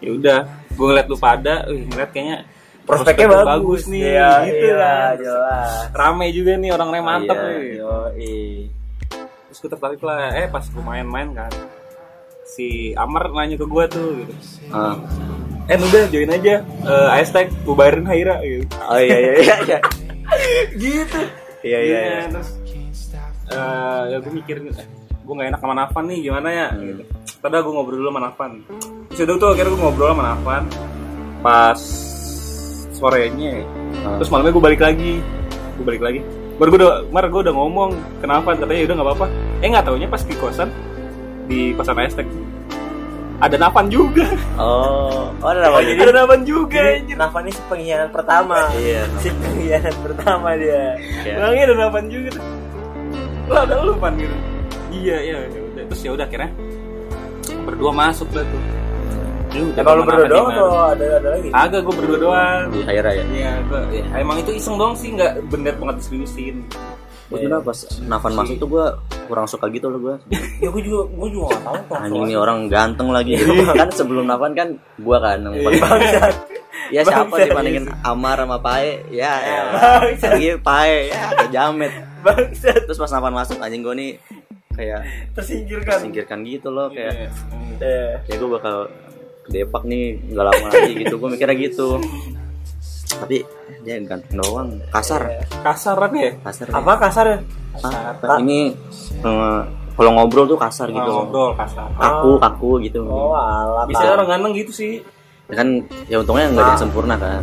[SPEAKER 4] ya udah gue ngeliat lu pada wih, ngeliat kayaknya
[SPEAKER 1] Prospeknya
[SPEAKER 4] prospeknya
[SPEAKER 1] bagus.
[SPEAKER 4] nih
[SPEAKER 1] Iya,
[SPEAKER 4] gitu
[SPEAKER 1] iya,
[SPEAKER 4] kan.
[SPEAKER 1] jelas.
[SPEAKER 4] rame juga nih orang-orang mantep
[SPEAKER 2] Iya,
[SPEAKER 4] wih.
[SPEAKER 2] yoi.
[SPEAKER 4] terus gue tertarik lah eh pas gue main-main kan si Amar nanya ke gue tuh gitu
[SPEAKER 2] Ah.
[SPEAKER 4] eh udah join aja eh Aztec gue bayarin Haira gitu
[SPEAKER 2] Oh iya iya iya. iya. <laughs> gitu. Iya iya. iya.
[SPEAKER 4] terus eh, ya gue mikir gue nggak enak sama Nafan nih gimana ya
[SPEAKER 2] Hmm.
[SPEAKER 4] gitu. Padahal gue ngobrol dulu sama Nafan terus udah tuh akhirnya gue ngobrol sama Nafan pas sorenya ya.
[SPEAKER 2] Ah.
[SPEAKER 4] terus malamnya gue balik lagi gue balik lagi baru gue udah mar gue udah ngomong ke Nafan katanya udah nggak apa-apa eh nggak taunya pas di kosan di kosan Aztec ada Nafan juga
[SPEAKER 2] Oh, oh ada apa jadi?
[SPEAKER 4] ada Nafan juga anjir.
[SPEAKER 1] Nafa ini si pengkhianat pertama.
[SPEAKER 2] Iya.
[SPEAKER 1] Si pengkhianat pertama dia.
[SPEAKER 2] Iya.
[SPEAKER 4] Bilangnya ada delapan juga. Lah ada lu pan gitu. Iya iya. ya udah. Terus ya udah akhirnya berdua masuk lah tuh. Lu udah
[SPEAKER 1] Emang lu
[SPEAKER 4] temenan
[SPEAKER 1] berdua
[SPEAKER 4] sama Ah.
[SPEAKER 1] doang atau
[SPEAKER 4] dia baru.
[SPEAKER 1] ada ada lagi?
[SPEAKER 4] Agak gue berdua doang.
[SPEAKER 2] Di Haira ya.
[SPEAKER 4] Iya, gua, ya, emang itu iseng doang sih, nggak bener banget diseriusin.
[SPEAKER 2] Gue sebenernya pas Nafan masuk tuh gue kurang suka gitu loh gue
[SPEAKER 1] Ya gue juga gue juga nggak tahu kok.
[SPEAKER 2] Anjing nih orang ganteng lagi <laughs> Kan sebelum Nafan kan gue kan yang paling Ya siapa dibandingin Amar sama Pae Ya ya Lagi Pae ya kayak jamet Terus pas Nafan masuk anjing gue nih Kayak
[SPEAKER 1] Tersingkirkan.
[SPEAKER 2] singkirkan gitu loh Kayak
[SPEAKER 1] Eh,
[SPEAKER 4] Iya.
[SPEAKER 2] ya gue bakal ke Depak nih nggak lama lagi gitu gue mikirnya gitu tapi dia ganteng doang kasar
[SPEAKER 4] Kasaran ya?
[SPEAKER 2] kasar
[SPEAKER 1] apa kasar ya?
[SPEAKER 2] Ah, apa? ini eh, kalau ngobrol tuh kasar gitu
[SPEAKER 4] Gitu. Ngobrol kasar.
[SPEAKER 2] kaku kaku gitu
[SPEAKER 1] Oh, alam.
[SPEAKER 4] Biasanya orang ganteng gitu sih.
[SPEAKER 2] Ya kan ya untungnya nggak ada yang sempurna kan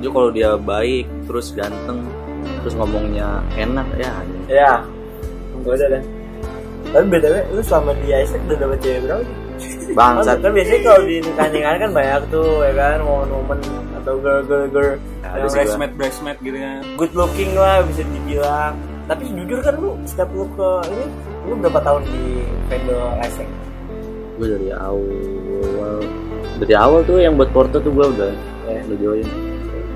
[SPEAKER 2] jadi kalau dia baik terus ganteng terus ngomongnya enak ya anjing.
[SPEAKER 1] Ya. Gue udah deh. Tapi btw, lu selama di Isaac udah dapet cewek berapa? sih?
[SPEAKER 2] bangsat
[SPEAKER 1] Kan biasanya kalau di nikahan kan banyak tuh ya kan momen-momen atau girl girl girl
[SPEAKER 2] Ya,
[SPEAKER 1] yang
[SPEAKER 2] ada sih gua.
[SPEAKER 4] Bridesmaid, bridesmaid gitu kan.
[SPEAKER 1] good looking lah bisa dibilang. Tapi jujur kan lu setiap lu ke ini lu berapa tahun di vendor Isaac?
[SPEAKER 2] gue dari awal dari awal tuh yang buat Porto tuh gue udah eh, udah join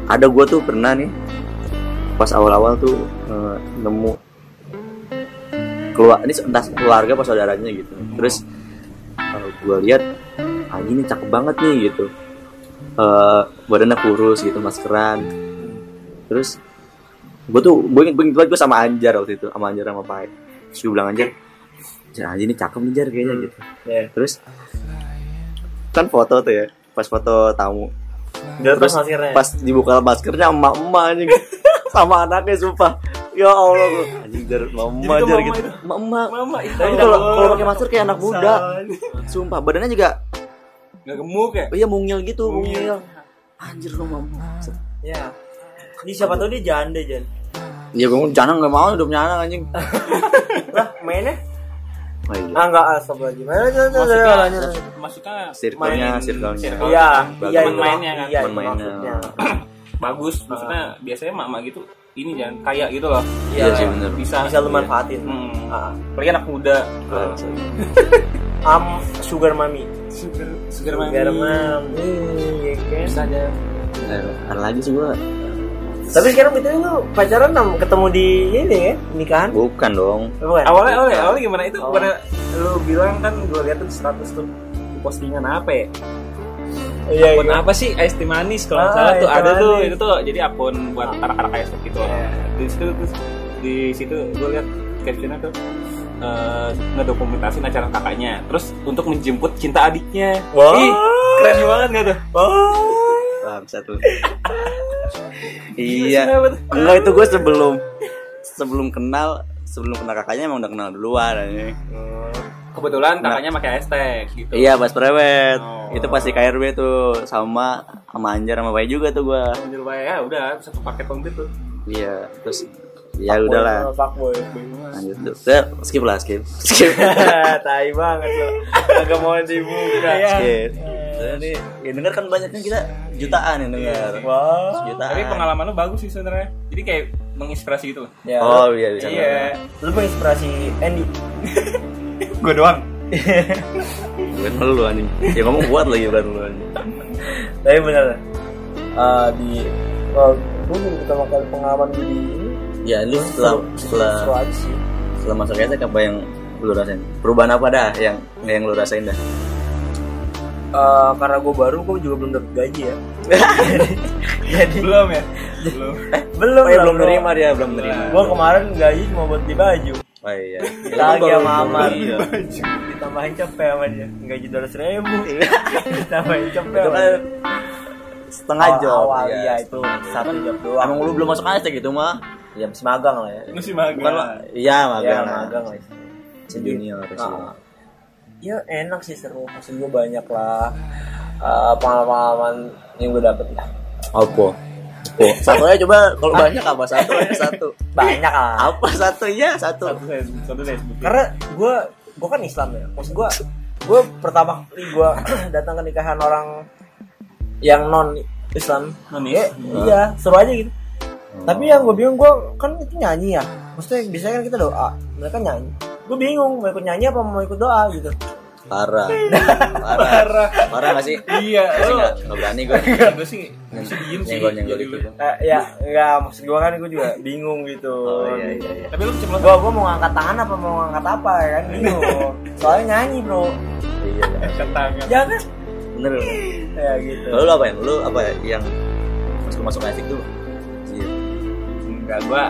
[SPEAKER 2] ada gue tuh pernah nih pas awal-awal tuh eh, nemu keluar ini entah keluarga apa saudaranya gitu terus kalau gue lihat Aji ini cakep banget nih gitu Eh, badannya kurus gitu maskeran terus gue tuh gue inget gue inget banget gue sama Anjar waktu itu sama Anjar sama Pak terus gue bilang Anjar Anjar Aji ini cakep nih Jar kayaknya gitu
[SPEAKER 1] Ya.
[SPEAKER 2] terus kan foto tuh ya pas foto tamu
[SPEAKER 1] Terus
[SPEAKER 2] terus pas dibuka maskernya emak-emak <laughs> anjing sama anaknya sumpah ya Allah gua anjing jar emak-emak
[SPEAKER 4] Jadi
[SPEAKER 2] jar
[SPEAKER 4] itu mama
[SPEAKER 2] gitu
[SPEAKER 4] itu.
[SPEAKER 2] emak-emak Iya,
[SPEAKER 4] Mama itu
[SPEAKER 2] Tapi kalau kalau pakai masker kayak anak muda sumpah badannya juga
[SPEAKER 4] nggak gemuk ya?
[SPEAKER 2] oh iya mungil gitu
[SPEAKER 4] Mungil.
[SPEAKER 2] mungil anjir lu mau
[SPEAKER 1] Ya. Ini siapa tahu dia janda Jan.
[SPEAKER 2] iya gue jangan nggak mau udah punya anak anjing
[SPEAKER 1] Lah mainnya?
[SPEAKER 2] oh, iya.
[SPEAKER 1] Ah enggak asap lagi. Mana Jan?
[SPEAKER 4] Maksudnya, maksudnya
[SPEAKER 2] Circle-nya,
[SPEAKER 4] main-
[SPEAKER 2] circle-nya.
[SPEAKER 4] circle.
[SPEAKER 1] Iya,
[SPEAKER 2] Bagus.
[SPEAKER 1] iya
[SPEAKER 4] Teman
[SPEAKER 1] itu
[SPEAKER 4] mainnya
[SPEAKER 1] mak-
[SPEAKER 4] kan,
[SPEAKER 1] Iya,
[SPEAKER 2] teman
[SPEAKER 1] itu
[SPEAKER 2] mainnya.
[SPEAKER 1] maksudnya.
[SPEAKER 2] Iya,
[SPEAKER 4] bagus maksudnya biasanya mama gitu ini jangan kaya gitu loh
[SPEAKER 2] Iya sih, bener.
[SPEAKER 4] bisa
[SPEAKER 1] Bisa lu manfaatin.
[SPEAKER 4] hmm.
[SPEAKER 1] Ah,
[SPEAKER 4] Ah. apalagi anak muda
[SPEAKER 2] Ah.
[SPEAKER 1] Am sugar mami.
[SPEAKER 4] sugar sugar
[SPEAKER 1] Sugar
[SPEAKER 4] mami
[SPEAKER 1] mami. ya kan?
[SPEAKER 4] bisa aja
[SPEAKER 2] Eh, ada lagi sih gue
[SPEAKER 1] Tapi sekarang betul lu pacaran nam ketemu di ini ya, nikahan.
[SPEAKER 2] bukan dong
[SPEAKER 1] Eh, Bukan.
[SPEAKER 4] awalnya awalnya awalnya gimana itu
[SPEAKER 1] Oh.
[SPEAKER 4] pada lu bilang kan gue lihat tuh status tuh di postingan apa ya
[SPEAKER 1] Iya,
[SPEAKER 4] akun
[SPEAKER 1] iya.
[SPEAKER 4] apa sih Ais Teh Manis kalau
[SPEAKER 1] Ah,
[SPEAKER 4] nggak salah tuh
[SPEAKER 1] Ais Teh
[SPEAKER 4] ada tuh
[SPEAKER 1] Manis. Ah.
[SPEAKER 4] itu tuh jadi akun buat anak-anak Ais Teh gitu
[SPEAKER 1] Iya.
[SPEAKER 4] di situ terus di situ gue lihat captionnya tuh eh ngedokumentasin acara kakaknya terus untuk menjemput cinta adiknya
[SPEAKER 1] Wah.
[SPEAKER 4] Ih, keren banget gak tuh
[SPEAKER 1] Oh.
[SPEAKER 2] bangsat lu iya enggak itu gue sebelum sebelum kenal sebelum kenal kakaknya emang udah kenal duluan anjing
[SPEAKER 1] Nah.
[SPEAKER 4] kebetulan kakaknya pakai hashtag gitu
[SPEAKER 2] Iya pas prewed
[SPEAKER 4] Oh.
[SPEAKER 2] Itu pasti KRB tuh Sama sama Anjar sama Bayi juga tuh gua
[SPEAKER 4] Anjir Bay, ya udah satu paket komplit tuh
[SPEAKER 2] Iya Terus Ya udahlah
[SPEAKER 1] Fuckboy.
[SPEAKER 2] Lanjut dulu Udah, Skip lah skip <laughs> Skip
[SPEAKER 1] <laughs> Tai banget lu. Agak mau dibuka.
[SPEAKER 4] Iya.
[SPEAKER 2] Skip Jadi Ya denger kan banyaknya kita Jutaan yang denger
[SPEAKER 1] Iya. Wah.
[SPEAKER 2] Jutaan
[SPEAKER 4] tapi pengalaman lu bagus sih sebenarnya jadi kayak menginspirasi gitu loh
[SPEAKER 1] Ya.
[SPEAKER 2] Oh iya bisa
[SPEAKER 1] Lu menginspirasi Andy.
[SPEAKER 4] gue doang
[SPEAKER 2] Bukan lu anjing Ya ngomong buat lagi bukan lu anjing
[SPEAKER 1] Tapi bener.
[SPEAKER 2] Ah,
[SPEAKER 1] Eh di eh, gue belum pertama kali pengalaman gue di ini.
[SPEAKER 2] Ya lu setelah Setelah
[SPEAKER 1] Seru aja sih.
[SPEAKER 2] Setelah masuk SK apa yang lu rasain? Perubahan apa dah yang yang lu rasain dah?
[SPEAKER 1] eh, karena gue baru gue juga belum dapet gaji
[SPEAKER 2] <laughs>
[SPEAKER 1] ya
[SPEAKER 4] belum ya belum
[SPEAKER 1] belum
[SPEAKER 2] Oh iya, belum nerima dia, belum nerima.
[SPEAKER 1] gue kemarin gaji cuma buat beli baju
[SPEAKER 2] Oh iya.
[SPEAKER 1] lagi sama Amar
[SPEAKER 2] Iya.
[SPEAKER 1] ditambahin cepet sama dia gaji dua ratus ribu
[SPEAKER 2] Iya.
[SPEAKER 1] <laughs> ditambahin cepet
[SPEAKER 2] Itu
[SPEAKER 1] sama
[SPEAKER 2] kan
[SPEAKER 1] dia.
[SPEAKER 2] setengah
[SPEAKER 1] Awal-
[SPEAKER 2] job.
[SPEAKER 1] Iya. awal
[SPEAKER 2] iya.
[SPEAKER 1] iya itu satu job doang
[SPEAKER 2] Emang lu belum masuk Aztec gitu mah?
[SPEAKER 1] ya masih magang lah ya
[SPEAKER 4] masih magang lah
[SPEAKER 1] ya
[SPEAKER 2] Iya, magang.
[SPEAKER 1] magang lah
[SPEAKER 2] Sejunior sih.
[SPEAKER 1] Nah. ya enak sih seru maksud gue banyak lah eh, pengalaman yang gue dapet lah
[SPEAKER 2] Apa? Apa? Satunya coba kalau banyak apa satu aja satu.
[SPEAKER 1] banyak lah
[SPEAKER 2] Apa satunya satu?
[SPEAKER 4] satu saya satu saya sebutin.
[SPEAKER 1] Iya. karena gue gue kan Islam ya maksud gue gue pertama kali gue <clears throat> datang ke nikahan orang yang non Islam
[SPEAKER 4] Non
[SPEAKER 1] Ya, iya seru aja gitu
[SPEAKER 2] Oh.
[SPEAKER 1] tapi yang gue bingung gue kan itu nyanyi ya maksudnya biasanya kan kita doa mereka nyanyi gue bingung mau ikut nyanyi apa mau ikut doa gitu
[SPEAKER 2] Parah. Parah. Parah. Parah nggak sih?
[SPEAKER 4] iya
[SPEAKER 2] Nggak sih
[SPEAKER 4] lo
[SPEAKER 2] nggak nggak berani gue.
[SPEAKER 4] gue sih masih diem sih
[SPEAKER 2] Nyenggol nyenggol
[SPEAKER 4] jadi
[SPEAKER 2] itu.
[SPEAKER 4] lu-
[SPEAKER 1] Eh, ya enggak maksud gue kan gue juga bingung gitu
[SPEAKER 2] Oh iya iya iya.
[SPEAKER 4] tapi lu keceplosan
[SPEAKER 1] gua gua mau ngangkat tangan apa mau ngangkat apa ya kan
[SPEAKER 2] <laughs>
[SPEAKER 1] bingung soalnya nyanyi bro
[SPEAKER 2] Iya. iya.
[SPEAKER 4] ke tangan
[SPEAKER 1] jangan
[SPEAKER 2] Bener. lu.
[SPEAKER 4] Iya.
[SPEAKER 1] ya gitu
[SPEAKER 2] Kalau lu apa ya? Lu apa ya? yang masuk masuk Aztec tuh? Iya.
[SPEAKER 4] enggak gua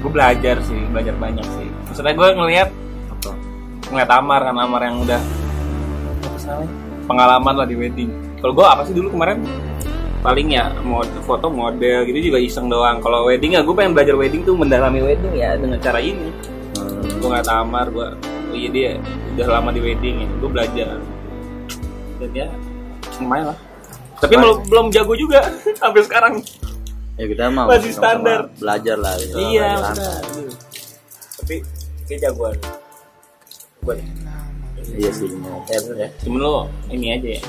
[SPEAKER 4] gua belajar sih belajar banyak sih maksudnya gua ngelihat
[SPEAKER 2] Apa?
[SPEAKER 4] ngeliat Amar kan Amar yang udah apa sih namanya? pengalaman lah di wedding kalau gue apa sih dulu kemarin paling ya mod, foto model gitu juga iseng doang kalau wedding ya gue pengen belajar wedding tuh mendalami wedding ya dengan cara ini
[SPEAKER 2] Hmm.
[SPEAKER 4] gue ngeliat Amar gue oh iya dia udah lama di wedding ya gue belajar dan ya lumayan lah tapi belum belum jago juga <laughs> sampai sekarang
[SPEAKER 2] Ya kita mah sama-sama
[SPEAKER 4] Masih standar.
[SPEAKER 2] Belajar lah. gitu.
[SPEAKER 4] iya
[SPEAKER 2] Belajar.
[SPEAKER 4] maksudnya
[SPEAKER 1] tapi kayak jagoan gue
[SPEAKER 2] Iya sih. bener.
[SPEAKER 1] ya bener ya
[SPEAKER 4] cuman lo ini aja ya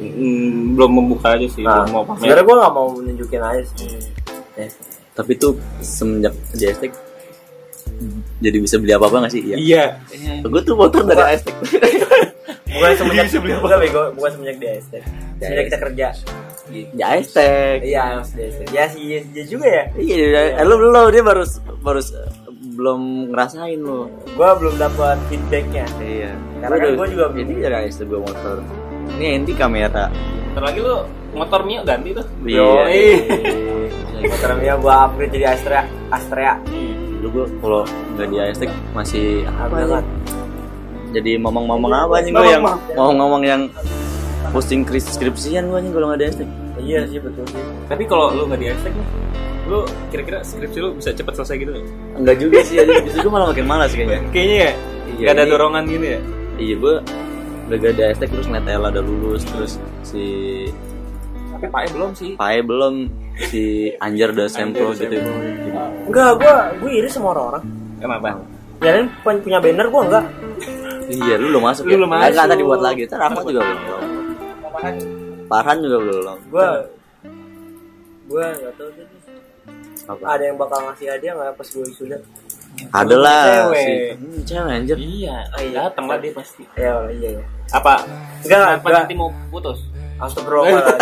[SPEAKER 4] mm, belum membuka aja sih
[SPEAKER 1] nah,
[SPEAKER 4] belum mau pamer
[SPEAKER 1] sebenarnya gue nggak mau menunjukin aja sih
[SPEAKER 2] Eh, tapi tuh semenjak di Aztec jadi bisa beli apa apa nggak sih? Iya.
[SPEAKER 4] iya
[SPEAKER 2] Gue tuh motor dari Aztec.
[SPEAKER 1] bukan semenjak bukan bego bukan semenjak di SD semenjak kita kerja
[SPEAKER 2] Di Aztec.
[SPEAKER 1] iya harus di SD ya sih iya sih juga ya
[SPEAKER 2] Iya, iya. Eh, lu belum dia baru baru eh, belum ngerasain lu.
[SPEAKER 1] gue belum dapat feedbacknya
[SPEAKER 2] Iya.
[SPEAKER 1] Karena kan gua juga-
[SPEAKER 2] ini dari Aztec gue motor. Ini enti kamera.
[SPEAKER 4] Ntar lagi lu motor Mio ganti tuh.
[SPEAKER 2] Iya.
[SPEAKER 1] Motornya gue upgrade jadi Astrea Astrea
[SPEAKER 4] Hmm.
[SPEAKER 2] Dulu gue kalau nggak di Aztec masih
[SPEAKER 1] Apa
[SPEAKER 2] apa sih? Jadi momong-momong apa anjing gue yang ngomong-ngomong yang posting kris- skripsian gue anjing kalau nggak di Aztec.
[SPEAKER 1] Iya sih betul sih
[SPEAKER 4] Tapi kalau lu nggak di hashtag nih, lu kira-kira skripsi lu bisa cepet selesai gitu nggak?
[SPEAKER 2] Enggak juga sih, anjing. justru gue malah makin malas kayaknya.
[SPEAKER 4] Kayaknya ya.
[SPEAKER 2] Iya,
[SPEAKER 4] Gak ada
[SPEAKER 2] ini-
[SPEAKER 4] dorongan gitu ya.
[SPEAKER 2] Iya gue udah gak ada estek terus ngeliat Ella udah lulus terus si
[SPEAKER 4] Tapi Pak E belum sih.
[SPEAKER 2] Pae belum si Anjar udah
[SPEAKER 4] Anjar
[SPEAKER 2] sempro
[SPEAKER 4] udah
[SPEAKER 2] gitu.
[SPEAKER 1] Enggak, gue gue iri sama orang-orang
[SPEAKER 4] Kenapa?
[SPEAKER 1] Kalian pun- punya banner gue enggak
[SPEAKER 2] Iya lu belum masuk
[SPEAKER 4] Lu belum
[SPEAKER 2] Nah, nggak,
[SPEAKER 4] masuk.
[SPEAKER 2] tadi buat lagi. Ntar aku juga belum. Parhan juga belum.
[SPEAKER 1] gue gue nggak tahu sih
[SPEAKER 2] Apa?
[SPEAKER 1] ada yang bakal ngasih hadiah nggak pas gue wisuda
[SPEAKER 2] Ada lah
[SPEAKER 4] Cewek.
[SPEAKER 2] si hmm, cewek Anjar.
[SPEAKER 4] Iya,
[SPEAKER 1] iya.
[SPEAKER 4] datang lah dia pasti.
[SPEAKER 1] ya iya ya
[SPEAKER 4] Apa?
[SPEAKER 1] Enggak,
[SPEAKER 4] Kenapa
[SPEAKER 1] enggak.
[SPEAKER 4] nanti mau putus?
[SPEAKER 1] astagfirullah lah,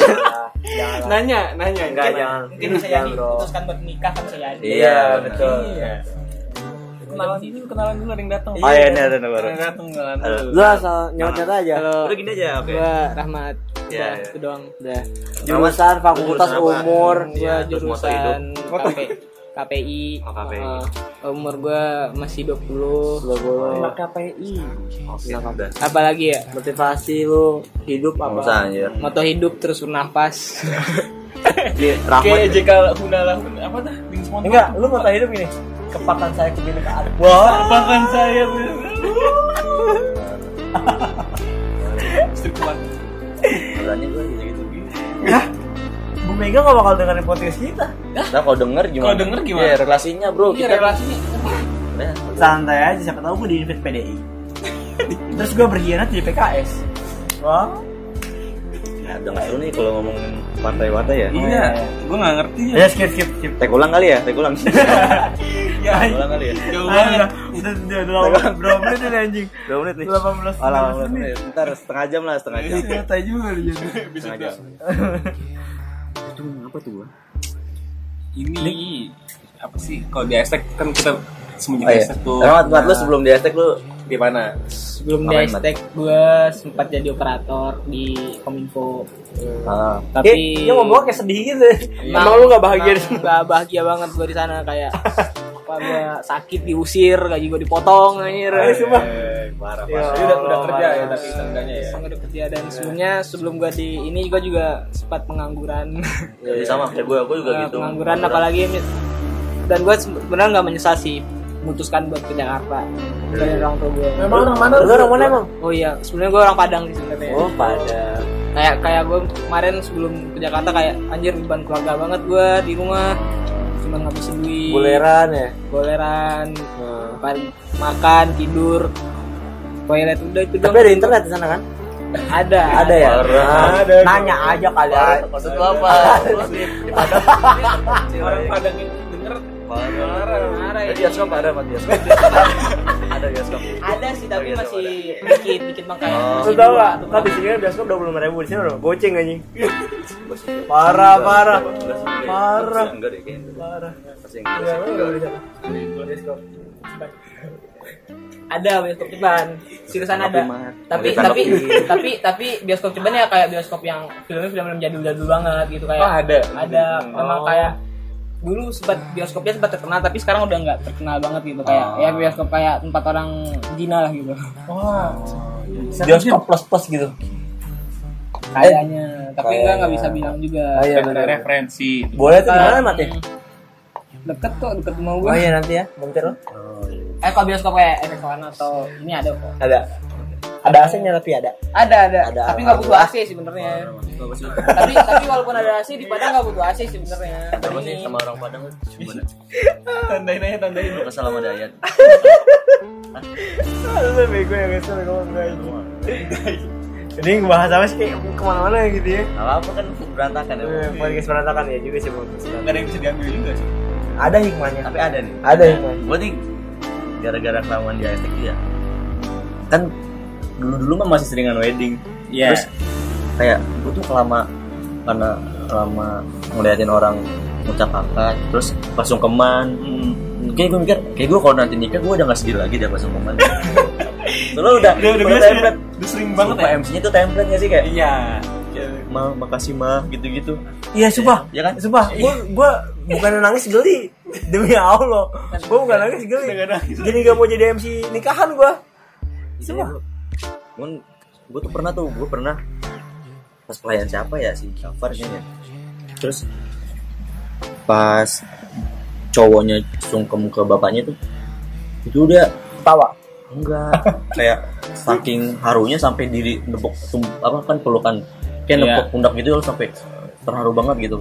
[SPEAKER 1] jangan lah.
[SPEAKER 4] Nanya, nanya.
[SPEAKER 1] enggak jangan
[SPEAKER 5] mungkin bisa
[SPEAKER 1] jangan
[SPEAKER 5] jadi
[SPEAKER 1] bro
[SPEAKER 5] putuskan buat nikah kan bisa jadi
[SPEAKER 1] iya
[SPEAKER 2] Iya,
[SPEAKER 1] betul
[SPEAKER 5] kenalan dulu kenalan dulu ada yang datang
[SPEAKER 2] Oh iya ini ada nih baru.
[SPEAKER 5] yang datang kenalan
[SPEAKER 2] Halo.
[SPEAKER 9] Gue asal nyawat-nyawat aja
[SPEAKER 2] Udah gini aja oke.
[SPEAKER 5] gua Rahmat
[SPEAKER 2] Iya,
[SPEAKER 5] Udah,
[SPEAKER 2] iya.
[SPEAKER 5] itu doang
[SPEAKER 9] Udah
[SPEAKER 2] Jurusan
[SPEAKER 9] Jurusan, fakultas,
[SPEAKER 2] apa?
[SPEAKER 9] umur
[SPEAKER 5] gua
[SPEAKER 2] Iya, terus moto hidup.
[SPEAKER 5] jurusan KP, KPI
[SPEAKER 2] Oh, KPI.
[SPEAKER 5] eh, umur gua masih 20
[SPEAKER 9] Gua
[SPEAKER 5] KPI
[SPEAKER 2] Oke udah.
[SPEAKER 5] apalagi ya
[SPEAKER 9] Motivasi lu hidup
[SPEAKER 2] Apa
[SPEAKER 9] apa?
[SPEAKER 2] Anjar?
[SPEAKER 5] moto hidup terus bernafas
[SPEAKER 2] Iya, Rahmat.
[SPEAKER 5] kayak JK Hunala apa tuh
[SPEAKER 1] enggak lu mau tanya hidup gini kepatan saya kebinekaan
[SPEAKER 4] Wah, bahkan saya
[SPEAKER 2] Berani gue gitu-gitu.
[SPEAKER 1] Bu Mega gak bakal dengerin podcast kita
[SPEAKER 2] Nah kalau denger gimana?
[SPEAKER 4] Kalau denger gimana?
[SPEAKER 2] Iya, relasinya bro.
[SPEAKER 5] Iya, relasinya.
[SPEAKER 2] Ya,
[SPEAKER 9] Santai aja, siapa tahu gue diinvite
[SPEAKER 1] <laughs>
[SPEAKER 9] PDI Terus gue berkhianat jadi PKS
[SPEAKER 1] wah
[SPEAKER 2] Nah, udah nggak seru nih kalau ngomongin partai-partai ya.
[SPEAKER 4] Iya, gua nggak ngerti ya.
[SPEAKER 1] ya skip skip skip
[SPEAKER 2] Tek ulang kali ya, tek <laughs> ulang.
[SPEAKER 4] Ya,
[SPEAKER 2] Tek ulang kali ya.
[SPEAKER 4] jauh
[SPEAKER 1] Ah,
[SPEAKER 4] banget.
[SPEAKER 1] udah udah udah udah berapa menit ini anjing
[SPEAKER 2] 2 menit nih.
[SPEAKER 1] 18
[SPEAKER 2] Oh, lama menit. Iya, Ntar setengah jam lah, setengah jam.
[SPEAKER 1] santai juga lu jadi
[SPEAKER 4] Bisa
[SPEAKER 2] Setengah
[SPEAKER 4] udah.
[SPEAKER 2] jam. Itu apa tuh gua?
[SPEAKER 4] Ini apa sih? Kalau di hashtag kan kita semenjak
[SPEAKER 10] Oh, iya.
[SPEAKER 4] estek tuh Nah,
[SPEAKER 10] Emang tempat lu sebelum di estek lu
[SPEAKER 4] di mana?
[SPEAKER 5] sebelum di
[SPEAKER 10] Ngapain, Mat?
[SPEAKER 5] hashtag gua sempat jadi operator di kominfo
[SPEAKER 10] Ah.
[SPEAKER 5] tapi
[SPEAKER 1] dia ngomongnya kayak sedih gitu
[SPEAKER 5] Emang-
[SPEAKER 11] Emang lu nggak bahagia di
[SPEAKER 5] emang nggak bahagia banget gua di sana kayak apa gua sakit diusir gaji gua dipotong anjir
[SPEAKER 4] Eh, Parah,
[SPEAKER 1] Ya
[SPEAKER 4] parah.
[SPEAKER 1] Allah,
[SPEAKER 4] Jadi udah, udah kerja ya
[SPEAKER 1] parah.
[SPEAKER 4] tapi seenggaknya ya.
[SPEAKER 5] Sama udah kerja dan sebelumnya sebelum gua di ini gua juga sempat pengangguran
[SPEAKER 2] Jadi sama Iya, kayak gue, gue juga
[SPEAKER 4] Ah,
[SPEAKER 5] Nah,
[SPEAKER 2] gitu.
[SPEAKER 5] pengangguran apalagi ini- dan gue sebenarnya nggak menyesal sih memutuskan buat ke Jakarta dari orang tua gue
[SPEAKER 1] emang orang mana lu orang mana emang
[SPEAKER 5] oh iya sebenarnya gue orang Padang sih sebenarnya
[SPEAKER 1] oh pada
[SPEAKER 5] kayak kayak gue kemarin sebelum ke Jakarta kayak anjir beban keluarga banget gue di rumah cuma ngabisin duit
[SPEAKER 1] buleran ya Nah.
[SPEAKER 5] boleran paling makan tidur toilet udah itu
[SPEAKER 1] tapi
[SPEAKER 5] doang.
[SPEAKER 1] ada internet di sana kan
[SPEAKER 5] ada
[SPEAKER 1] ada ya
[SPEAKER 4] Ada.
[SPEAKER 1] nanya aja kali
[SPEAKER 5] ya.
[SPEAKER 1] aja.
[SPEAKER 2] Maksud lu apa?
[SPEAKER 4] Orang Padang ini denger
[SPEAKER 5] Marah ya.
[SPEAKER 2] Di bioskop ada apa bioskop?
[SPEAKER 4] iya.
[SPEAKER 2] Ada <laughs> bioskop.
[SPEAKER 5] ada sih tapi masih dikit dikit makanya
[SPEAKER 1] Lu tau gak? Kan di sini kan bioskop dua puluh ribu di sini udah goceng anjing. parah parah. Parah.
[SPEAKER 2] Enggak deh kayaknya.
[SPEAKER 1] Parah.
[SPEAKER 2] Pasti enggak sih.
[SPEAKER 5] ada bioskop ceban seriusan ada tapi
[SPEAKER 2] Mau
[SPEAKER 5] tapi
[SPEAKER 2] ditangkepin.
[SPEAKER 5] tapi tapi bioskop ceban ya kayak bioskop yang filmnya film film jadul jadul banget gitu kayak
[SPEAKER 1] Ah,
[SPEAKER 4] Oh, ada.
[SPEAKER 5] ada memang kayak dulu sempat bioskopnya sempat terkenal tapi sekarang udah nggak terkenal banget gitu kayak
[SPEAKER 1] Ah.
[SPEAKER 5] ya bioskop kayak tempat orang Cina lah
[SPEAKER 1] <laughs>
[SPEAKER 5] gitu
[SPEAKER 1] Bioskop plus plus gitu.
[SPEAKER 5] kayaknya
[SPEAKER 1] Kayaknya.
[SPEAKER 5] tapi gua nggak bisa bilang juga
[SPEAKER 1] Ah, iya,
[SPEAKER 4] ada
[SPEAKER 1] bener.
[SPEAKER 4] kan referensi.
[SPEAKER 1] Boleh tuh gimana mati?
[SPEAKER 5] deket kok deket rumah gue
[SPEAKER 1] Oh iya nanti ya, bentar lo.
[SPEAKER 5] eh kalau bioskop kayak efek One atau ini ada kok
[SPEAKER 1] Ada. Ada AC-nya tapi ada.
[SPEAKER 5] ada ada,
[SPEAKER 1] Ada, Oh, iya,
[SPEAKER 5] tapi nggak
[SPEAKER 1] ada.
[SPEAKER 5] butuh AC sebenarnya tapi tapi walaupun ada AC di Padang nggak butuh AC sebenarnya
[SPEAKER 2] Apa sih
[SPEAKER 5] Ini-
[SPEAKER 2] sama orang Padang tuh gimana?
[SPEAKER 4] Tandain aja tandain.
[SPEAKER 2] Lu kesel sama Dayat.
[SPEAKER 1] Aduh bego ya guys, bego banget. Ini bahas apa sih kayak kemana-mana gitu ya.
[SPEAKER 2] Gak apa kan berantakan ya.
[SPEAKER 4] Iya.
[SPEAKER 1] Eh, Podcast berantakan ya juga sih podcast
[SPEAKER 4] Gak
[SPEAKER 1] berantakan.
[SPEAKER 4] ada yang bisa diambil juga sih.
[SPEAKER 1] Ada hikmahnya.
[SPEAKER 2] Tapi ada nih.
[SPEAKER 1] Ada hikmahnya.
[SPEAKER 2] Gue nih gara-gara kelamaan di ASTQ ya. Kan dulu-dulu mah masih seringan wedding.
[SPEAKER 4] Iya.
[SPEAKER 2] Terus kayak gue tuh lama karena lama ngeliatin orang ngucap angkat terus pas sungkeman
[SPEAKER 4] Hmm.
[SPEAKER 2] kayak gue mikir kayak gue kalau nanti nikah gue udah gak sedih lagi dah pas sungkeman
[SPEAKER 4] <laughs>
[SPEAKER 2] soalnya udah
[SPEAKER 4] Udah udah
[SPEAKER 2] udah
[SPEAKER 4] biasa. ya?
[SPEAKER 2] template
[SPEAKER 4] Udah sering banget
[SPEAKER 2] banget MC nya tuh template gak sih kayak
[SPEAKER 4] Iya.
[SPEAKER 2] ma makasih ma gitu-gitu
[SPEAKER 1] Iya, sumpah.
[SPEAKER 2] ya kan
[SPEAKER 1] Sumpah, gua gua bukan nangis geli demi Allah. Gua bukan nangis geli. Gini gak mau jadi MC nikahan gua. Sumpah.
[SPEAKER 2] Iya, cuman gue tuh pernah tuh gue pernah pas pelayan siapa ya si Jafar kayaknya terus pas cowoknya sungkem ke bapaknya tuh itu udah
[SPEAKER 1] Tawa.
[SPEAKER 2] enggak <laughs> kayak saking harunya sampai diri nepuk tum- apa kan pelukan kayak nepuk pundak gitu loh sampai terharu banget gitu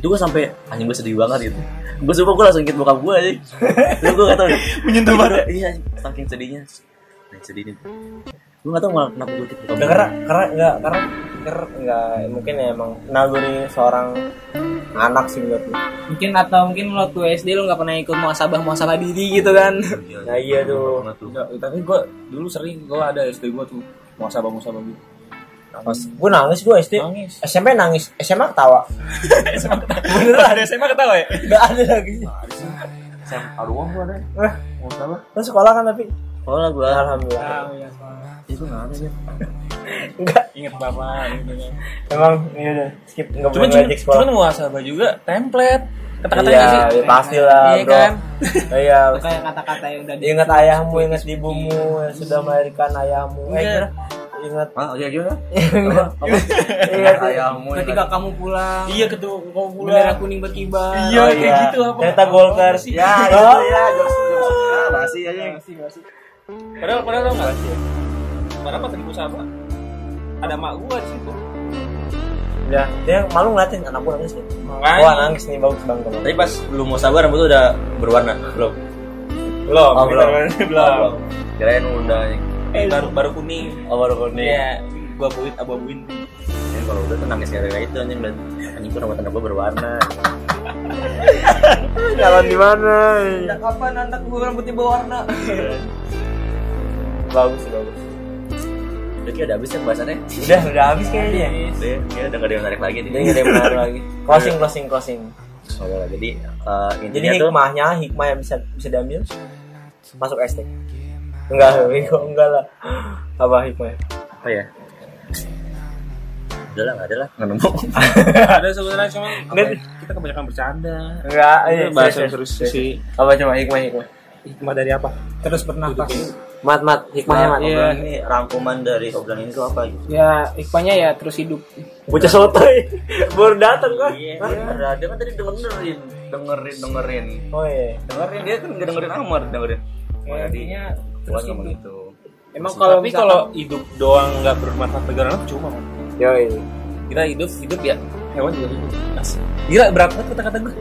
[SPEAKER 2] itu gue sampai anjing gue sedih banget gitu gue sumpah gue langsung ngikut bokap gue aja itu gue gak tau menyentuh banget iya saking sedihnya nah, sedih nih gue gak tau malah kenapa gue ngikut
[SPEAKER 1] Nggak,
[SPEAKER 2] bokap gue
[SPEAKER 1] karena karena nggak karena karena nggak mungkin ya emang naluri seorang anak sih menurut gue.
[SPEAKER 5] mungkin atau mungkin lo tuh SD lo nggak pernah ikut muasabah muasabah diri gitu kan
[SPEAKER 1] Nah iya tuh.
[SPEAKER 2] Pernah tuh.
[SPEAKER 4] Enggak, tapi gue dulu sering gue ada SD gue tuh muasabah muasabah gitu.
[SPEAKER 1] Gue nangis gue SD.
[SPEAKER 4] Nangis.
[SPEAKER 1] SMP nangis, SMA ketawa.
[SPEAKER 4] Beneran ada SMA ketawa ya?
[SPEAKER 1] Gak ada lagi.
[SPEAKER 4] SMA Aruang gue ada.
[SPEAKER 1] Eh,
[SPEAKER 4] Muasabah.
[SPEAKER 1] lu sekolah kan tapi
[SPEAKER 2] oh lah gue
[SPEAKER 1] alhamdulillah.
[SPEAKER 2] itu gak ada ya
[SPEAKER 1] Enggak.
[SPEAKER 4] Ingat bapak. gitu.
[SPEAKER 1] Emang iya udah skip nggak
[SPEAKER 4] Cuman
[SPEAKER 1] boleh
[SPEAKER 4] cuman,
[SPEAKER 1] ngajak sekolah.
[SPEAKER 4] cuman muasabah juga template. Kata-kata
[SPEAKER 1] Iya,
[SPEAKER 4] nggak sih?
[SPEAKER 1] ya, pasti lah
[SPEAKER 4] Iya
[SPEAKER 1] bro.
[SPEAKER 4] kan?
[SPEAKER 1] Iya.
[SPEAKER 5] kayak kata-kata yang udah gitu. di
[SPEAKER 1] Ingat ayahmu, ingat ibumu yang sudah melahirkan ayahmu. Eh,
[SPEAKER 4] Iya.
[SPEAKER 1] ingat
[SPEAKER 2] ah iya gimana
[SPEAKER 1] ingat
[SPEAKER 2] ayahmu
[SPEAKER 5] ketika kamu pulang
[SPEAKER 4] Iya ketua kau pulang.
[SPEAKER 5] bendera kuning berkibar
[SPEAKER 1] Oh,
[SPEAKER 4] Iya kayak gitu apa?
[SPEAKER 1] Ternyata Golkar.
[SPEAKER 2] ya
[SPEAKER 1] <laughs> Oh,
[SPEAKER 2] itu ya jokes jokes ah basi aja
[SPEAKER 4] Padahal padahal tau nggak? Padahal pas di muasabah ada mak gue di situ.
[SPEAKER 1] Ya, dia malu ngeliatin anak gue nangis nih.
[SPEAKER 4] Makanya.
[SPEAKER 1] Wah nangis nih bagus bang bang.
[SPEAKER 2] tapi pas lu mau sabar rambut lu udah berwarna belum
[SPEAKER 4] Belum.
[SPEAKER 2] Oh, <laughs> belum.
[SPEAKER 4] Belum.
[SPEAKER 2] kirain udah
[SPEAKER 4] Eh, baru baru kuning.
[SPEAKER 2] oh baru kuning
[SPEAKER 4] Iya, gua buin abu-abuin.
[SPEAKER 2] Ini kalau udah tenang ya gara itu anjing dan anjing tuh rambut anak gua berwarna.
[SPEAKER 1] Jalan di mana?
[SPEAKER 5] kapan anak gue rambutnya berwarna
[SPEAKER 1] Bagus bagus.
[SPEAKER 2] Udah kayak udah habis kan bahasannya.
[SPEAKER 1] Udah udah habis kayaknya.
[SPEAKER 2] Udah ya, kayak udah gak ada yang menarik lagi nih.
[SPEAKER 1] Jadi nggak ada yang menarik lagi.
[SPEAKER 4] Iya.
[SPEAKER 1] Closing closing closing.
[SPEAKER 2] Soalnya jadi eh,
[SPEAKER 1] Jadi
[SPEAKER 2] intinya tuh
[SPEAKER 1] hikmahnya hikmah yang bisa bisa diambil.
[SPEAKER 12] masuk estek enggak <laughs> bego enggak lah apa hikmahnya
[SPEAKER 2] apa ya udah lah nggak ada lah nggak nemu
[SPEAKER 4] <laughs> ada sebenarnya cuma apa ya, kita kebanyakan bercanda
[SPEAKER 12] enggak iya
[SPEAKER 4] Itu bahasa yang
[SPEAKER 12] serius,
[SPEAKER 4] terus
[SPEAKER 12] serius.
[SPEAKER 4] sih
[SPEAKER 12] apa coba hikmah hikmah
[SPEAKER 4] hikmah dari apa
[SPEAKER 5] terus bernapas
[SPEAKER 12] mat mat hikmahnya mat
[SPEAKER 5] Iya.
[SPEAKER 2] obrolan ini rangkuman dari obrolan ini tuh apa gitu
[SPEAKER 5] ya hikmahnya ya terus hidup
[SPEAKER 12] bocah sotoy <laughs> baru datang kan
[SPEAKER 2] Ada, dia kan tadi dengerin, dengerin, dengerin,
[SPEAKER 12] oh iya
[SPEAKER 2] dengerin dia kan nggak dengerin Amar, dengerin. Oh, jadi
[SPEAKER 5] Intinya
[SPEAKER 2] pulang ngomong itu.
[SPEAKER 5] emang
[SPEAKER 4] Iya,
[SPEAKER 5] kalau
[SPEAKER 4] tapi
[SPEAKER 5] misalkan-
[SPEAKER 4] kalau hidup doang nggak bermanfaat negara anak cuma
[SPEAKER 12] Yoi.
[SPEAKER 4] kita hidup hidup ya hewan juga hidup Asik. gila berapa kata-kata gue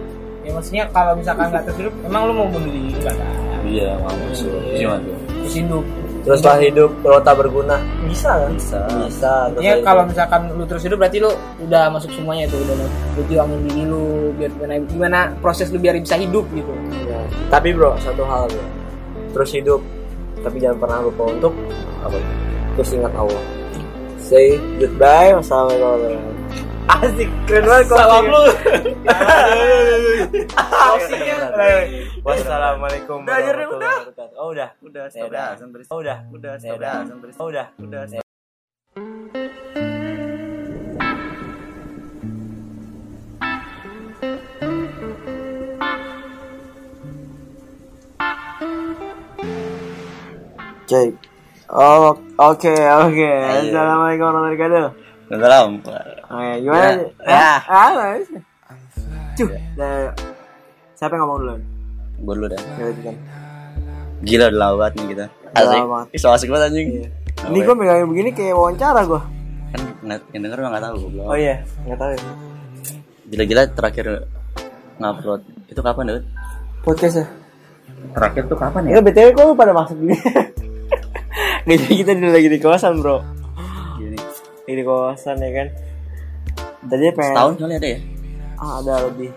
[SPEAKER 5] ya maksudnya kalau misalkan nggak terus hidup emang lu mau bunuh diri juga kan
[SPEAKER 2] Iya, mau musuh. Gimana tuh?
[SPEAKER 5] terus hidup
[SPEAKER 12] teruslah hidup kalau tak berguna bisa kan bisa bisa terus
[SPEAKER 5] ya
[SPEAKER 2] Iya,
[SPEAKER 12] hidup.
[SPEAKER 5] kalau misalkan lu terus hidup berarti lu udah masuk semuanya itu udah masuk- lu juangin diri lu biar gimana, gimana proses lu biar bisa hidup gitu
[SPEAKER 12] Ya. tapi bro satu hal bro. terus hidup tapi jangan pernah lupa untuk apa itu? terus ingat Allah say goodbye wassalamualaikum asik keren banget salam lu wassalamualaikum udah jadi udah oh udah udah udah oh udah udah udah oh udah udah
[SPEAKER 1] Hmm. Cek. Oh, oke, oke. Assalamualaikum warahmatullahi wabarakatuh.
[SPEAKER 2] Enggak lah,
[SPEAKER 1] Oke, gimana?
[SPEAKER 2] Ya.
[SPEAKER 1] Ah, ah, nice. Cuh, dah. Siapa yang ngomong duluan?
[SPEAKER 2] gue dulu dah.
[SPEAKER 1] Ya, itu kan.
[SPEAKER 2] Gila udah lama banget nih kita. Asik.
[SPEAKER 1] Lama banget. Iya.
[SPEAKER 2] Ih, so asik banget anjing. ya.
[SPEAKER 1] Ini gue megangin begini kayak wawancara gue.
[SPEAKER 2] kan nggak- yang denger mah nggak tahu goblok.
[SPEAKER 1] Oh iya, nggak tahu ya.
[SPEAKER 2] Gila-gila terakhir ngupload itu kapan, Dut?
[SPEAKER 1] Podcast ya.
[SPEAKER 2] Terakhir tuh kapan
[SPEAKER 1] Ya btw kok lu pada masuk gini. <laughs> Nggak jadi kita dulu lagi di kosan bro.
[SPEAKER 2] Gini.
[SPEAKER 1] Eh. Lagi di kosan ya kan. Tadi pengen.
[SPEAKER 2] Setahun kali ada ya?
[SPEAKER 1] Ah, ada lebih.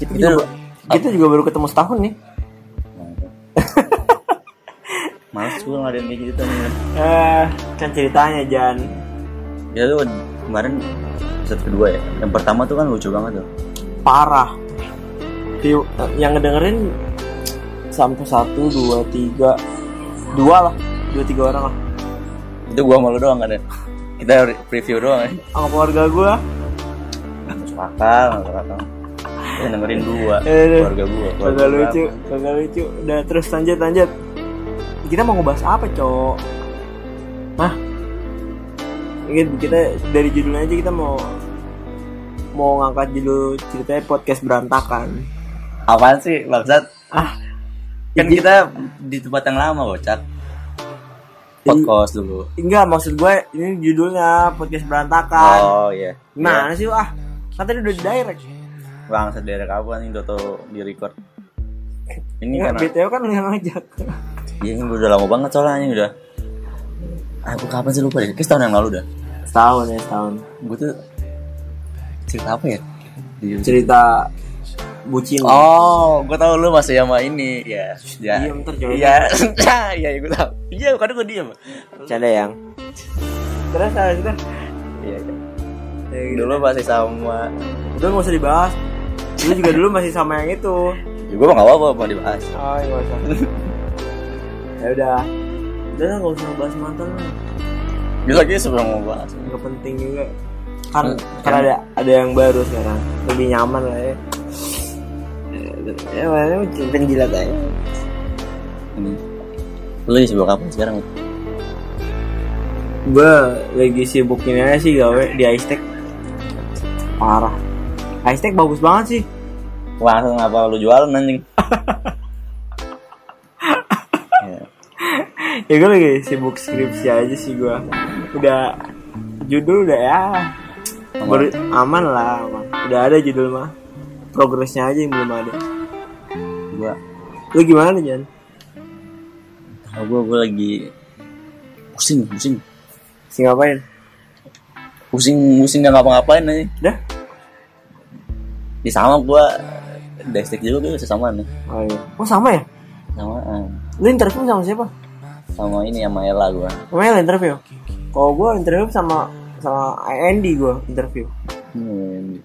[SPEAKER 1] Kita,
[SPEAKER 2] Kita-
[SPEAKER 1] juga, kita juga baru ketemu setahun nih.
[SPEAKER 2] Males gue ngadain kayak gitu nih.
[SPEAKER 1] Eh, kan ceritanya Jan.
[SPEAKER 2] Ya lu kemarin episode kedua ya. Yang pertama tuh kan lucu banget tuh.
[SPEAKER 1] Parah. Di- yang ngedengerin sampai satu, dua, tiga, dua lah, dua tiga orang lah.
[SPEAKER 2] Itu gua malu doang kan ya. Kita re- preview doang ya.
[SPEAKER 1] Sama keluarga gue,
[SPEAKER 2] Nggak Masuk akal, nggak masuk akal. Kita dengerin dua
[SPEAKER 1] Iya, iya.
[SPEAKER 2] keluarga gua.
[SPEAKER 1] kagak
[SPEAKER 2] gua.
[SPEAKER 1] lucu, kagak lucu. Udah terus lanjut lanjut. Kita mau ngebahas apa, cok? Hah? Ingat kita dari judulnya aja kita mau mau ngangkat judul ceritanya podcast berantakan.
[SPEAKER 2] Apaan sih bangsat?
[SPEAKER 1] Ah,
[SPEAKER 2] Kan kita di tempat yang lama bocak. Podcast dulu.
[SPEAKER 1] Enggak, maksud gue ini judulnya podcast berantakan.
[SPEAKER 2] Oh iya.
[SPEAKER 1] Nah, sih lu, ah? Kan tadi udah di direct.
[SPEAKER 2] Bangsat dari kapan ini Doto di record? Ini
[SPEAKER 1] Enggak,
[SPEAKER 2] karena
[SPEAKER 1] BTW kan lu yang ngajak.
[SPEAKER 2] ya, ini udah lama banget soalnya ini udah. Aku kapan sih lupa deh? Kayaknya setahun yang lalu dah.
[SPEAKER 1] Setahun ya, setahun.
[SPEAKER 2] Gue tuh cerita apa ya? Di-
[SPEAKER 1] Cerita bucin.
[SPEAKER 2] Oh, gue tau lu masih sama ini, ya. ya.
[SPEAKER 1] Diem ntar, coy.
[SPEAKER 2] Iya, <laughs> iya, gue tau. Iya, kadang gue diem.
[SPEAKER 1] Canda yang. Terus terus, terus.
[SPEAKER 2] Iya, iya.
[SPEAKER 1] Ya, gitu.
[SPEAKER 2] Dulu masih sama.
[SPEAKER 1] Udah nggak usah dibahas. Lu juga dulu masih sama yang itu.
[SPEAKER 2] Ya, gue mah gak apa-apa mau dibahas.
[SPEAKER 1] Oh, nggak usah. ya udah. Udah lah, nggak usah bahas mantan lah.
[SPEAKER 2] Dia lagi sebelum mau bahas.
[SPEAKER 1] Nggak penting juga. Kan,
[SPEAKER 2] Hmm,
[SPEAKER 1] karena ada ada yang baru sekarang. Lebih nyaman lah ya. Ya, ya, ya, penjilat aja.
[SPEAKER 2] Ini. Lu lagi sibuk apa sekarang?
[SPEAKER 1] Gue lagi sibukin aja sih gawe di Aistek Parah Aistek bagus banget sih
[SPEAKER 2] Langsung apa lu jualan anjing? Ya.
[SPEAKER 1] Ya gue lagi sibuk skripsi aja sih gue Udah judul udah ya Baru, aman lah aman. Udah ada judul mah Progresnya aja yang belum ada
[SPEAKER 2] Gua
[SPEAKER 1] Lu gimana nih Jan?
[SPEAKER 2] Kalau gue gue lagi pusing pusing
[SPEAKER 1] Si ngapain?
[SPEAKER 2] pusing pusing nggak ngapa-ngapain nih
[SPEAKER 1] Dah?
[SPEAKER 2] di sama gue destek juga gue sama nih
[SPEAKER 1] Oh iya Oh sama ya?
[SPEAKER 2] sama eh,
[SPEAKER 1] Lu interview sama siapa?
[SPEAKER 2] sama ini sama Ella gue
[SPEAKER 1] Sama yang interview? Kalau gue interview sama sama Andy gue interview
[SPEAKER 2] hmm.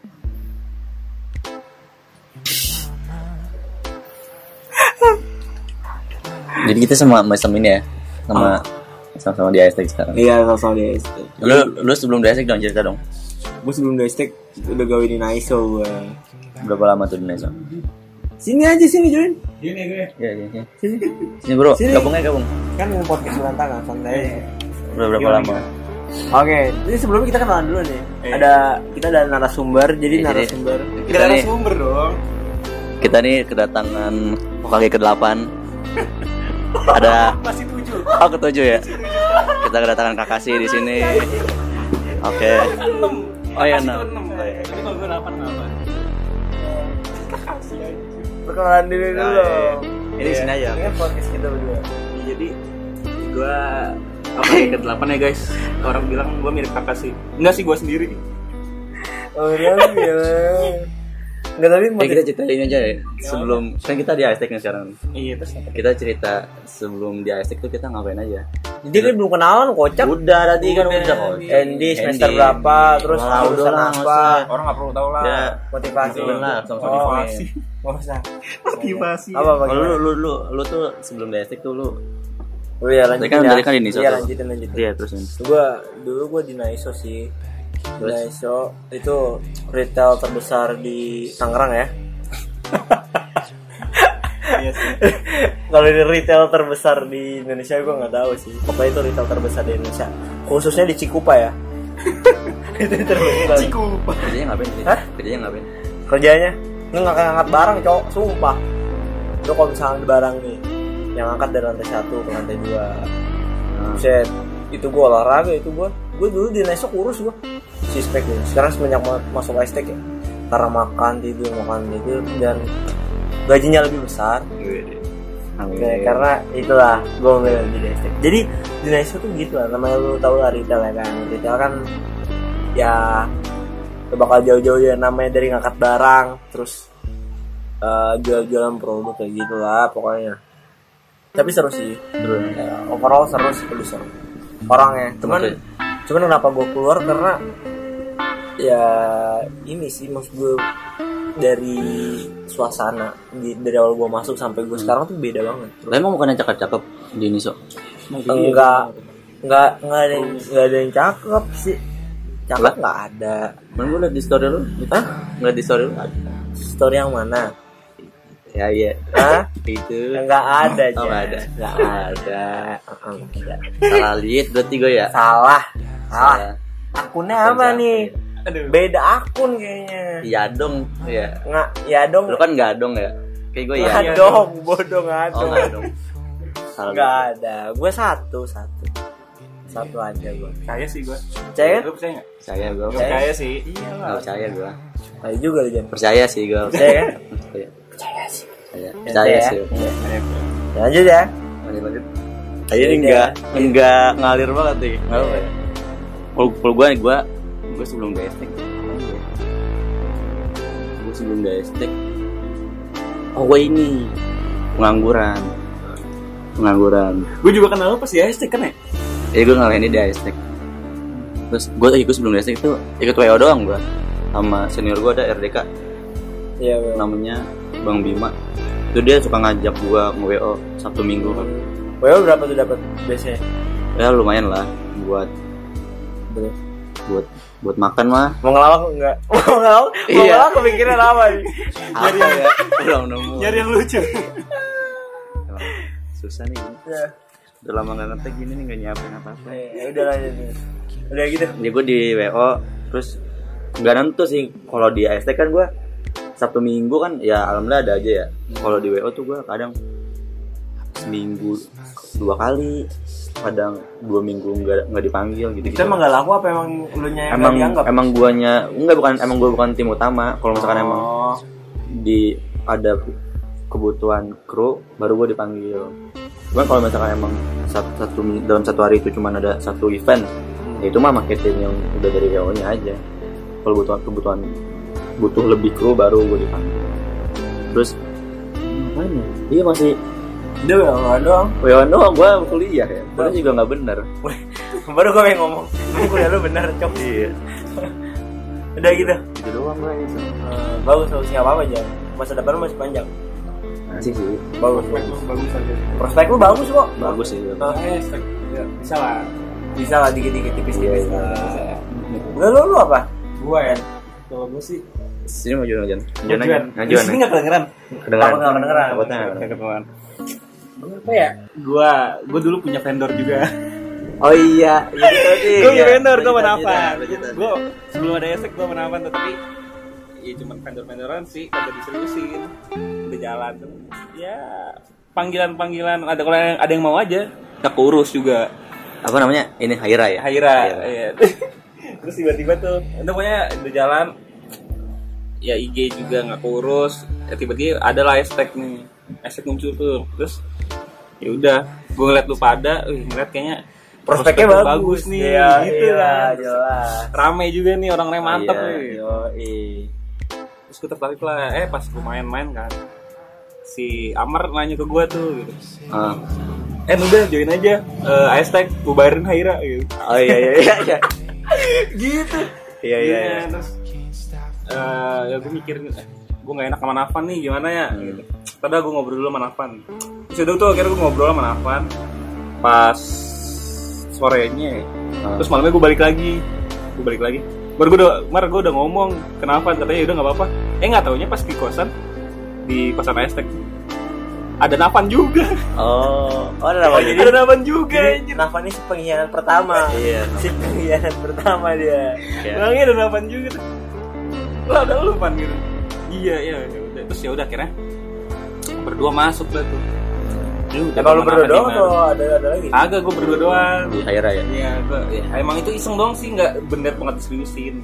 [SPEAKER 2] Jadi kita sama macam ini ya. Sama sama-sama di Aztec sekarang.
[SPEAKER 5] Ah. Iya, sama-sama di estek.
[SPEAKER 2] Lu lu sebelum di Aztec dong cerita dong.
[SPEAKER 5] Gue sebelum di estek udah gawinin ISO gue.
[SPEAKER 2] Berapa lama tuh di Nezo?
[SPEAKER 5] Sini aja sini join.
[SPEAKER 2] Iya, iya, iya. Sini bro,
[SPEAKER 5] Sini.
[SPEAKER 2] gabung aja gabung.
[SPEAKER 5] Kan mau podcast berantakan santai. aja.
[SPEAKER 2] Udah berapa
[SPEAKER 5] Gimana,
[SPEAKER 2] lama?
[SPEAKER 5] Oke, jadi sebelumnya kita kenalan dulu
[SPEAKER 1] Eh.
[SPEAKER 5] nih. Ada kita ada narasumber, jadi
[SPEAKER 2] Iya, jadi-
[SPEAKER 5] narasumber.
[SPEAKER 2] Kita nih,
[SPEAKER 5] Narasumber dong.
[SPEAKER 2] kita nih kedatangan Hokage ke-8.
[SPEAKER 5] <laughs>
[SPEAKER 2] Ada
[SPEAKER 5] Masih tujuh.
[SPEAKER 2] Oh ketujuh ya. Kita kedatangan Kakashi di sini. Oke. Oh iya enam.
[SPEAKER 5] Perkenalan diri
[SPEAKER 4] Nah,
[SPEAKER 5] dulu.
[SPEAKER 4] iya.
[SPEAKER 2] Ini di sini aja.
[SPEAKER 5] Ini kan podcast kita berdua.
[SPEAKER 4] jadi gua apa ya ke delapan ya guys orang bilang gua mirip kakak sih enggak sih gua sendiri
[SPEAKER 5] Oh, iya. Enggak tapi mau
[SPEAKER 2] Ya kita cerita ini aja ya. Sebelum kan kita di Aztec nih sekarang.
[SPEAKER 4] iya terus apa?
[SPEAKER 2] Kita cerita sebelum di Aztec tuh kita ngapain aja.
[SPEAKER 1] Jadi dia belum kenalan kocak.
[SPEAKER 2] Udah tadi kan udah kok.
[SPEAKER 1] Andy semester berapa, terus
[SPEAKER 2] Wah, udah
[SPEAKER 1] jurusan
[SPEAKER 2] lah,
[SPEAKER 1] apa,
[SPEAKER 4] orang nggak perlu tahu lah
[SPEAKER 2] Ya,
[SPEAKER 1] motivasi.
[SPEAKER 2] benar sama-sama
[SPEAKER 1] Oh,
[SPEAKER 2] difonis.
[SPEAKER 5] Enggak usah.
[SPEAKER 4] motivasi
[SPEAKER 1] Apa apa
[SPEAKER 2] Oh, lu,
[SPEAKER 1] gimana?
[SPEAKER 2] lu, lu, lu tuh sebelum di Aztec tuh lu
[SPEAKER 1] Oh iya lanjutin
[SPEAKER 2] Tadi kan-
[SPEAKER 1] ya.
[SPEAKER 2] tadi kan ini,
[SPEAKER 1] Iya
[SPEAKER 2] satu.
[SPEAKER 1] lanjutin lanjutin.
[SPEAKER 2] Iya terus nih.
[SPEAKER 1] Gua dulu gua di Naiso sih. Di Naiso itu retail terbesar di Tangerang ya. Kalau di retail terbesar di Indonesia gua nggak tahu sih. Pokoknya itu retail terbesar di Indonesia. Khususnya di Cikupa ya. <laughs> itu terbesar.
[SPEAKER 2] Kerjanya ngapain sih?
[SPEAKER 1] Hah?
[SPEAKER 2] Kerjanya ngapain?
[SPEAKER 1] kerjanya lu nggak ngangkat barang cowok sumpah lu kalau misalnya ada barang nih yang angkat dari lantai satu ke lantai dua set itu gua olahraga itu gua gua dulu di Nesok kurus gua si spek nih sekarang semenjak ma- masuk estek ya karena makan tidur makan tidur dan gajinya lebih besar
[SPEAKER 2] Iya, Amin.
[SPEAKER 1] Oke, karena itulah gue memilih di Nasdaq. Jadi di Nasdaq tuh gitu lah, namanya lu tau lah retail ya kan. Retail kan ya lu bakal jauh-jauh ya namanya dari ngangkat barang, terus eh, jual-jualan produk kayak gitu lah pokoknya. Tapi seru sih,
[SPEAKER 2] Terus.
[SPEAKER 1] Ya, overall seru sih perlu seru. Orangnya, cuman
[SPEAKER 2] Oke.
[SPEAKER 1] cuman kenapa gue keluar karena ya ini sih maksud gue dari suasana di, dari awal gue masuk sampai gue sekarang tuh beda banget.
[SPEAKER 2] Lah emang bukannya cakep-cakep di Niso?
[SPEAKER 1] enggak enggak enggak ada yang, enggak ada yang cakep sih cakep
[SPEAKER 2] Lah?
[SPEAKER 1] enggak ada
[SPEAKER 2] Mana gue liat di story lu?
[SPEAKER 1] Hah?
[SPEAKER 2] Nggak di story lu? ada.
[SPEAKER 1] story yang mana
[SPEAKER 2] Ya iya.
[SPEAKER 1] Hah?
[SPEAKER 2] Itu.
[SPEAKER 1] enggak ada aja
[SPEAKER 2] Oh, nggak ada.
[SPEAKER 1] enggak ada Heeh, enggak ada.
[SPEAKER 2] Salah liat berarti gue ya.
[SPEAKER 1] salah salah
[SPEAKER 2] Salah.
[SPEAKER 1] akunnya
[SPEAKER 2] Akun
[SPEAKER 1] apa
[SPEAKER 2] siapa
[SPEAKER 1] nih
[SPEAKER 2] ya?
[SPEAKER 5] Iya.
[SPEAKER 1] beda akun kayaknya
[SPEAKER 2] Iya dong. Iya.
[SPEAKER 1] enggak ya dong
[SPEAKER 2] Lu kan nggak dong ya? Kayak gue ya.
[SPEAKER 5] iya,
[SPEAKER 1] enggak dong bodoh enggak
[SPEAKER 2] Oh
[SPEAKER 1] dong
[SPEAKER 2] nggak dong. Salah.
[SPEAKER 1] enggak ada gue satu satu satu aja gue
[SPEAKER 4] kaya sih gua
[SPEAKER 1] Percaya?
[SPEAKER 4] lu percaya nggak
[SPEAKER 2] Percaya gue.
[SPEAKER 4] Nggak percaya sih
[SPEAKER 2] Nggak percaya gue.
[SPEAKER 1] ayo juga lu jangan
[SPEAKER 2] Percaya sih gue.
[SPEAKER 1] percaya kan
[SPEAKER 2] Percaya.
[SPEAKER 1] percaya sih
[SPEAKER 2] Percaya. Percaya sih.
[SPEAKER 1] lanjut ya
[SPEAKER 2] Lanjut lanjut. Ayo ini
[SPEAKER 1] Iya.
[SPEAKER 2] enggak enggak ngalir banget nih. Enggak apa ya. Kalau kalau gue gue gue sebelum di estek. Gue sebelum di estek. Oh gue ini pengangguran. Pengangguran.
[SPEAKER 4] gua juga kenal lu pas di ST kan ya
[SPEAKER 2] Jadi gue ngalahin dia di estek. Terus gue ikut sebelum di estek itu ikut WO doang gue sama senior gue ada RDK
[SPEAKER 1] iya Bel.
[SPEAKER 2] namanya Bang Bima itu dia suka ngajak gue nge-WO Sabtu Minggu
[SPEAKER 1] WO berapa tuh dapat biasanya?
[SPEAKER 2] ya lumayan lah buat buat buat makan mah
[SPEAKER 1] Mau ngelawak lu enggak? <laughs> Mau ngelawak? Mau
[SPEAKER 2] Iya.
[SPEAKER 1] ngelawak kepikiran apa nih?
[SPEAKER 2] apa ya belum nemu
[SPEAKER 4] nyari ya? yang lucu
[SPEAKER 2] Emang susah nih gini. udah lama nggak ngetek gini nih nggak nyiapin apa apa
[SPEAKER 1] Ya udah lanjut. Udah gitu.
[SPEAKER 2] ya gue di wo terus nggak nentu sih kalau di AST kan gue sabtu minggu kan ya alhamdulillah ada aja ya kalau di wo tuh gue kadang seminggu dua kali kadang dua minggu nggak nggak dipanggil gitu
[SPEAKER 5] Kita emang gak laku apa emang lu nya yang
[SPEAKER 2] emang
[SPEAKER 5] gak dianggap?
[SPEAKER 2] emang guanya enggak bukan emang gua bukan tim utama kalau misalkan emang di ada kebutuhan kru baru gue dipanggil cuman kalau misalkan emang satu, satu dalam satu hari itu cuman ada satu event ya itu mah marketing yang udah dari WO nya aja kalau kebutuhan kebutuhan butuh lebih kru baru gue dipanggil terus ngapain ya? dia masih
[SPEAKER 1] Udah enggak doang.
[SPEAKER 2] WO doang gue kuliah ya kuliah juga nggak bener
[SPEAKER 1] Baru gue pengen ngomong. Emang Kuliah lu bener, cok.
[SPEAKER 2] iya
[SPEAKER 1] Udah gitu.
[SPEAKER 2] itu Gitu doang gue
[SPEAKER 1] Eh, bagus bagus enggak apa-apa aja. Masa depan lu masih panjang.
[SPEAKER 2] Asik sih.
[SPEAKER 1] bagus
[SPEAKER 4] Prospek lu bagus aja.
[SPEAKER 1] prospek lu bagus kok
[SPEAKER 2] Bagus sih.
[SPEAKER 1] Nah,
[SPEAKER 4] Eh, spek. Ya, bisa lah.
[SPEAKER 1] bisa lah dikit dikit tipis tipis
[SPEAKER 2] Iya,
[SPEAKER 1] lah udah lu lu apa
[SPEAKER 4] Gua ya. Kalau gua sih
[SPEAKER 2] Sini mau jualan jualan.
[SPEAKER 4] Ngajuan.
[SPEAKER 2] Jualan
[SPEAKER 4] Di sini nggak kedengeran.
[SPEAKER 2] Kedengeran.
[SPEAKER 1] Takut nggak kedengeran.
[SPEAKER 2] Takutnya nggak
[SPEAKER 4] Nggak
[SPEAKER 2] kedengeran.
[SPEAKER 4] kedengeran.
[SPEAKER 5] apa ya
[SPEAKER 4] Gua, gua dulu punya vendor juga.
[SPEAKER 2] Oh iya. Iya tadi.
[SPEAKER 4] gue punya vendor, gue
[SPEAKER 2] Lanjut,
[SPEAKER 4] menapan.
[SPEAKER 2] lanjut, lanjut.
[SPEAKER 4] Gue sebelum ada esek gue menapan tuh, tapi ya cuman vendor-vendoran sih, kagak diseriusin, udah jalan. Ya panggilan-panggilan ada kalau yang ada yang mau aja, tak urus juga.
[SPEAKER 2] Apa namanya? Ini Haira ya.
[SPEAKER 4] Haira. iya. <laughs> Terus tiba-tiba tuh, udah pokoknya udah jalan, ya IG juga nggak kurus, ya tiba-tiba ada lah hashtag nih, hashtag muncul tuh, terus ya udah, gue ngeliat lu pada, wih, ngeliat kayaknya
[SPEAKER 1] prospeknya
[SPEAKER 4] prospek lu
[SPEAKER 1] bagus,
[SPEAKER 4] nih,
[SPEAKER 1] Iya,
[SPEAKER 4] gitu
[SPEAKER 1] iya,
[SPEAKER 4] kan. Terus
[SPEAKER 1] jelas
[SPEAKER 4] Rame juga nih orang-orang mantep
[SPEAKER 2] Iya,
[SPEAKER 4] nih.
[SPEAKER 2] yoi.
[SPEAKER 4] Terus gue tertarik lah, eh pas gue main-main kan, si Amar nanya ke gue tuh, gitu.
[SPEAKER 2] Ah.
[SPEAKER 4] Eh udah join aja, eh hashtag bubarin Haira gitu.
[SPEAKER 2] Oh iya iya iya. iya.
[SPEAKER 1] gitu
[SPEAKER 2] Iya iya. iya.
[SPEAKER 4] terus eh, ya gue mikir gue nggak enak sama Nafan nih gimana ya
[SPEAKER 2] Hmm.
[SPEAKER 4] gitu. Tadi gue ngobrol dulu sama Nafan. Terus ya udah tuh akhirnya gue ngobrol sama Nafan pas sorenya. ya.
[SPEAKER 2] Ah.
[SPEAKER 4] Terus malamnya gue balik lagi, gue balik lagi. Baru gue udah, mar gue udah ngomong kenapa katanya udah nggak apa-apa. Eh nggak taunya pas di kosan di kosan Estek ada Nafan juga,
[SPEAKER 2] Oh. Oh Iya. ada apa jadi?
[SPEAKER 4] <laughs> ada Nafan juga. anjir.
[SPEAKER 1] Nafa ini si pengkhianat pertama
[SPEAKER 2] Iya.
[SPEAKER 1] si pengkhianat pertama dia
[SPEAKER 2] Iya.
[SPEAKER 4] Bilangnya ada delapan juga. Lah ada lu pan gitu. Iya iya. ya udah. Terus ya udah akhirnya berdua masuk lah tuh. Lu udah
[SPEAKER 1] Emang lu Ya,
[SPEAKER 4] temenan
[SPEAKER 1] berdua
[SPEAKER 4] sama
[SPEAKER 1] doang
[SPEAKER 4] dia,
[SPEAKER 1] atau ada ada lagi?
[SPEAKER 4] Man? Agak gue berdua doang.
[SPEAKER 2] Di Haira ya.
[SPEAKER 4] Iya, gua, ya, emang itu iseng doang sih, nggak bener banget diseriusin.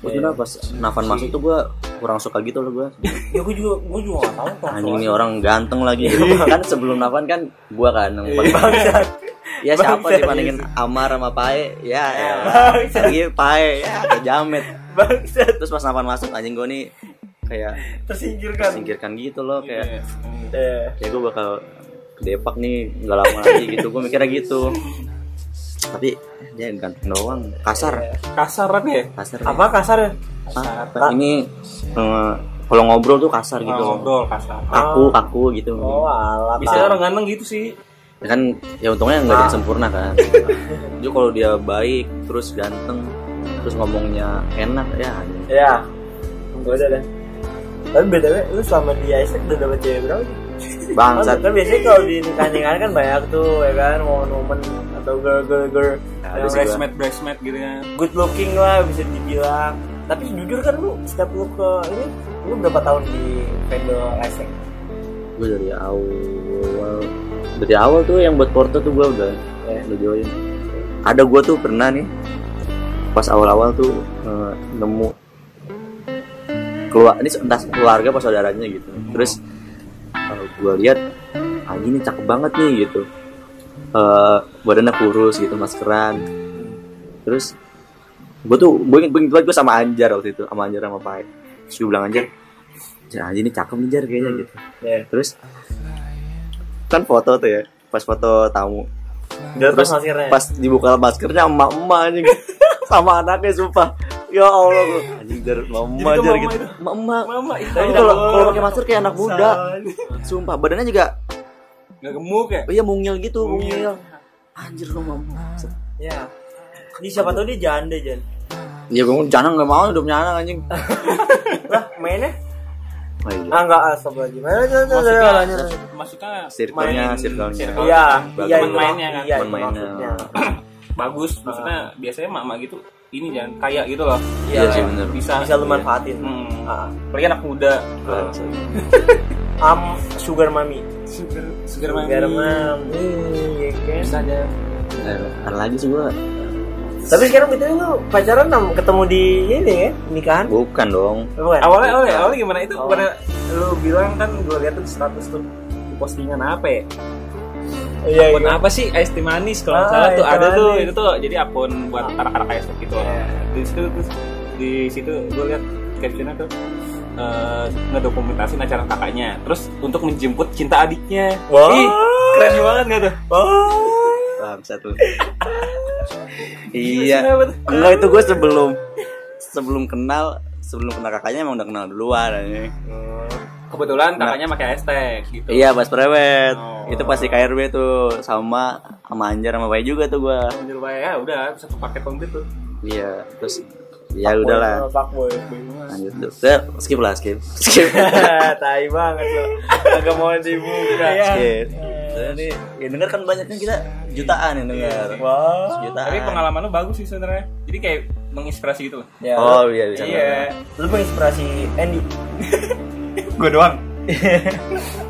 [SPEAKER 2] Terus bener pas Nafan masuk tuh gue kurang suka gitu loh gue
[SPEAKER 1] Ya gue juga gue juga gak tahu kok.
[SPEAKER 2] Anjing nih orang ganteng lagi <laughs> Kan sebelum Nafan kan gue kan yang paling
[SPEAKER 1] Bangsat.
[SPEAKER 2] Ya siapa
[SPEAKER 1] Bangsat,
[SPEAKER 2] dibandingin Amar sama Pae Ya ya Lagi Pae Ya kayak jamet
[SPEAKER 1] Bangsat
[SPEAKER 2] Terus pas Nafan masuk anjing gue nih Kayak
[SPEAKER 1] tersingkirkan.
[SPEAKER 2] singkirkan gitu loh Kayak
[SPEAKER 4] Iya.
[SPEAKER 2] iya.
[SPEAKER 1] Eh,
[SPEAKER 2] kayak gue bakal ke Depak nih nggak lama lagi gitu gue mikirnya gitu tapi dia ganteng doang kasar
[SPEAKER 4] Kasaran ya?
[SPEAKER 2] kasar
[SPEAKER 1] Iya. apa kasar ya?
[SPEAKER 2] Ah, apa? ini eh, kalau ngobrol tuh kasar gitu
[SPEAKER 4] Gitu. Ngobrol kasar.
[SPEAKER 2] kaku kaku gitu
[SPEAKER 1] Oh, alam.
[SPEAKER 4] Biasanya orang ganteng gitu sih.
[SPEAKER 2] Ya kan ya untungnya nggak ada
[SPEAKER 1] Ah.
[SPEAKER 2] yang sempurna kan jadi kalau dia baik terus ganteng terus ngomongnya enak ya
[SPEAKER 1] Ya. Gue udah deh. Tapi btw, lu selama di Isaac udah dapet cewek berapa? sih?
[SPEAKER 2] bangsat
[SPEAKER 1] Kan biasanya kalau di nikahan kan banyak tuh ya kan momen-momen atau girl girl girl
[SPEAKER 2] ada
[SPEAKER 1] yang
[SPEAKER 2] sih gua.
[SPEAKER 4] Breastmate, breastmate gitu kan.
[SPEAKER 1] good looking lah bisa dibilang. Tapi jujur kan lu setiap lu ke ini lu berapa tahun di vendor Isaac?
[SPEAKER 2] gue dari awal dari awal tuh yang buat porto tuh gue udah eh,
[SPEAKER 1] Ya.
[SPEAKER 2] udah join ada gue tuh pernah nih pas awal-awal tuh eh, nemu keluar ini entah keluarga apa saudaranya gitu terus gue lihat Aji ini cakep banget nih gitu Eh, badannya kurus gitu maskeran terus gue tuh gue inget gue inget banget gue sama Anjar waktu itu sama Anjar sama Pak terus gue bilang Anjar Anjar Aji ini cakep nih Jar kayaknya gitu
[SPEAKER 1] Ya.
[SPEAKER 2] terus kan foto tuh ya pas foto tamu
[SPEAKER 1] Terus
[SPEAKER 2] terus pas dibuka maskernya emak-emak <laughs> anjing sama anaknya sumpah ya Allah gua anjing jar emak-emak
[SPEAKER 4] Jadi itu
[SPEAKER 2] jar
[SPEAKER 4] emak-emak
[SPEAKER 2] gitu
[SPEAKER 4] itu.
[SPEAKER 2] emak-emak iya.
[SPEAKER 4] Mama itu
[SPEAKER 2] Tapi kalau kalau pakai masker kayak anak muda sumpah badannya juga
[SPEAKER 4] nggak gemuk ya?
[SPEAKER 2] oh iya mungil gitu mungil
[SPEAKER 4] Mungil.
[SPEAKER 2] anjir lu mau
[SPEAKER 1] Ya. Ini siapa tahu dia janda, Jan.
[SPEAKER 2] iya gue jangan nggak mau udah punya anak anjing
[SPEAKER 1] Lah, mainnya?
[SPEAKER 2] oh, iya.
[SPEAKER 1] Ah, enggak asap lagi. Mainnya
[SPEAKER 4] Maksudnya, maksudnya
[SPEAKER 2] Circle-nya,
[SPEAKER 4] main-
[SPEAKER 2] circle-nya.
[SPEAKER 4] circle.
[SPEAKER 1] Iya,
[SPEAKER 2] Bagus.
[SPEAKER 1] iya
[SPEAKER 4] Teman
[SPEAKER 1] itu
[SPEAKER 4] mainnya
[SPEAKER 1] mak-
[SPEAKER 4] kan?
[SPEAKER 1] Iya, Ah.
[SPEAKER 2] Teman
[SPEAKER 1] itu
[SPEAKER 2] mainnya.
[SPEAKER 1] maksudnya.
[SPEAKER 4] bagus maksudnya biasanya mama gitu ini jangan kaya gitu loh
[SPEAKER 2] Iya sih, bener.
[SPEAKER 4] bisa
[SPEAKER 1] Bisa lu manfaatin.
[SPEAKER 4] hmm.
[SPEAKER 1] Ah,
[SPEAKER 4] apalagi anak muda
[SPEAKER 1] Am sugar mami.
[SPEAKER 4] sugar sugar
[SPEAKER 1] Sugar
[SPEAKER 4] mami
[SPEAKER 1] mami. ya kan?
[SPEAKER 4] bisa aja
[SPEAKER 2] Eh, ada lagi sih gue
[SPEAKER 1] Tapi sekarang betul lu pacaran nam ketemu di ini ya, nikahan.
[SPEAKER 2] bukan dong
[SPEAKER 1] Eh, Bukan.
[SPEAKER 4] awalnya awalnya awalnya gimana itu
[SPEAKER 1] Awalnya.
[SPEAKER 4] pada lu bilang kan gue lihat tuh status tuh di postingan apa ya
[SPEAKER 1] Iya,
[SPEAKER 4] akun
[SPEAKER 1] iya.
[SPEAKER 4] apa sih es teh manis kalau nggak
[SPEAKER 1] Ah,
[SPEAKER 4] salah
[SPEAKER 1] Es
[SPEAKER 4] tuh
[SPEAKER 1] Teh
[SPEAKER 4] ada tuh
[SPEAKER 1] Manis.
[SPEAKER 4] itu tuh jadi akun buat anak-anak es teh gitu
[SPEAKER 1] Iya.
[SPEAKER 4] di situ terus di situ gue lihat captionnya tuh eh ngedokumentasin acara kakaknya terus untuk menjemput cinta adiknya
[SPEAKER 1] Wah.
[SPEAKER 4] Ih, keren banget gak tuh
[SPEAKER 1] Oh.
[SPEAKER 2] bangsat
[SPEAKER 4] <laughs>
[SPEAKER 2] lu iya enggak itu gue sebelum
[SPEAKER 1] Hmm,
[SPEAKER 2] sebelum kenal sebelum kenal kakaknya emang udah kenal duluan anjing
[SPEAKER 4] kebetulan kakaknya pakai estek gitu.
[SPEAKER 2] Iya, bas prewet.
[SPEAKER 4] Oh.
[SPEAKER 2] Itu pasti KRB tuh sama sama Anjar sama Bayi juga tuh gua.
[SPEAKER 4] Anjir Pak, ya udah satu paket komplit tuh.
[SPEAKER 2] Iya, terus ya udahlah.
[SPEAKER 4] <laughs>
[SPEAKER 1] Fuckboy.
[SPEAKER 2] Lanjut dulu. Udah, skip lah, skip. <laughs> Skip.
[SPEAKER 1] Tai banget lo. Agak mau dibuka.
[SPEAKER 2] skip.
[SPEAKER 4] Iya.
[SPEAKER 2] Jadi, ya denger kan banyaknya kita jutaan yang denger.
[SPEAKER 1] Wah.
[SPEAKER 2] Jutaan.
[SPEAKER 4] Iya. Tapi pengalaman lu bagus sih sebenarnya. Jadi kayak menginspirasi gitu loh.
[SPEAKER 1] Ya.
[SPEAKER 2] Oh, iya bisa.
[SPEAKER 4] Iya.
[SPEAKER 1] Lu menginspirasi Andy.
[SPEAKER 4] Gue doang.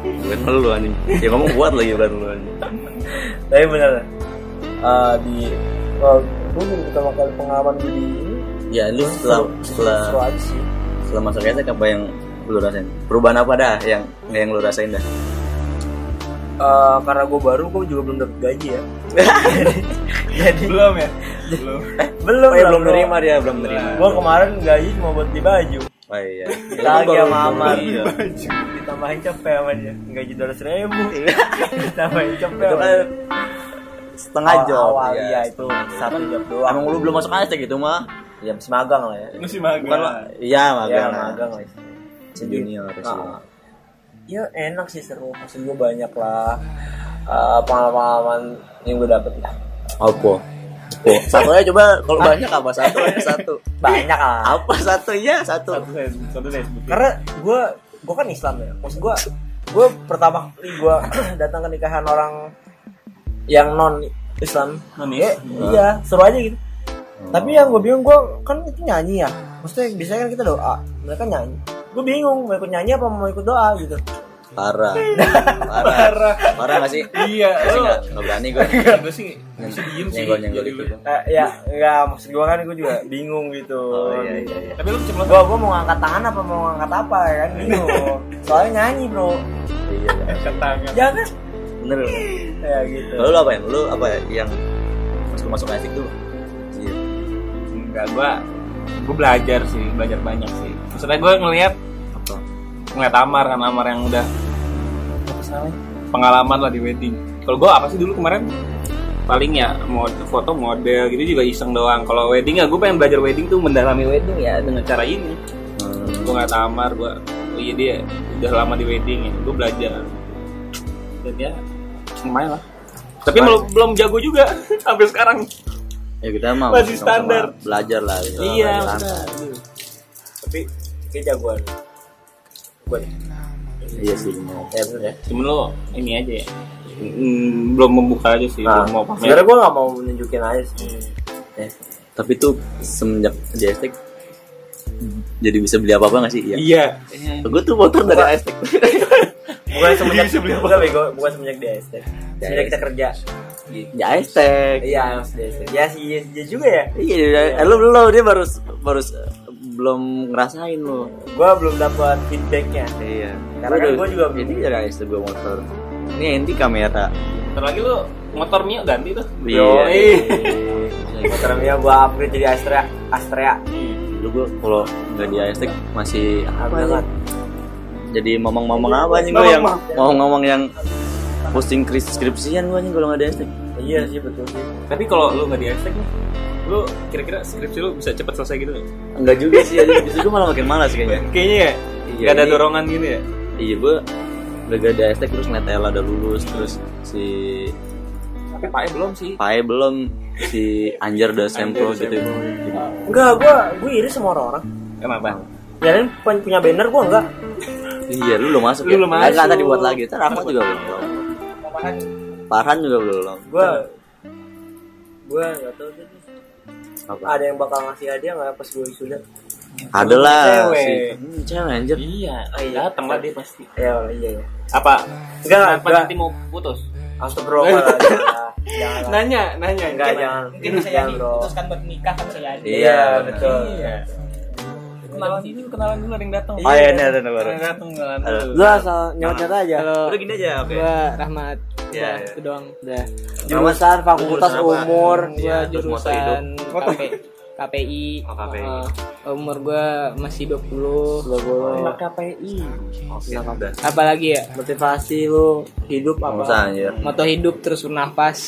[SPEAKER 2] Bukan lu anjing. Ya ngomong buat lagi bukan lu anjing.
[SPEAKER 1] Tapi bener. eh, di eh, gue baru pertama kali pengalaman gue di ini.
[SPEAKER 2] Ya, lu setelah setelah
[SPEAKER 1] seru aja sih.
[SPEAKER 2] setelah masuk esek apa yang lu rasain? Perubahan apa dah yang yang lu rasain dah?
[SPEAKER 1] Eh, karena gue baru, gue juga belum dapet gaji <laughs> ya.
[SPEAKER 4] Belum ya? Belum.
[SPEAKER 1] iya, Belum,
[SPEAKER 2] Oh, ya, belum nerima dia, belum nerima.
[SPEAKER 1] Gue kemarin gaji cuma buat beli baju.
[SPEAKER 2] Oh iya.
[SPEAKER 1] Lagi sama Amar.
[SPEAKER 2] Iya.
[SPEAKER 1] Ditambahin cepet sama dia. Iya. Gaji dua ratus <laughs> ribu. Ditambahin cepet. sama
[SPEAKER 2] Itu kan
[SPEAKER 1] dia.
[SPEAKER 2] setengah
[SPEAKER 1] Awal-
[SPEAKER 2] job.
[SPEAKER 1] Awal
[SPEAKER 2] iya.
[SPEAKER 1] iya itu satu job doang.
[SPEAKER 2] Emang lu belum masuk esek gitu mah?
[SPEAKER 1] jam semagang lah ya.
[SPEAKER 4] Lu sih magang.
[SPEAKER 2] Bukan lah. Iya,
[SPEAKER 1] Ya,
[SPEAKER 2] magang.
[SPEAKER 1] magang lah.
[SPEAKER 2] Sejunior
[SPEAKER 1] Nah. Ya enak sih seru. Maksud gue banyak lah eh, pengalaman yang gue dapet lah.
[SPEAKER 2] Apa? Satu aja coba kalau banyak apa satu aja satu.
[SPEAKER 1] Banyak lah.
[SPEAKER 2] Apa satunya satu?
[SPEAKER 4] Satu saya satu saya sebutin.
[SPEAKER 1] karena gue gue kan Islam ya maksud gue gue pertama kali gue <clears throat> datang ke nikahan orang yang non Islam
[SPEAKER 4] Non
[SPEAKER 1] Ya,
[SPEAKER 4] Islam.
[SPEAKER 2] Hmm.
[SPEAKER 1] iya seru aja gitu
[SPEAKER 2] Oh.
[SPEAKER 1] tapi yang gue bingung gue kan itu nyanyi ya maksudnya biasanya kan kita doa mereka nyanyi gue bingung mau ikut nyanyi apa mau ikut doa gitu <laughs>
[SPEAKER 2] Parah. Parah. Parah. Parah nggak sih?
[SPEAKER 4] Iya.
[SPEAKER 2] Nggak sih
[SPEAKER 4] lu-
[SPEAKER 2] nggak nggak berani gue.
[SPEAKER 4] Gue sih gue sih diem sih.
[SPEAKER 2] Nyenggol nyenggol
[SPEAKER 4] Jadi
[SPEAKER 2] dikit.
[SPEAKER 4] lu-
[SPEAKER 1] Eh, ya enggak maksud gue kan gue juga bingung gitu
[SPEAKER 2] Oh iya iya iya.
[SPEAKER 4] Tapi lu ceplok
[SPEAKER 1] gue gue mau ngangkat tangan apa mau ngangkat apa ya kan
[SPEAKER 2] <laughs>
[SPEAKER 1] bingung soalnya nyanyi bro
[SPEAKER 2] Iya. iya.
[SPEAKER 4] ke tangan.
[SPEAKER 1] jangan
[SPEAKER 2] Bener. lu.
[SPEAKER 1] ya gitu
[SPEAKER 2] Kalau lu apa ya? Lu apa ya? yang masuk masuk asik tuh? Iya.
[SPEAKER 4] Enggak, gua gua belajar sih, belajar banyak sih. Maksudnya gua ngelihat
[SPEAKER 2] Apa?
[SPEAKER 4] ngeliat Amar kan Amar yang udah apa sih namanya? pengalaman lah di wedding. Kalau gua apa sih dulu kemarin paling ya mod, foto model gitu juga iseng doang. Kalau wedding ya gua pengen belajar wedding tuh mendalami wedding ya dengan cara ini.
[SPEAKER 2] Hmm.
[SPEAKER 4] Gua ngeliat Amar, gua oh iya dia udah lama di wedding ya, gua belajar. Dan ya lumayan lah. Tapi belum belum jago juga <laughs> sampai sekarang.
[SPEAKER 2] Ya kita mah sama-sama
[SPEAKER 4] Masih standar.
[SPEAKER 2] Belajar lah. gitu.
[SPEAKER 4] iya,
[SPEAKER 2] Belajar.
[SPEAKER 4] maksudnya. aduh.
[SPEAKER 1] tapi kayak jagoan gue
[SPEAKER 2] Iya sih. bener.
[SPEAKER 1] ya bener ya
[SPEAKER 4] Cuman lo ini aja ya. Mm, belum membuka aja sih,
[SPEAKER 1] Nah,
[SPEAKER 4] belum mau pamer.
[SPEAKER 1] sebenarnya gue gak mau menunjukin aja sih.
[SPEAKER 2] Eh, tapi tuh semenjak di estek jadi bisa beli apa apa nggak sih? Iya.
[SPEAKER 4] Iya.
[SPEAKER 2] Gue tuh motor dari estek.
[SPEAKER 1] Bukan semenjak bukan bego, bukan semenjak di SD. Semenjak kita kerja.
[SPEAKER 2] Ya estek.
[SPEAKER 1] Iya, harus di SD. Ya sih, iya iya juga ya.
[SPEAKER 2] Iya, iya. Eh, lu belum dia baru baru eh, belum ngerasain lo.
[SPEAKER 1] Gue belum dapat feedbacknya.
[SPEAKER 2] Iya.
[SPEAKER 1] Karena kan gua juga
[SPEAKER 2] ini
[SPEAKER 1] belum.
[SPEAKER 2] dari estek gue motor. Ini enti kamera.
[SPEAKER 4] Ntar lagi lu motor Mio ganti tuh.
[SPEAKER 2] Iya.
[SPEAKER 1] Motornya gue upgrade jadi Astrea, Astrea.
[SPEAKER 2] Dulu gue kalau nggak di estek masih apa sih?
[SPEAKER 1] Banget.
[SPEAKER 2] jadi mamang-mamang apa anjing gue yang ngomong-ngomong yang posting kris- skripsian gue anjing kalau nggak ada estek
[SPEAKER 1] Iya sih betul sih.
[SPEAKER 4] Tapi kalau lu nggak di hashtag nih, lu kira-kira skripsi lu bisa cepat selesai gitu nggak?
[SPEAKER 2] enggak juga sih anjing justru gue malah makin malas kayaknya
[SPEAKER 4] Kayaknya ya.
[SPEAKER 2] Iya,
[SPEAKER 4] Gak ada
[SPEAKER 2] ini-
[SPEAKER 4] dorongan gitu ya.
[SPEAKER 2] iya gue udah gak ada estek terus ngeliat Ella udah lulus terus si
[SPEAKER 4] Tapi Pak E belum sih.
[SPEAKER 2] Pae belum si Anjar udah
[SPEAKER 4] Anjar
[SPEAKER 2] sempro
[SPEAKER 4] udah
[SPEAKER 2] gitu
[SPEAKER 1] Enggak, gue gue iri sama orang-orang.
[SPEAKER 4] Kenapa?
[SPEAKER 1] Kalian pun- punya banner gue enggak?
[SPEAKER 2] iya lu belum masuk
[SPEAKER 4] Lu belum
[SPEAKER 2] Nah, nggak,
[SPEAKER 4] masuk.
[SPEAKER 2] tadi buat lagi ntar aku juga belum Parhan juga belum
[SPEAKER 1] Gue gue nggak tahu deh.
[SPEAKER 2] Apa?
[SPEAKER 1] Ada yang bakal ngasih hadiah nggak pas gue wisuda?
[SPEAKER 2] ada lah
[SPEAKER 4] Cewek.
[SPEAKER 2] si Hmm, cewek anjir
[SPEAKER 4] Iya,
[SPEAKER 1] iya.
[SPEAKER 4] datang lah dia pasti.
[SPEAKER 1] Ya iya ya.
[SPEAKER 4] Apa?
[SPEAKER 1] Enggak,
[SPEAKER 4] Kenapa
[SPEAKER 1] enggak.
[SPEAKER 4] nanti mau putus?
[SPEAKER 1] Astagfirullah. janganlah. Janganlah.
[SPEAKER 4] Nanya, nanya.
[SPEAKER 1] Enggak, <laughs> jangan.
[SPEAKER 5] mungkin bisa jadi
[SPEAKER 1] Jangan, bro.
[SPEAKER 5] putuskan buat nikah kan bisa jadi
[SPEAKER 2] iya
[SPEAKER 1] betul.
[SPEAKER 5] kenalan dulu kenalan dulu ada yang datang
[SPEAKER 2] oh iya ini ada nih baru
[SPEAKER 4] Nggak datang nggak
[SPEAKER 2] Halo.
[SPEAKER 4] datang.
[SPEAKER 9] Gue asal nyawat-nyawat aja.
[SPEAKER 5] halo
[SPEAKER 2] udah gini aja oke
[SPEAKER 5] gua
[SPEAKER 2] ya.
[SPEAKER 5] Rahmat
[SPEAKER 2] Iya,
[SPEAKER 5] ya,
[SPEAKER 2] iya.
[SPEAKER 5] itu doang
[SPEAKER 9] Udah.
[SPEAKER 2] Nama-
[SPEAKER 9] Jurusan, fakultas,
[SPEAKER 2] jurusan apa?
[SPEAKER 9] umur.
[SPEAKER 5] gua
[SPEAKER 2] Iya, terus moto hidup. iya.
[SPEAKER 5] jurusan KP, KPI
[SPEAKER 2] Oh, KPI.
[SPEAKER 5] eh, umur gua masih 20
[SPEAKER 9] Gak boleh.
[SPEAKER 5] Anak KPI
[SPEAKER 2] Oke, udah.
[SPEAKER 5] apalagi ya
[SPEAKER 9] Motivasi lu hidup
[SPEAKER 2] Nggak
[SPEAKER 9] apa?
[SPEAKER 2] usah anjir.
[SPEAKER 5] moto hidup terus bernafas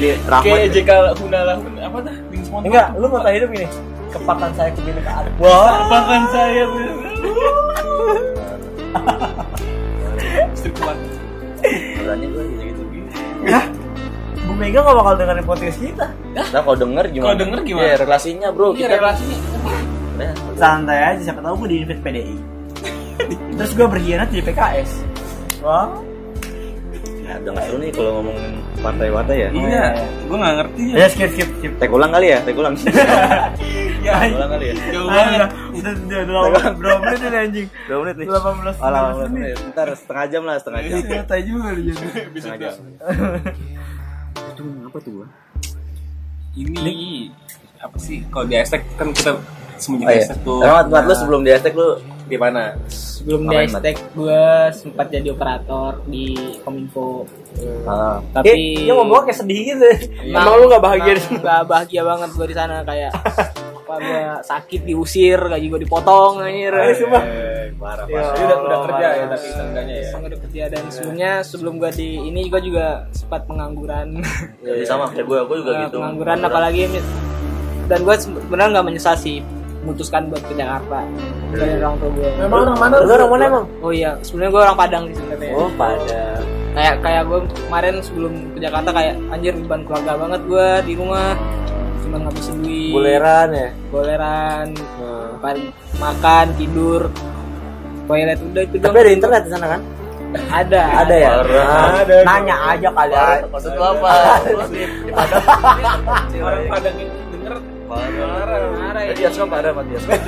[SPEAKER 2] Ini Rahmat
[SPEAKER 1] ya.
[SPEAKER 5] kayak JK Hunala
[SPEAKER 4] Apa tuh? Link semua.
[SPEAKER 1] Enggak, lu mau tanya hidup gini. Kepatan saya kebinekaan.
[SPEAKER 4] Wah, bahkan saya.
[SPEAKER 2] Berani gue gitu-gitu.
[SPEAKER 1] Bu Mega gak bakal dengerin podcast kita.
[SPEAKER 2] Nah kalau denger gimana?
[SPEAKER 4] Kalau denger gimana?
[SPEAKER 2] Iya, relasinya bro. kan-
[SPEAKER 5] Iya relasinya.
[SPEAKER 2] Ya,
[SPEAKER 1] Santai aja, siapa tahu gue diinvite PDI. <laughs> Terus gue berkhianat jadi PKS. Wah,
[SPEAKER 2] Nah, udah nggak seru nih kalau ngomongin partai-partai ya.
[SPEAKER 4] Iya, gue nggak ngerti ya.
[SPEAKER 1] ya skip skip skip.
[SPEAKER 2] Tek ulang kali ya, tek ulang.
[SPEAKER 1] Ya,
[SPEAKER 2] Tek ulang kali ya.
[SPEAKER 4] Jauh banget.
[SPEAKER 1] udah udah udah lama berapa menit ini anjing?
[SPEAKER 2] Dua menit nih.
[SPEAKER 1] 18
[SPEAKER 2] Oh, lama
[SPEAKER 1] 19 menit.
[SPEAKER 2] menit. Ntar setengah jam lah, setengah jam.
[SPEAKER 1] Santai juga lu jadi.
[SPEAKER 2] Setengah jam.
[SPEAKER 4] Ini apa sih? Kalau di hashtag kan kita sembunyi
[SPEAKER 2] Oh,
[SPEAKER 4] di
[SPEAKER 2] iya.
[SPEAKER 4] hashtag tuh.
[SPEAKER 2] Emang buat lu sebelum di hashtag lu
[SPEAKER 4] di mana?
[SPEAKER 5] Sebelum di
[SPEAKER 2] Ngapain,
[SPEAKER 5] hashtag gua sempat jadi operator di Kominfo.
[SPEAKER 2] Ah.
[SPEAKER 5] Tapi
[SPEAKER 1] Eh, Dia ngomong kayak sedih gitu.
[SPEAKER 5] Emang
[SPEAKER 1] lu nggak bahagia di
[SPEAKER 5] sana? Gak bahagia banget gue di sana kayak apa gue sakit diusir, gaji gue dipotong anjir.
[SPEAKER 1] Cuma
[SPEAKER 4] Eh, parah
[SPEAKER 1] Ya
[SPEAKER 4] parah. Ini udah, udah
[SPEAKER 1] Allah,
[SPEAKER 4] kerja ya
[SPEAKER 1] parah.
[SPEAKER 4] tapi seenggaknya ya.
[SPEAKER 5] Sama udah kerja dan sebelumnya sebelum gue di ini gue juga sempat pengangguran.
[SPEAKER 2] Ya, sama kayak gue, gue juga
[SPEAKER 5] Nah,
[SPEAKER 2] gitu.
[SPEAKER 5] Pengangguran apalagi ini- dan gue sebenarnya nggak menyesal sih memutuskan buat ke Jakarta dari
[SPEAKER 1] Hmm.
[SPEAKER 5] orang tua gue.
[SPEAKER 1] Emang orang mana? Lu orang mana emang?
[SPEAKER 5] Oh iya, sebenarnya gue orang Padang sih sebenarnya.
[SPEAKER 1] Oh, pada.
[SPEAKER 5] kayak kayak gue kemarin sebelum ke Jakarta kayak anjir beban keluarga banget gue di rumah cuma ngabisin duit
[SPEAKER 1] Buleran ya.
[SPEAKER 5] boleran
[SPEAKER 1] Nah.
[SPEAKER 5] makan- makan tidur toilet udah itu
[SPEAKER 1] Tapi
[SPEAKER 5] doang.
[SPEAKER 1] ada internet di sana kan?
[SPEAKER 5] ada
[SPEAKER 1] Ada ya?
[SPEAKER 2] Parah.
[SPEAKER 1] Ada. Nanya aja kali. Maksud lu apa?
[SPEAKER 4] Orang pada denger
[SPEAKER 2] Iya,
[SPEAKER 5] Marah ya.
[SPEAKER 2] Bioskop ada, Pak bioskop.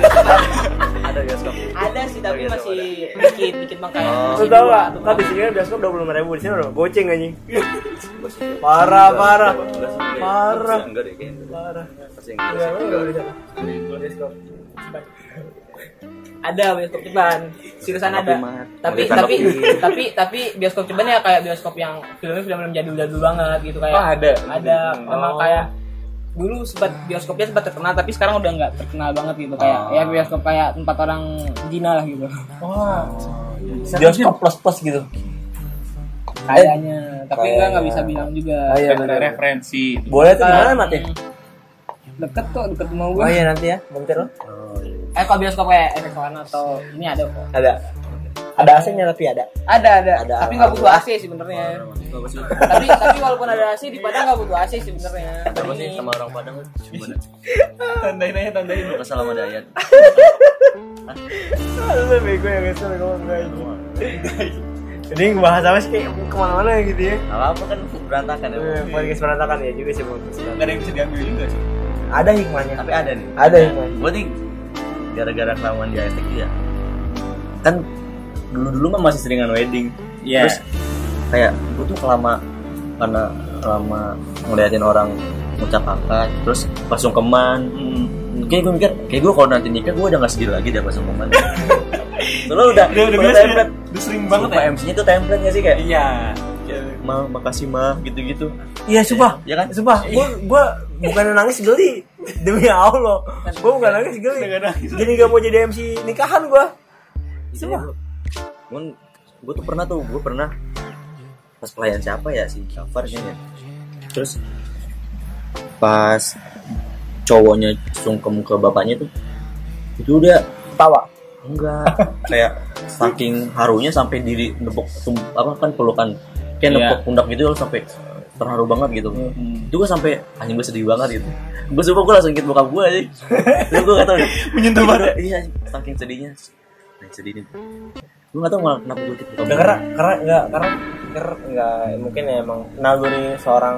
[SPEAKER 2] Ada bioskop.
[SPEAKER 5] ada sih tapi masih dikit dikit makanya
[SPEAKER 1] Lu tau gak? Kan di sini kan bioskop 20 ribu, di sini udah goceng anjing. Parah, parah. Parah.
[SPEAKER 2] Enggak deh kayaknya.
[SPEAKER 1] Parah.
[SPEAKER 2] Pasti enggak sih.
[SPEAKER 5] ada bioskop ceban seriusan
[SPEAKER 2] Tapi
[SPEAKER 5] ada
[SPEAKER 2] mah-
[SPEAKER 5] tapi
[SPEAKER 2] Bukan
[SPEAKER 5] tapi
[SPEAKER 2] tapi.
[SPEAKER 5] <laughs> tapi tapi bioskop ceban ya kayak bioskop yang filmnya film film jadul jadul banget gitu kayak
[SPEAKER 4] Oh, ada.
[SPEAKER 5] ada memang
[SPEAKER 1] Oh.
[SPEAKER 5] kayak dulu sempat bioskopnya sempat terkenal tapi sekarang udah nggak terkenal banget gitu kayak ya bioskop kayak tempat orang Cina lah gitu
[SPEAKER 1] Bioskop plus plus gitu.
[SPEAKER 5] kayaknya
[SPEAKER 1] Kayaknya.
[SPEAKER 5] tapi gue nggak bisa bilang juga
[SPEAKER 1] iya
[SPEAKER 4] ada referensi.
[SPEAKER 1] Boleh tuh gimana mati?
[SPEAKER 5] deket kok deket rumah gue
[SPEAKER 1] ya? Oh iya nanti ya, bentar lo.
[SPEAKER 5] eh kalau bioskop kayak efek Warna atau ini ada kok
[SPEAKER 1] Ada. Ada AC-nya tapi ada.
[SPEAKER 5] ada ada,
[SPEAKER 1] Ada,
[SPEAKER 5] tapi nggak
[SPEAKER 1] ada.
[SPEAKER 5] butuh AC sih sebenarnya tapi tapi walaupun ada AC di Padang nggak butuh AC sih sebenarnya
[SPEAKER 2] Apa sih
[SPEAKER 5] Ini-
[SPEAKER 1] Iya,
[SPEAKER 2] sama orang Padang lu gimana?
[SPEAKER 4] Tandain aja tandain.
[SPEAKER 2] Lu kesal sama Dayat.
[SPEAKER 1] Aduh, bego ya guys, bego banget. Ini bahas apa sih kayak kemana-mana ya gitu ya.
[SPEAKER 2] Gak apa-apa kan berantakan ya.
[SPEAKER 1] Eh, Podcast berantakan ya juga sih podcast berantakan.
[SPEAKER 4] Gak ada yang bisa diambil juga sih.
[SPEAKER 1] Ada hikmahnya.
[SPEAKER 2] Tapi ada nih.
[SPEAKER 1] Ada hikmahnya.
[SPEAKER 2] Gue nih gara-gara kelamaan di ASTQ ya. Kan dulu-dulu mah masih seringan wedding.
[SPEAKER 4] Iya.
[SPEAKER 2] Terus kayak gue tuh lama karena lama ngeliatin orang ngucap angkat terus pas sungkeman kayak gue mikir kayak gue kalau nanti nikah gue udah gak sedih lagi dah pas sungkeman soalnya udah
[SPEAKER 4] Dia udah
[SPEAKER 2] udah
[SPEAKER 4] biasa. ya.
[SPEAKER 2] template
[SPEAKER 4] Udah sering banget
[SPEAKER 2] Sumpah,
[SPEAKER 4] ya.
[SPEAKER 2] MC-nya tuh template gak sih kayak
[SPEAKER 4] Iya.
[SPEAKER 2] ma makasih ma gitu-gitu
[SPEAKER 1] Iya, sumpah.
[SPEAKER 2] Iya kan?
[SPEAKER 1] Sumpah, gua gua bukan nangis geli demi Allah.
[SPEAKER 2] Kan
[SPEAKER 1] Gua bukan nangis geli. Jadi gak mau jadi MC nikahan gua. Sumpah.
[SPEAKER 2] cuman gue tuh pernah tuh gue pernah pas pelayan siapa ya si Jafar ini ya terus pas cowoknya sungkem ke bapaknya tuh itu udah
[SPEAKER 1] Tawa.
[SPEAKER 2] enggak <laughs> kayak saking harunya sampai diri nepok tum- apa kan pelukan kayak
[SPEAKER 4] Iya.
[SPEAKER 2] nepok pundak gitu loh sampai terharu banget gitu
[SPEAKER 1] Hmm,
[SPEAKER 2] itu gue sampai anjing gue sedih banget gitu gue sumpah gue langsung ngikut bokap gue
[SPEAKER 1] <laughs>
[SPEAKER 2] aja terus gue gak tau menyentuh banget iya saking sedihnya nah, sedih nih gue gak tau kenapa gue ngikut bokap
[SPEAKER 1] Nggak, karena karena nggak karena karena nggak mungkin ya emang naluri seorang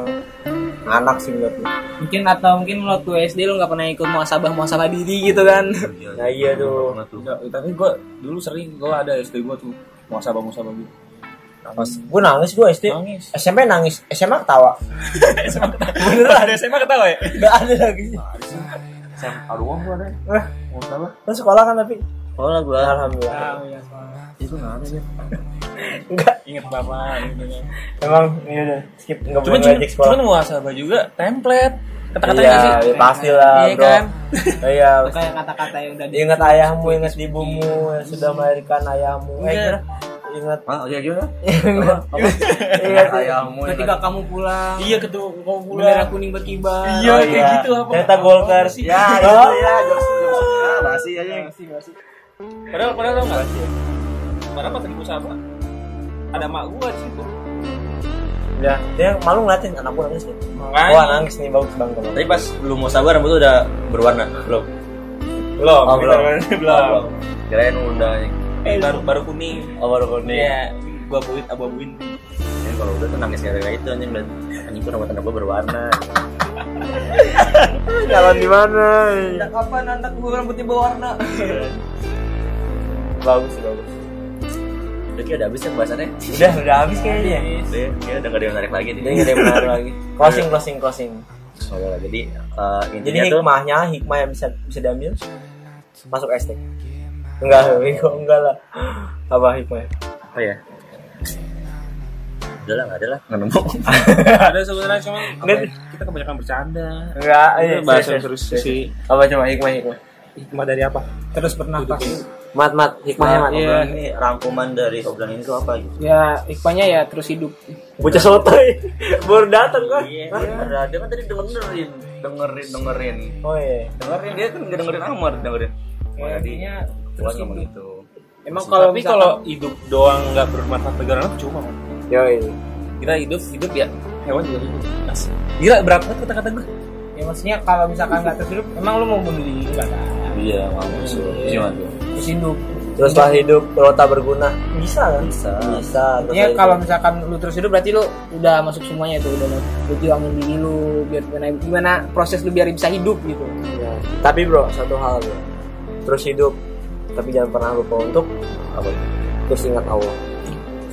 [SPEAKER 1] anak sih menurut gue.
[SPEAKER 5] mungkin atau mungkin lo tuh SD lo nggak pernah ikut muasabah muasabah diri gitu kan
[SPEAKER 1] Nah iya tuh.
[SPEAKER 2] Pernah tuh.
[SPEAKER 4] Enggak, tapi gue dulu sering gue ada SD gue tuh muasabah muasabah gitu.
[SPEAKER 1] Pas gue nangis gue SD.
[SPEAKER 4] Nangis.
[SPEAKER 1] SMP nangis, SMA ketawa. <laughs>
[SPEAKER 4] Beneran ada SMA ketawa ya?
[SPEAKER 1] Gak ada lagi.
[SPEAKER 4] SMA Aruang gue ada.
[SPEAKER 1] Eh,
[SPEAKER 4] Muasabah.
[SPEAKER 1] lu sekolah kan tapi
[SPEAKER 2] oh lah gue
[SPEAKER 1] alhamdulillah.
[SPEAKER 2] itu gak ada ya
[SPEAKER 1] Enggak.
[SPEAKER 4] Ingat bapak. gitu kan.
[SPEAKER 1] Emang iya udah skip nggak
[SPEAKER 4] Cuman
[SPEAKER 1] boleh
[SPEAKER 4] cuman,
[SPEAKER 1] ngajak sekolah.
[SPEAKER 4] cuman muasabah juga template. Kata-kata
[SPEAKER 1] Iya,
[SPEAKER 4] nggak sih?
[SPEAKER 1] ya, pasti lah
[SPEAKER 4] Iya
[SPEAKER 1] bro.
[SPEAKER 4] kan?
[SPEAKER 1] Iya.
[SPEAKER 5] kayak kata-kata yang udah di
[SPEAKER 1] Ingat ayahmu, ingat ibumu yang sudah melahirkan ayahmu. Eh,
[SPEAKER 5] Iya.
[SPEAKER 1] gimana? Ingat
[SPEAKER 2] ah iya
[SPEAKER 1] <laughs>
[SPEAKER 2] gimana
[SPEAKER 1] Iya, Ingat
[SPEAKER 2] ayahmu
[SPEAKER 5] ketika kamu pulang
[SPEAKER 4] Iya ketua kamu
[SPEAKER 5] bendera
[SPEAKER 4] pulang.
[SPEAKER 5] kuning berkibar
[SPEAKER 4] Iya
[SPEAKER 1] Oh,
[SPEAKER 4] kayak
[SPEAKER 1] iya.
[SPEAKER 4] gitu apa?
[SPEAKER 1] Ternyata Golkar.
[SPEAKER 2] ya
[SPEAKER 1] Oh.
[SPEAKER 2] itu ya jokes jokes ah basi aja
[SPEAKER 4] Padahal padahal tau nggak? Semarang pas ribu sama ada mak gua di situ.
[SPEAKER 1] Ya, dia malu ngeliatin anak gua nangis nih.
[SPEAKER 4] Makanya.
[SPEAKER 1] Wah nangis nih bagus bang teman.
[SPEAKER 2] Tapi pas lu mau sabar rambut lu udah berwarna belum?
[SPEAKER 4] Belum,
[SPEAKER 2] Oh, belum.
[SPEAKER 4] belum. belum.
[SPEAKER 2] Kirain udah
[SPEAKER 4] Eh, baru baru kuning.
[SPEAKER 2] oh, baru kuning.
[SPEAKER 4] Iya, gua buin abu-abuin.
[SPEAKER 2] Ini kalau udah tuh nangis gara-gara itu anjing udah anjing tuh rambut anak gua berwarna.
[SPEAKER 1] Jalan di mana?
[SPEAKER 5] Tidak kapan anak gue rambutnya berwarna.
[SPEAKER 1] Bagus sih bagus.
[SPEAKER 2] Udah kayak udah habis ya pembahasannya.
[SPEAKER 1] Udah udah habis kayaknya.
[SPEAKER 2] Udah ya, kayaknya udah gak ada yang menarik lagi nih.
[SPEAKER 1] Jadi nggak ada yang menarik lagi. Closing closing closing.
[SPEAKER 2] Soalnya lah, jadi eh,
[SPEAKER 1] Jadi
[SPEAKER 2] intinya tuh
[SPEAKER 1] hikmahnya hikmah yang bisa bisa diambil masuk SD. Enggak, <laughs> Wigo, enggak lah. Apa hikmahnya?
[SPEAKER 2] apa ya? Udah lah, gak ada lah, nggak nemu.
[SPEAKER 4] ada sebenarnya cuma
[SPEAKER 1] Nggak.
[SPEAKER 4] kita kebanyakan bercanda.
[SPEAKER 1] Enggak, iya.
[SPEAKER 4] Itu bahasa
[SPEAKER 1] serius,
[SPEAKER 4] yang terus
[SPEAKER 1] serius.
[SPEAKER 4] sih.
[SPEAKER 1] Apa coba hikmah hikmah?
[SPEAKER 4] Hikmah dari apa?
[SPEAKER 5] Terus bernapas.
[SPEAKER 1] Mat mat hikmahnya mat.
[SPEAKER 2] Iya, ini rangkuman dari obrolan ini tuh apa
[SPEAKER 1] Iya,
[SPEAKER 2] gitu?
[SPEAKER 5] Ya, hikmahnya ya terus hidup.
[SPEAKER 1] Bocah sotoy <laughs> baru datang kan?
[SPEAKER 2] Ada, dia kan tadi dengerin, dengerin, dengerin.
[SPEAKER 1] Oh iya.
[SPEAKER 2] dengerin dia kan nggak dengerin Amar dengerin oh, jadi Tuhan ngomong itu
[SPEAKER 5] Emang kalau
[SPEAKER 4] Tapi kalau hidup doang nggak bermanfaat negara anak cuma
[SPEAKER 1] Yoi.
[SPEAKER 4] kita hidup hidup ya hewan juga hidup. Asik. Gila berapa kata-kata gue?
[SPEAKER 5] ya maksudnya kalau misalkan nggak terus hidup, emang lu mau bunuh diri juga kan?
[SPEAKER 2] iya mau usul gimana tuh
[SPEAKER 5] Terus hidup.
[SPEAKER 1] Teruslah hidup kalau tak berguna. Bisa kan?
[SPEAKER 2] Bisa.
[SPEAKER 1] Bisa. Iya, terus
[SPEAKER 5] Ya
[SPEAKER 1] hidup.
[SPEAKER 5] kalau misalkan lu terus hidup berarti lu udah masuk semuanya itu udah lu juangin diri lu biar gimana, gimana proses lu biar bisa hidup gitu.
[SPEAKER 1] Ya. Tapi bro, satu hal bro. Terus hidup, tapi jangan pernah lupa untuk
[SPEAKER 2] apa itu
[SPEAKER 1] terus ingat Allah.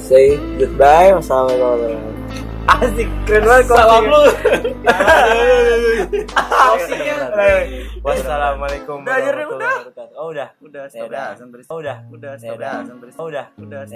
[SPEAKER 1] Say goodbye, wassalamualaikum. Asik, keren banget Salam <laughs> lu. Wassalamualaikum.
[SPEAKER 2] Udah, Jerry,
[SPEAKER 1] warahmatullahi wabarakatuh. Oh udah.
[SPEAKER 2] udah
[SPEAKER 1] Dadah.
[SPEAKER 2] terus
[SPEAKER 1] Oh udah.
[SPEAKER 2] udah
[SPEAKER 1] Dadah.
[SPEAKER 2] terus
[SPEAKER 1] Oh udah.
[SPEAKER 2] udah